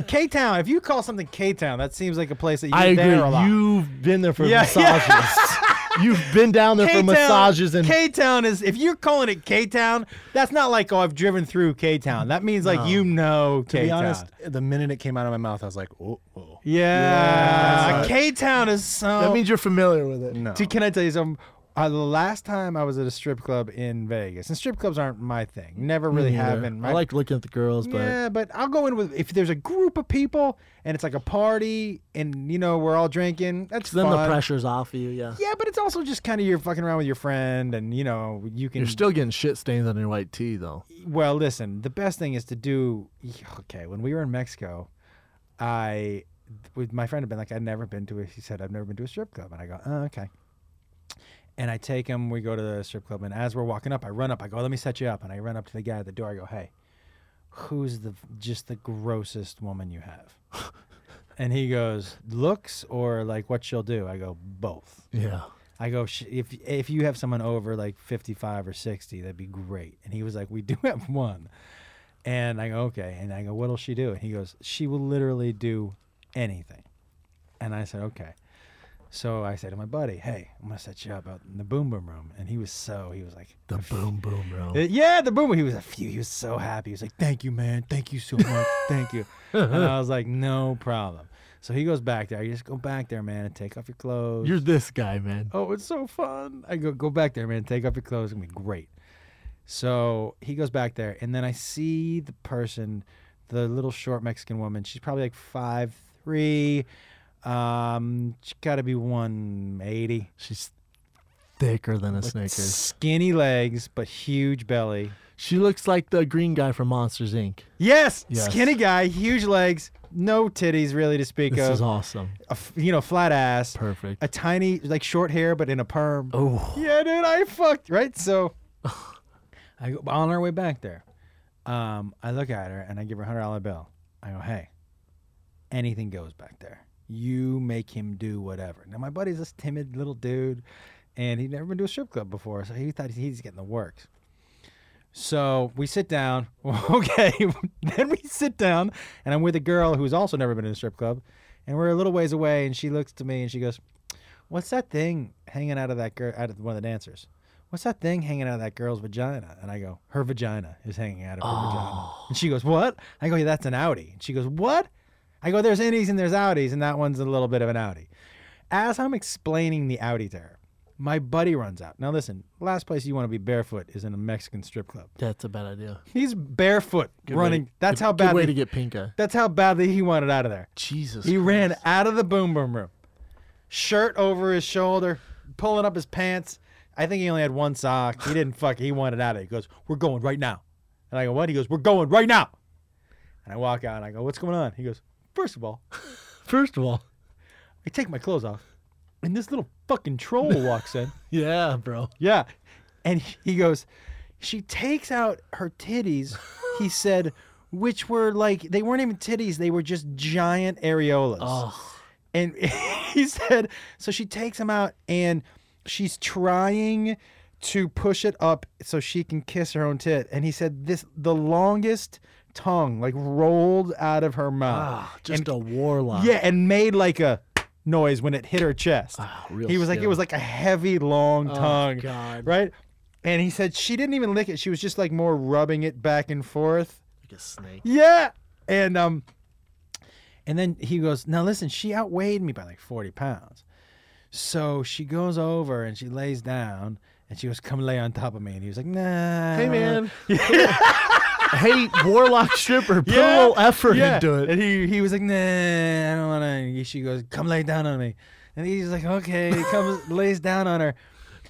S1: K Town. If you call something K Town, that seems like a place that you're
S2: I
S1: there a lot.
S2: agree. You've been there for
S1: Yeah, yeah.
S2: massages. You've been down there for massages and
S1: K Town is if you're calling it K Town, that's not like oh I've driven through K Town. That means like you know
S3: To
S1: K
S3: be
S1: Town.
S3: honest, the minute it came out of my mouth, I was like, oh, oh.
S1: Yeah, K Town is so.
S2: that means you're familiar with it.
S3: No.
S1: Dude, can I tell you something? Uh, the last time I was at a strip club in Vegas, and strip clubs aren't my thing. Never really
S2: Me neither.
S1: have been. My,
S2: I like looking at the girls, but
S1: Yeah, but I'll go in with if there's a group of people and it's like a party and you know we're all drinking. That's
S2: then the
S1: fun.
S2: pressure's off of you. Yeah.
S1: Yeah, but it's also just kind of you're fucking around with your friend and you know you can.
S2: You're still getting shit stains on your white tee, though.
S1: well, listen. The best thing is to do. Okay, when we were in Mexico, I with my friend had been like, I'd never been to a. He said, I've never been to a strip club, and I go, oh, okay. And I take him. We go to the strip club, and as we're walking up, I run up. I go, let me set you up, and I run up to the guy at the door. I go, hey, who's the just the grossest woman you have? and he goes, looks or like what she'll do. I go, both.
S2: Yeah.
S1: I go, "Sh- if if you have someone over like 55 or 60, that'd be great. And he was like, we do have one. And I go, okay. And I go, what'll she do? And he goes, she will literally do anything. And I said, okay. So I said to my buddy, hey, I'm going to set you up out in the boom boom room. And he was so, he was like,
S2: The boom boom room.
S1: uh, Yeah, the boomer. He was a few. He was so happy. He was like, "Thank you, man. Thank you so much. Thank you." And I was like, "No problem." So he goes back there. I just go back there, man, and take off your clothes.
S2: You're this guy, man.
S1: oh, it's so fun. I go, go back there, man. Take off your clothes. It's gonna be great. So he goes back there, and then I see the person, the little short Mexican woman. She's probably like five three. Um, she got to be one eighty.
S2: She's thicker than a Snickers.
S1: Skinny legs, but huge belly.
S2: She looks like the green guy from Monsters Inc.
S1: Yes,
S2: Yes.
S1: skinny guy, huge legs, no titties really to speak
S2: This
S1: of.
S2: is awesome.
S1: a f- you know, flat ass,
S2: Perfect.
S1: a tiny like short hair but in a perm.
S2: Oh,
S1: Yeah, dude, I fucked right. So I go on our way back there. Um, I look at her and I give her a hundred dollar bill. I go, hey, anything goes back there. You make him do whatever. Now my buddy's this timid little dude, and he'd never been to a strip club before, so he thought he's getting the works. So we sit down. Okay, then we sit down, and I'm with a girl who's also never been in a strip club, and we're a little ways away, and she looks to me and she goes, "What's that thing hanging out of that girl out of one of the dancers? What's that thing hanging out of that girl's vagina?" And I go, "Her vagina is hanging out of her vagina."
S2: Oh.
S1: And she goes, "What?" I go, "Yeah, that's an outie." And she goes, "What?" I go, "There's innies and there's outies, and that one's a little bit of an outie." As I'm explaining the outie to her, my buddy runs out. Now listen, last place you want to be barefoot is in a Mexican strip club.
S2: that's a bad idea.
S1: He's barefoot running. That's how
S2: Good way to
S1: badly.
S2: get pink eye.
S1: That's how badly he wanted out of there.
S2: Jesus.
S1: He ran out of the boom boom room, shirt over his shoulder, pulling up his pants. I think he only had one sock. He didn't fuck. He wanted out of it. He goes, "We're going right now," and I go, "What?" He goes, "We're going right now," and I walk out and I go, "What's going on?" He goes, first of all,
S2: First of all,
S1: I take my clothes off, and this little fucking troll walks in."
S2: yeah, bro.
S1: Yeah. And he goes, she takes out her titties, he said, which were like, they weren't even titties, they were just giant areolas.
S2: Oh,
S1: And he said, so she takes them out and she's trying to push it up so she can kiss her own tit. And he said, this, the longest tongue like rolled out of her mouth.
S2: ah, just a warlock.
S1: Yeah, and made like a noise when it hit her chest.
S2: Ah, real
S1: he was like, it
S2: skill.
S1: was like a heavy, long
S2: Oh,
S1: tongue,
S2: God.
S1: right? And he said she didn't even lick it; she was just like more rubbing it back and forth.
S2: Like a snake.
S1: Yeah, and um, and then he goes, now listen, she outweighed me by like forty pounds, so she goes over and she lays down. And she goes, "Come lay on top of me," and he was like, "Nah."
S2: Hey, man. hey, warlock stripper. Put
S1: Yeah,
S2: a little effort
S1: yeah.
S2: into it.
S1: And he he was like, nah, I don't want to. She goes, come lay down on me. And he's like, okay. He comes, lays down on her.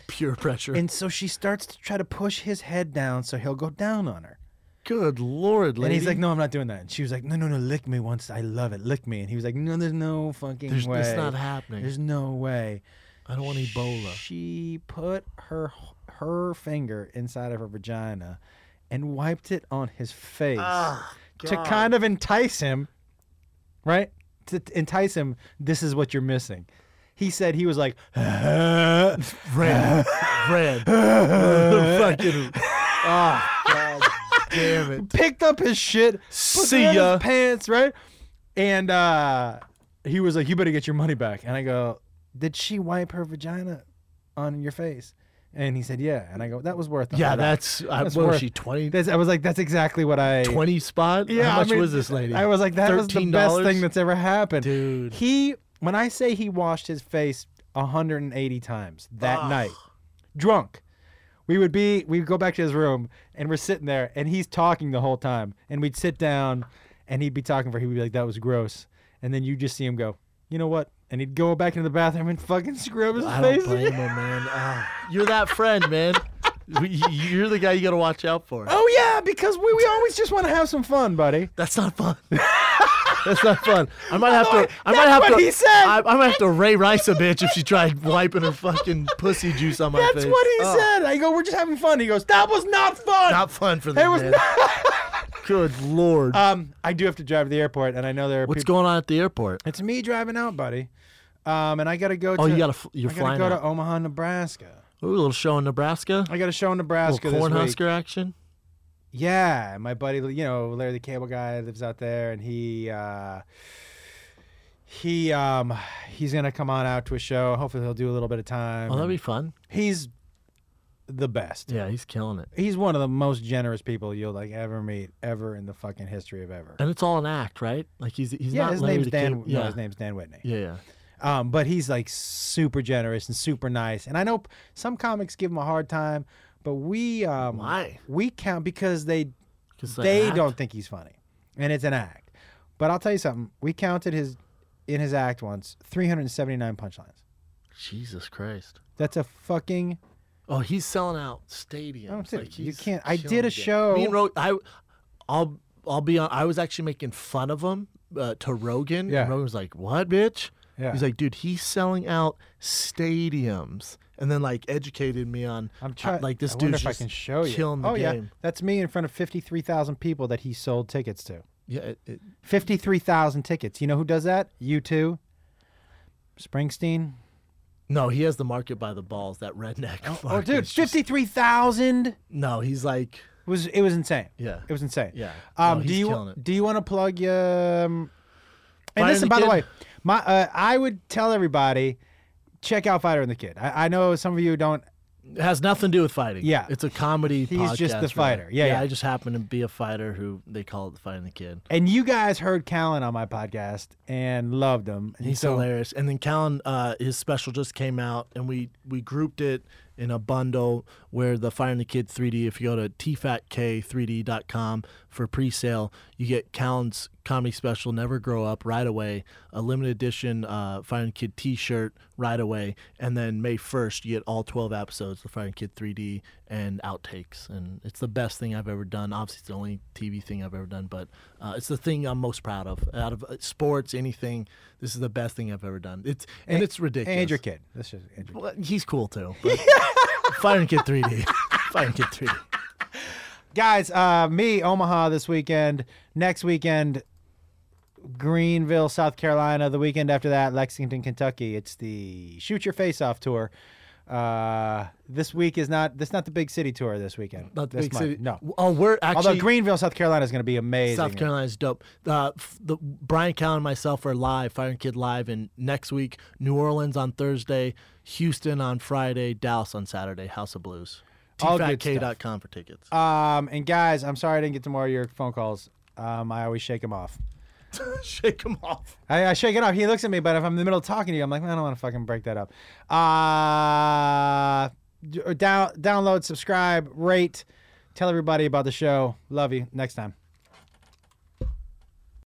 S2: Pure pressure.
S1: And so she starts to try to push his head down so he'll go down on her.
S2: Good lord, lady.
S1: And he's like, no, I'm not doing that. And she was like, no, no, no, lick me once. I love it. Lick me. And he was like, no, there's no fucking
S2: There's,
S1: way.
S2: it's not happening.
S1: There's no way.
S2: I don't want Ebola.
S1: She put her her finger inside of her vagina and wiped it on his face to kind of entice him, right? To t- entice him, this is what you're missing. He said he was like,
S2: red, red, fucking. Oh, god damn it.
S1: picked up his shit, put
S2: See
S1: it in
S2: ya.
S1: his pants, right? And uh, he was like, "You better get your money back." And I go, "Did she wipe her vagina on your face?" And he said, "Yeah." And I go, "That was worth." it."
S2: Yeah, that's. I,
S1: That's
S2: what was
S1: worth-
S2: she? 20,
S1: That's- I was like, "That's exactly what I."
S2: 20 spot?
S1: Yeah,
S2: How
S1: I
S2: much
S1: mean,
S2: was this lady?
S1: I was like, "That was the best
S2: $13?
S1: thing that's ever happened."
S2: Dude.
S1: He, when I say he washed his face 180 times that night, drunk. We would be, we'd go back to his room and we're sitting there and he's talking the whole time. And we'd sit down and he'd be talking for, he'd be like, that was gross. And then you just see him go, you know what? And he'd go back into the bathroom and fucking scrub his
S2: I
S1: face.
S2: don't blame him, man. Ah, you're that friend, man. You- You're the guy you gotta watch out for.
S1: Oh, yeah, because we, we always just want to have some fun, buddy.
S2: That's not fun. That's not fun. I might have to. I might have
S1: that's
S2: to.
S1: what he said.
S2: I, I might have to Ray Rice a bitch if she tried wiping her fucking pussy juice on my face.
S1: That's what he
S2: Oh,
S1: said. I go, we're just having fun. He goes, that was not fun.
S2: Not fun for the
S1: It was
S2: man. Good lord.
S1: um, I do have to drive to the airport and I know there are
S2: What's
S1: people.
S2: going on at the airport?
S1: It's me driving out, buddy. Um, and I gotta go.
S2: Oh,
S1: to,
S2: you gotta. fl- You're
S1: I gotta
S2: flying.
S1: go
S2: out.
S1: to Omaha, Nebraska.
S2: Ooh, a little show in Nebraska.
S1: I got a show in Nebraska
S2: little
S1: this week.
S2: cornhusker action.
S1: Yeah, my buddy, you know Larry the Cable Guy, lives out there, and he uh, he um, he's gonna come on out to a show. Hopefully, he'll do a little bit of time.
S2: Oh, that'd be fun.
S1: he's the best.
S2: Yeah, he's killing it.
S1: He's one of the most generous people you'll like ever meet ever in the fucking history of ever.
S2: And it's all an act, right? Like he's he's
S1: yeah,
S2: not.
S1: his
S2: Larry
S1: name's
S2: the
S1: Dan.
S2: Cable-
S1: no,
S2: Yeah.
S1: his name's Dan Whitney.
S2: yeah, yeah.
S1: Um, but he's like super generous and super nice. And I know p- some comics give him a hard time, but we um,
S2: Why?
S1: we count because they
S2: 'Cause it's an
S1: they
S2: act.
S1: don't think he's funny, and it's an act. But I'll tell you something. We counted his in his act once 379 punchlines.
S2: Jesus Christ.
S1: That's a fucking
S2: Oh, he's selling out stadiums.
S1: I'm saying,
S2: Like,
S1: you
S2: he's
S1: can't- I did
S2: killing
S1: a
S2: it.
S1: show-
S2: Me and Ro- I, I'll I'll be on. I was actually making fun of him uh, to Rogan.
S1: Yeah.
S2: And Rogan was like, "What, bitch?"
S1: Yeah.
S2: He's like, "Dude, he's selling out stadiums," and then like educated me on.
S1: I'm
S2: how-
S1: trying
S2: Like this
S1: I wonder
S2: dude's
S1: if I
S2: just
S1: can show you.
S2: killing the
S1: oh yeah,
S2: game.
S1: that's me in front of 53,000 people that he sold tickets to.
S2: Yeah. it- it-
S1: 53,000 tickets. You know who does that? You too. Springsteen.
S2: no, he has the market by the balls. That redneck.
S1: Oh,
S2: market
S1: dude,
S2: is just-
S1: fifty-three thousand
S2: No, he's like,
S1: was it was insane.
S2: Yeah.
S1: it was insane.
S2: Yeah.
S1: Um,
S2: No,
S1: do
S2: he's
S1: you
S2: killing it.
S1: do you want to plug your? Um, and
S2: Fighter and
S1: listen,
S2: the
S1: by the
S2: Kid?
S1: way, my uh, I would tell everybody check out Fighter and the Kid. I, I know some of you don't.
S2: it has nothing to do with fighting.
S1: Yeah.
S2: It's a comedy.
S1: He's just
S2: podcast,
S1: the
S2: right?
S1: fighter. Yeah, yeah.
S2: I just happen to be a fighter who they call it the fighting the kid.
S1: And you guys heard Callan on my podcast and loved him. And
S2: He's
S1: so
S2: hilarious. And then Callan, uh, his special just came out, and we we grouped it in a bundle where the Fire and the Kid 3D. If you go to tfatk3d.com for pre-sale, you get Callan's comedy special "Never Grow Up" right away, a limited edition uh, Fire and the Kid T-shirt right away, and then May 1st you get all 12 episodes of the Fire and the Kid 3D and outtakes, and it's the best thing I've ever done. Obviously, it's the only TV thing I've ever done, but uh, it's the thing I'm most proud of out of uh, sports, anything. This is the best thing I've ever done. It's and it's ridiculous.
S1: and your kid. This is Andrew.
S2: Well, he's cool too. but- Fire and Kid 3D. Fire and Kid 3D.
S1: guys. Uh, me Omaha this weekend. Next weekend, Greenville, South Carolina. The weekend after that, Lexington, Kentucky. It's the Shoot Your Face Off tour. Uh, this week is not. That's not the big city tour this weekend.
S2: Not the
S1: This
S2: big
S1: month,
S2: city.
S1: No.
S2: Oh, we're
S1: Although
S2: actually
S1: Greenville, South Carolina is going to be amazing.
S2: South Carolina's dope. Uh, f- the Brian Callen and myself are live, Fire and Kid live, and next week New Orleans on Thursday, Houston on Friday, Dallas on Saturday, House of Blues.
S1: All good stuff.
S2: TFATK.com for tickets.
S1: Um, and guys, I'm sorry I didn't get to more of your phone calls. Um, I always shake them off.
S2: Shake them off.
S1: I, I shake it off. He looks at me, but if I'm in the middle of talking to you, I'm like, "Man, I don't want to fucking break that up. Uh, d- down, download, subscribe, rate, tell everybody about the show. Love you. Next time.